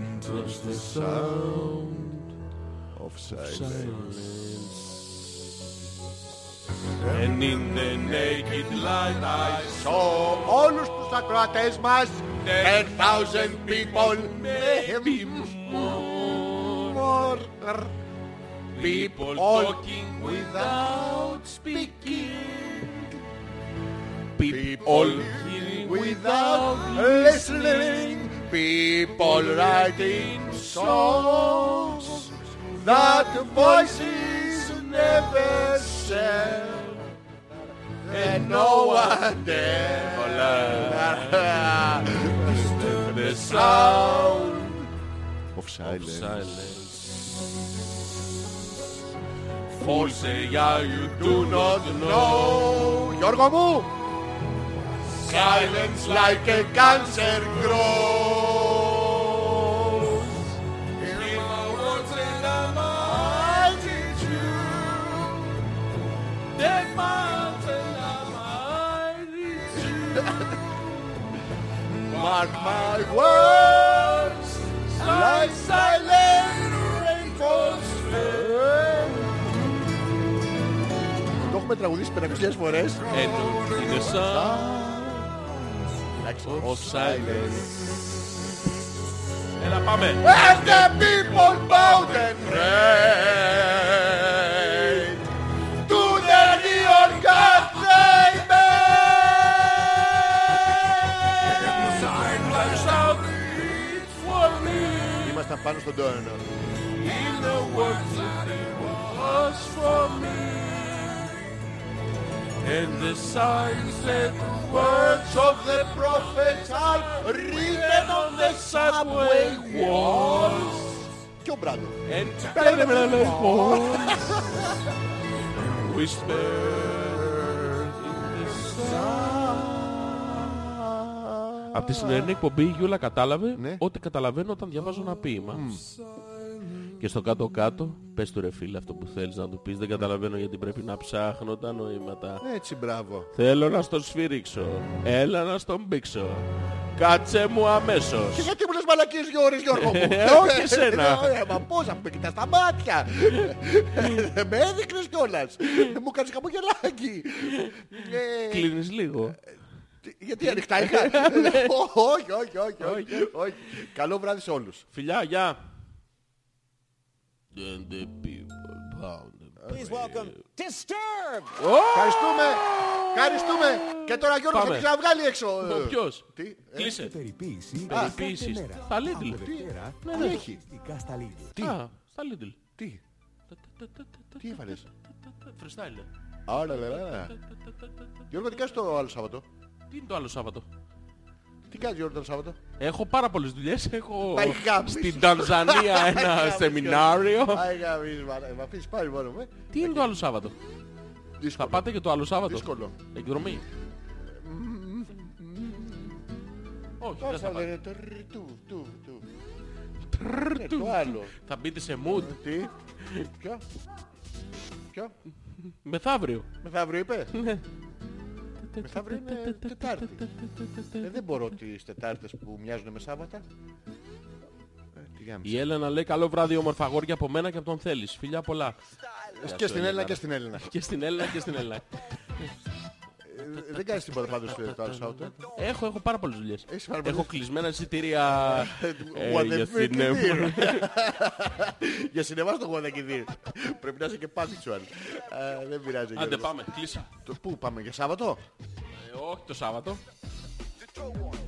S1: and touch the sound
S2: Off silence.
S1: And in the naked light I
S2: So, όλους τους ακροατές μας, 10,000 people, maybe more,
S1: people
S2: all
S1: talking
S2: without
S1: without speaking
S2: people without listening, people writing songs that voices never said. And no one ever learned the sound of silence.
S1: False yeah, you do not know
S2: No, Γιώργο μου! Silence like a cancer grows. In my words and in my attitude.
S1: Dead mountain am I
S2: [LAUGHS] Mark my words like silent rainbows. Το έχουμε τραγουδίσει 500.000 φορές.
S1: And in the sun of silence Έλα πάμε
S2: And the people bowed and prayed to the neon god they made. Ήμασταν πάνω στον τόνο.
S1: And the sign said
S2: Words of the prophets are written on the subway walls. Και ο Μπράντο.
S1: And telephones Whispered in the sun Από τη σημερινή εκπομπή η Γιούλα κατάλαβε
S2: Ναι.
S1: ότι καταλαβαίνω όταν διαβάζω ένα ποίημα. Και στο κάτω-κάτω, πες του ρε φίλε αυτό που θέλεις να του πεις, δεν καταλαβαίνω γιατί πρέπει να ψάχνω τα νοήματα.
S2: Έτσι, μπράβο.
S1: Θέλω να στον σφύριξω, έλα να στον πήξω, κάτσε μου αμέσως.
S2: Και γιατί μου λες μαλακίες Γιώργης Γιώργο μου.
S1: Ε, όχι εσένα.
S2: Ε, Μα πώς, να με κοιτάς τα μάτια. Ε, Με έδειχνες κιόλας. Ε, Μου κάνεις χαμογελάκι. Ε,
S1: Κλείνεις λίγο.
S2: τι- Γιατί ανοιχτά είχα. [LAUGHS] Ε, ό, Όχι, όχι, όχι, όχι, όχι. Καλό βράδυ σε όλους.
S1: Φιλιά, γεια. And the people pound.
S8: Please welcome Disturbed.
S2: Ευχαριστούμε. Ευχαριστούμε. Και τώρα Γιώργος θα
S1: Πάμε.
S2: την ξαναβγάλει έξω.
S1: Ο ποιος.
S2: Τι, ε,
S1: Κλείσε.
S9: Περιποίηση
S1: Περιποίησεις. Στα Lidl. Ναι,
S9: Δευτέρα
S2: τι έχει.
S9: ακουστικά στα Lidl.
S2: Τι,
S1: Α, στα Lidl.
S2: τι, τι έβαλες.
S1: Freestyle.
S2: Άρα, λε, λε. Γιώργο, τι κάνεις το άλλο Σάββατο.
S1: Τι είναι το άλλο Σάββατο.
S2: Τι κάνεις Γιώργο το άλλο Σάββατο.
S1: Έχω πάρα πολλές δουλειές. Έχω
S2: Τα έχει γάμψει. [LAUGHS]
S1: στην Τανζανία ένα
S2: γάμψει.
S1: σεμινάριο.
S2: Άι, γαμίζεις, μάνα. Με αφήσεις πάλι μόνο μου. ε.
S1: Τι είναι το άλλο Σάββατο. Θα
S2: Δύσκολο.
S1: πάτε και το άλλο Σάββατο.
S2: Δύσκολο. Ε,
S1: Εκδρομή. Όχι, δεν θα
S2: Πόσα
S1: πάτε.
S2: λένε το ρ, του, του, του. Ε, Το άλλο.
S1: Θα μπείτε σε mood
S2: Τι. Ποιο. Ποιο.
S1: μεθαύριο.
S2: Μεθαύριο είπε. Μεθαύριο είναι Τετάρτη. Ε, Δεν μπορώ τις Τετάρτες που μοιάζουν με Σάββατα. Ε, τι γάμισε.
S1: Η Έλενα λέει καλό βράδυ όμορφα αγόρια από μένα και από τον Θέλης. Φιλιά πολλά.
S2: Ε, Και στην Έλληνα και στην Έλληνα.
S1: Και στην Έλληνα και στην Έλληνα.
S2: Ε, Δεν κάνεις τίποτα πάντως ε, το άλλο Σάββατο.
S1: Έχω, έχω πάρα πολλές δουλειές.
S2: Έχεις πάρα πολλές.
S1: Έχω κλεισμένα εισιτήρια ε,
S2: What
S1: για
S2: the fuck
S1: σινέμα.
S2: is this? [LAUGHS] Για σινεμά στο γουαδακιδί. Πρέπει να είσαι και punctual. Ε, Δεν πειράζει.
S1: Άντε
S2: Γιώργος.
S1: πάμε, κλείσε.
S2: Το- Πού πάμε για Σάββατο.
S1: Ε, όχι το Σάββatο.
S10: Oh,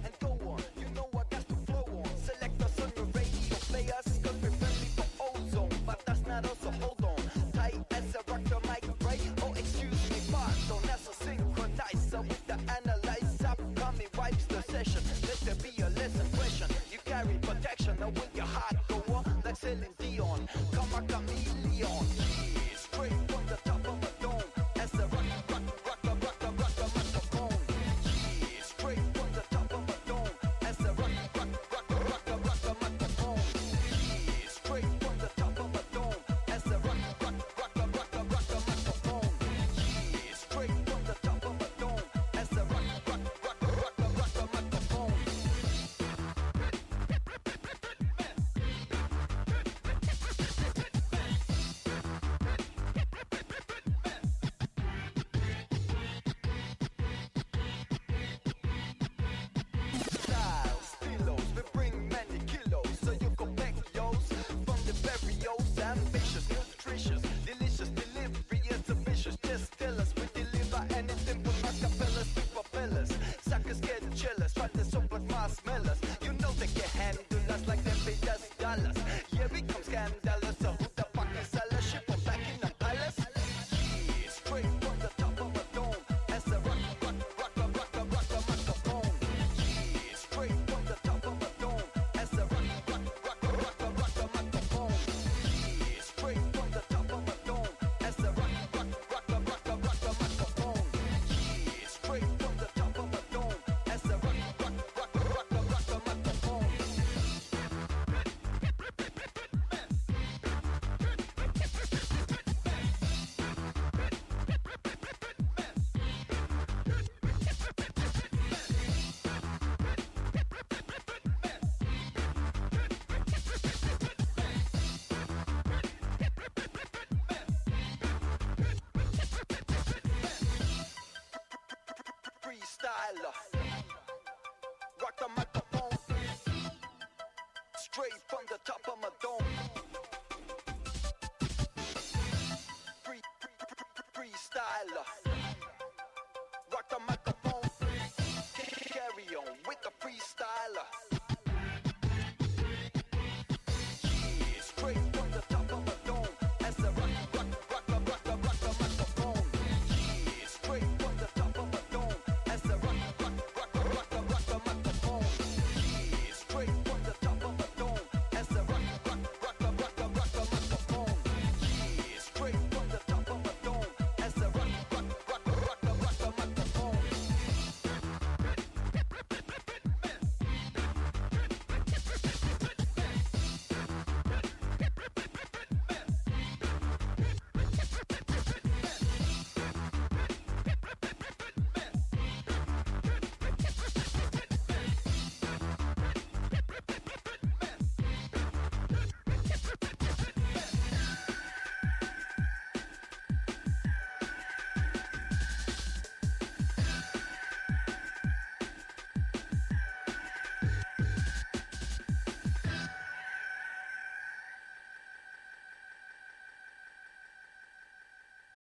S10: freestyler. Rock the microphone. Straight from the top of my dome. Free, free, free, free, freestyler.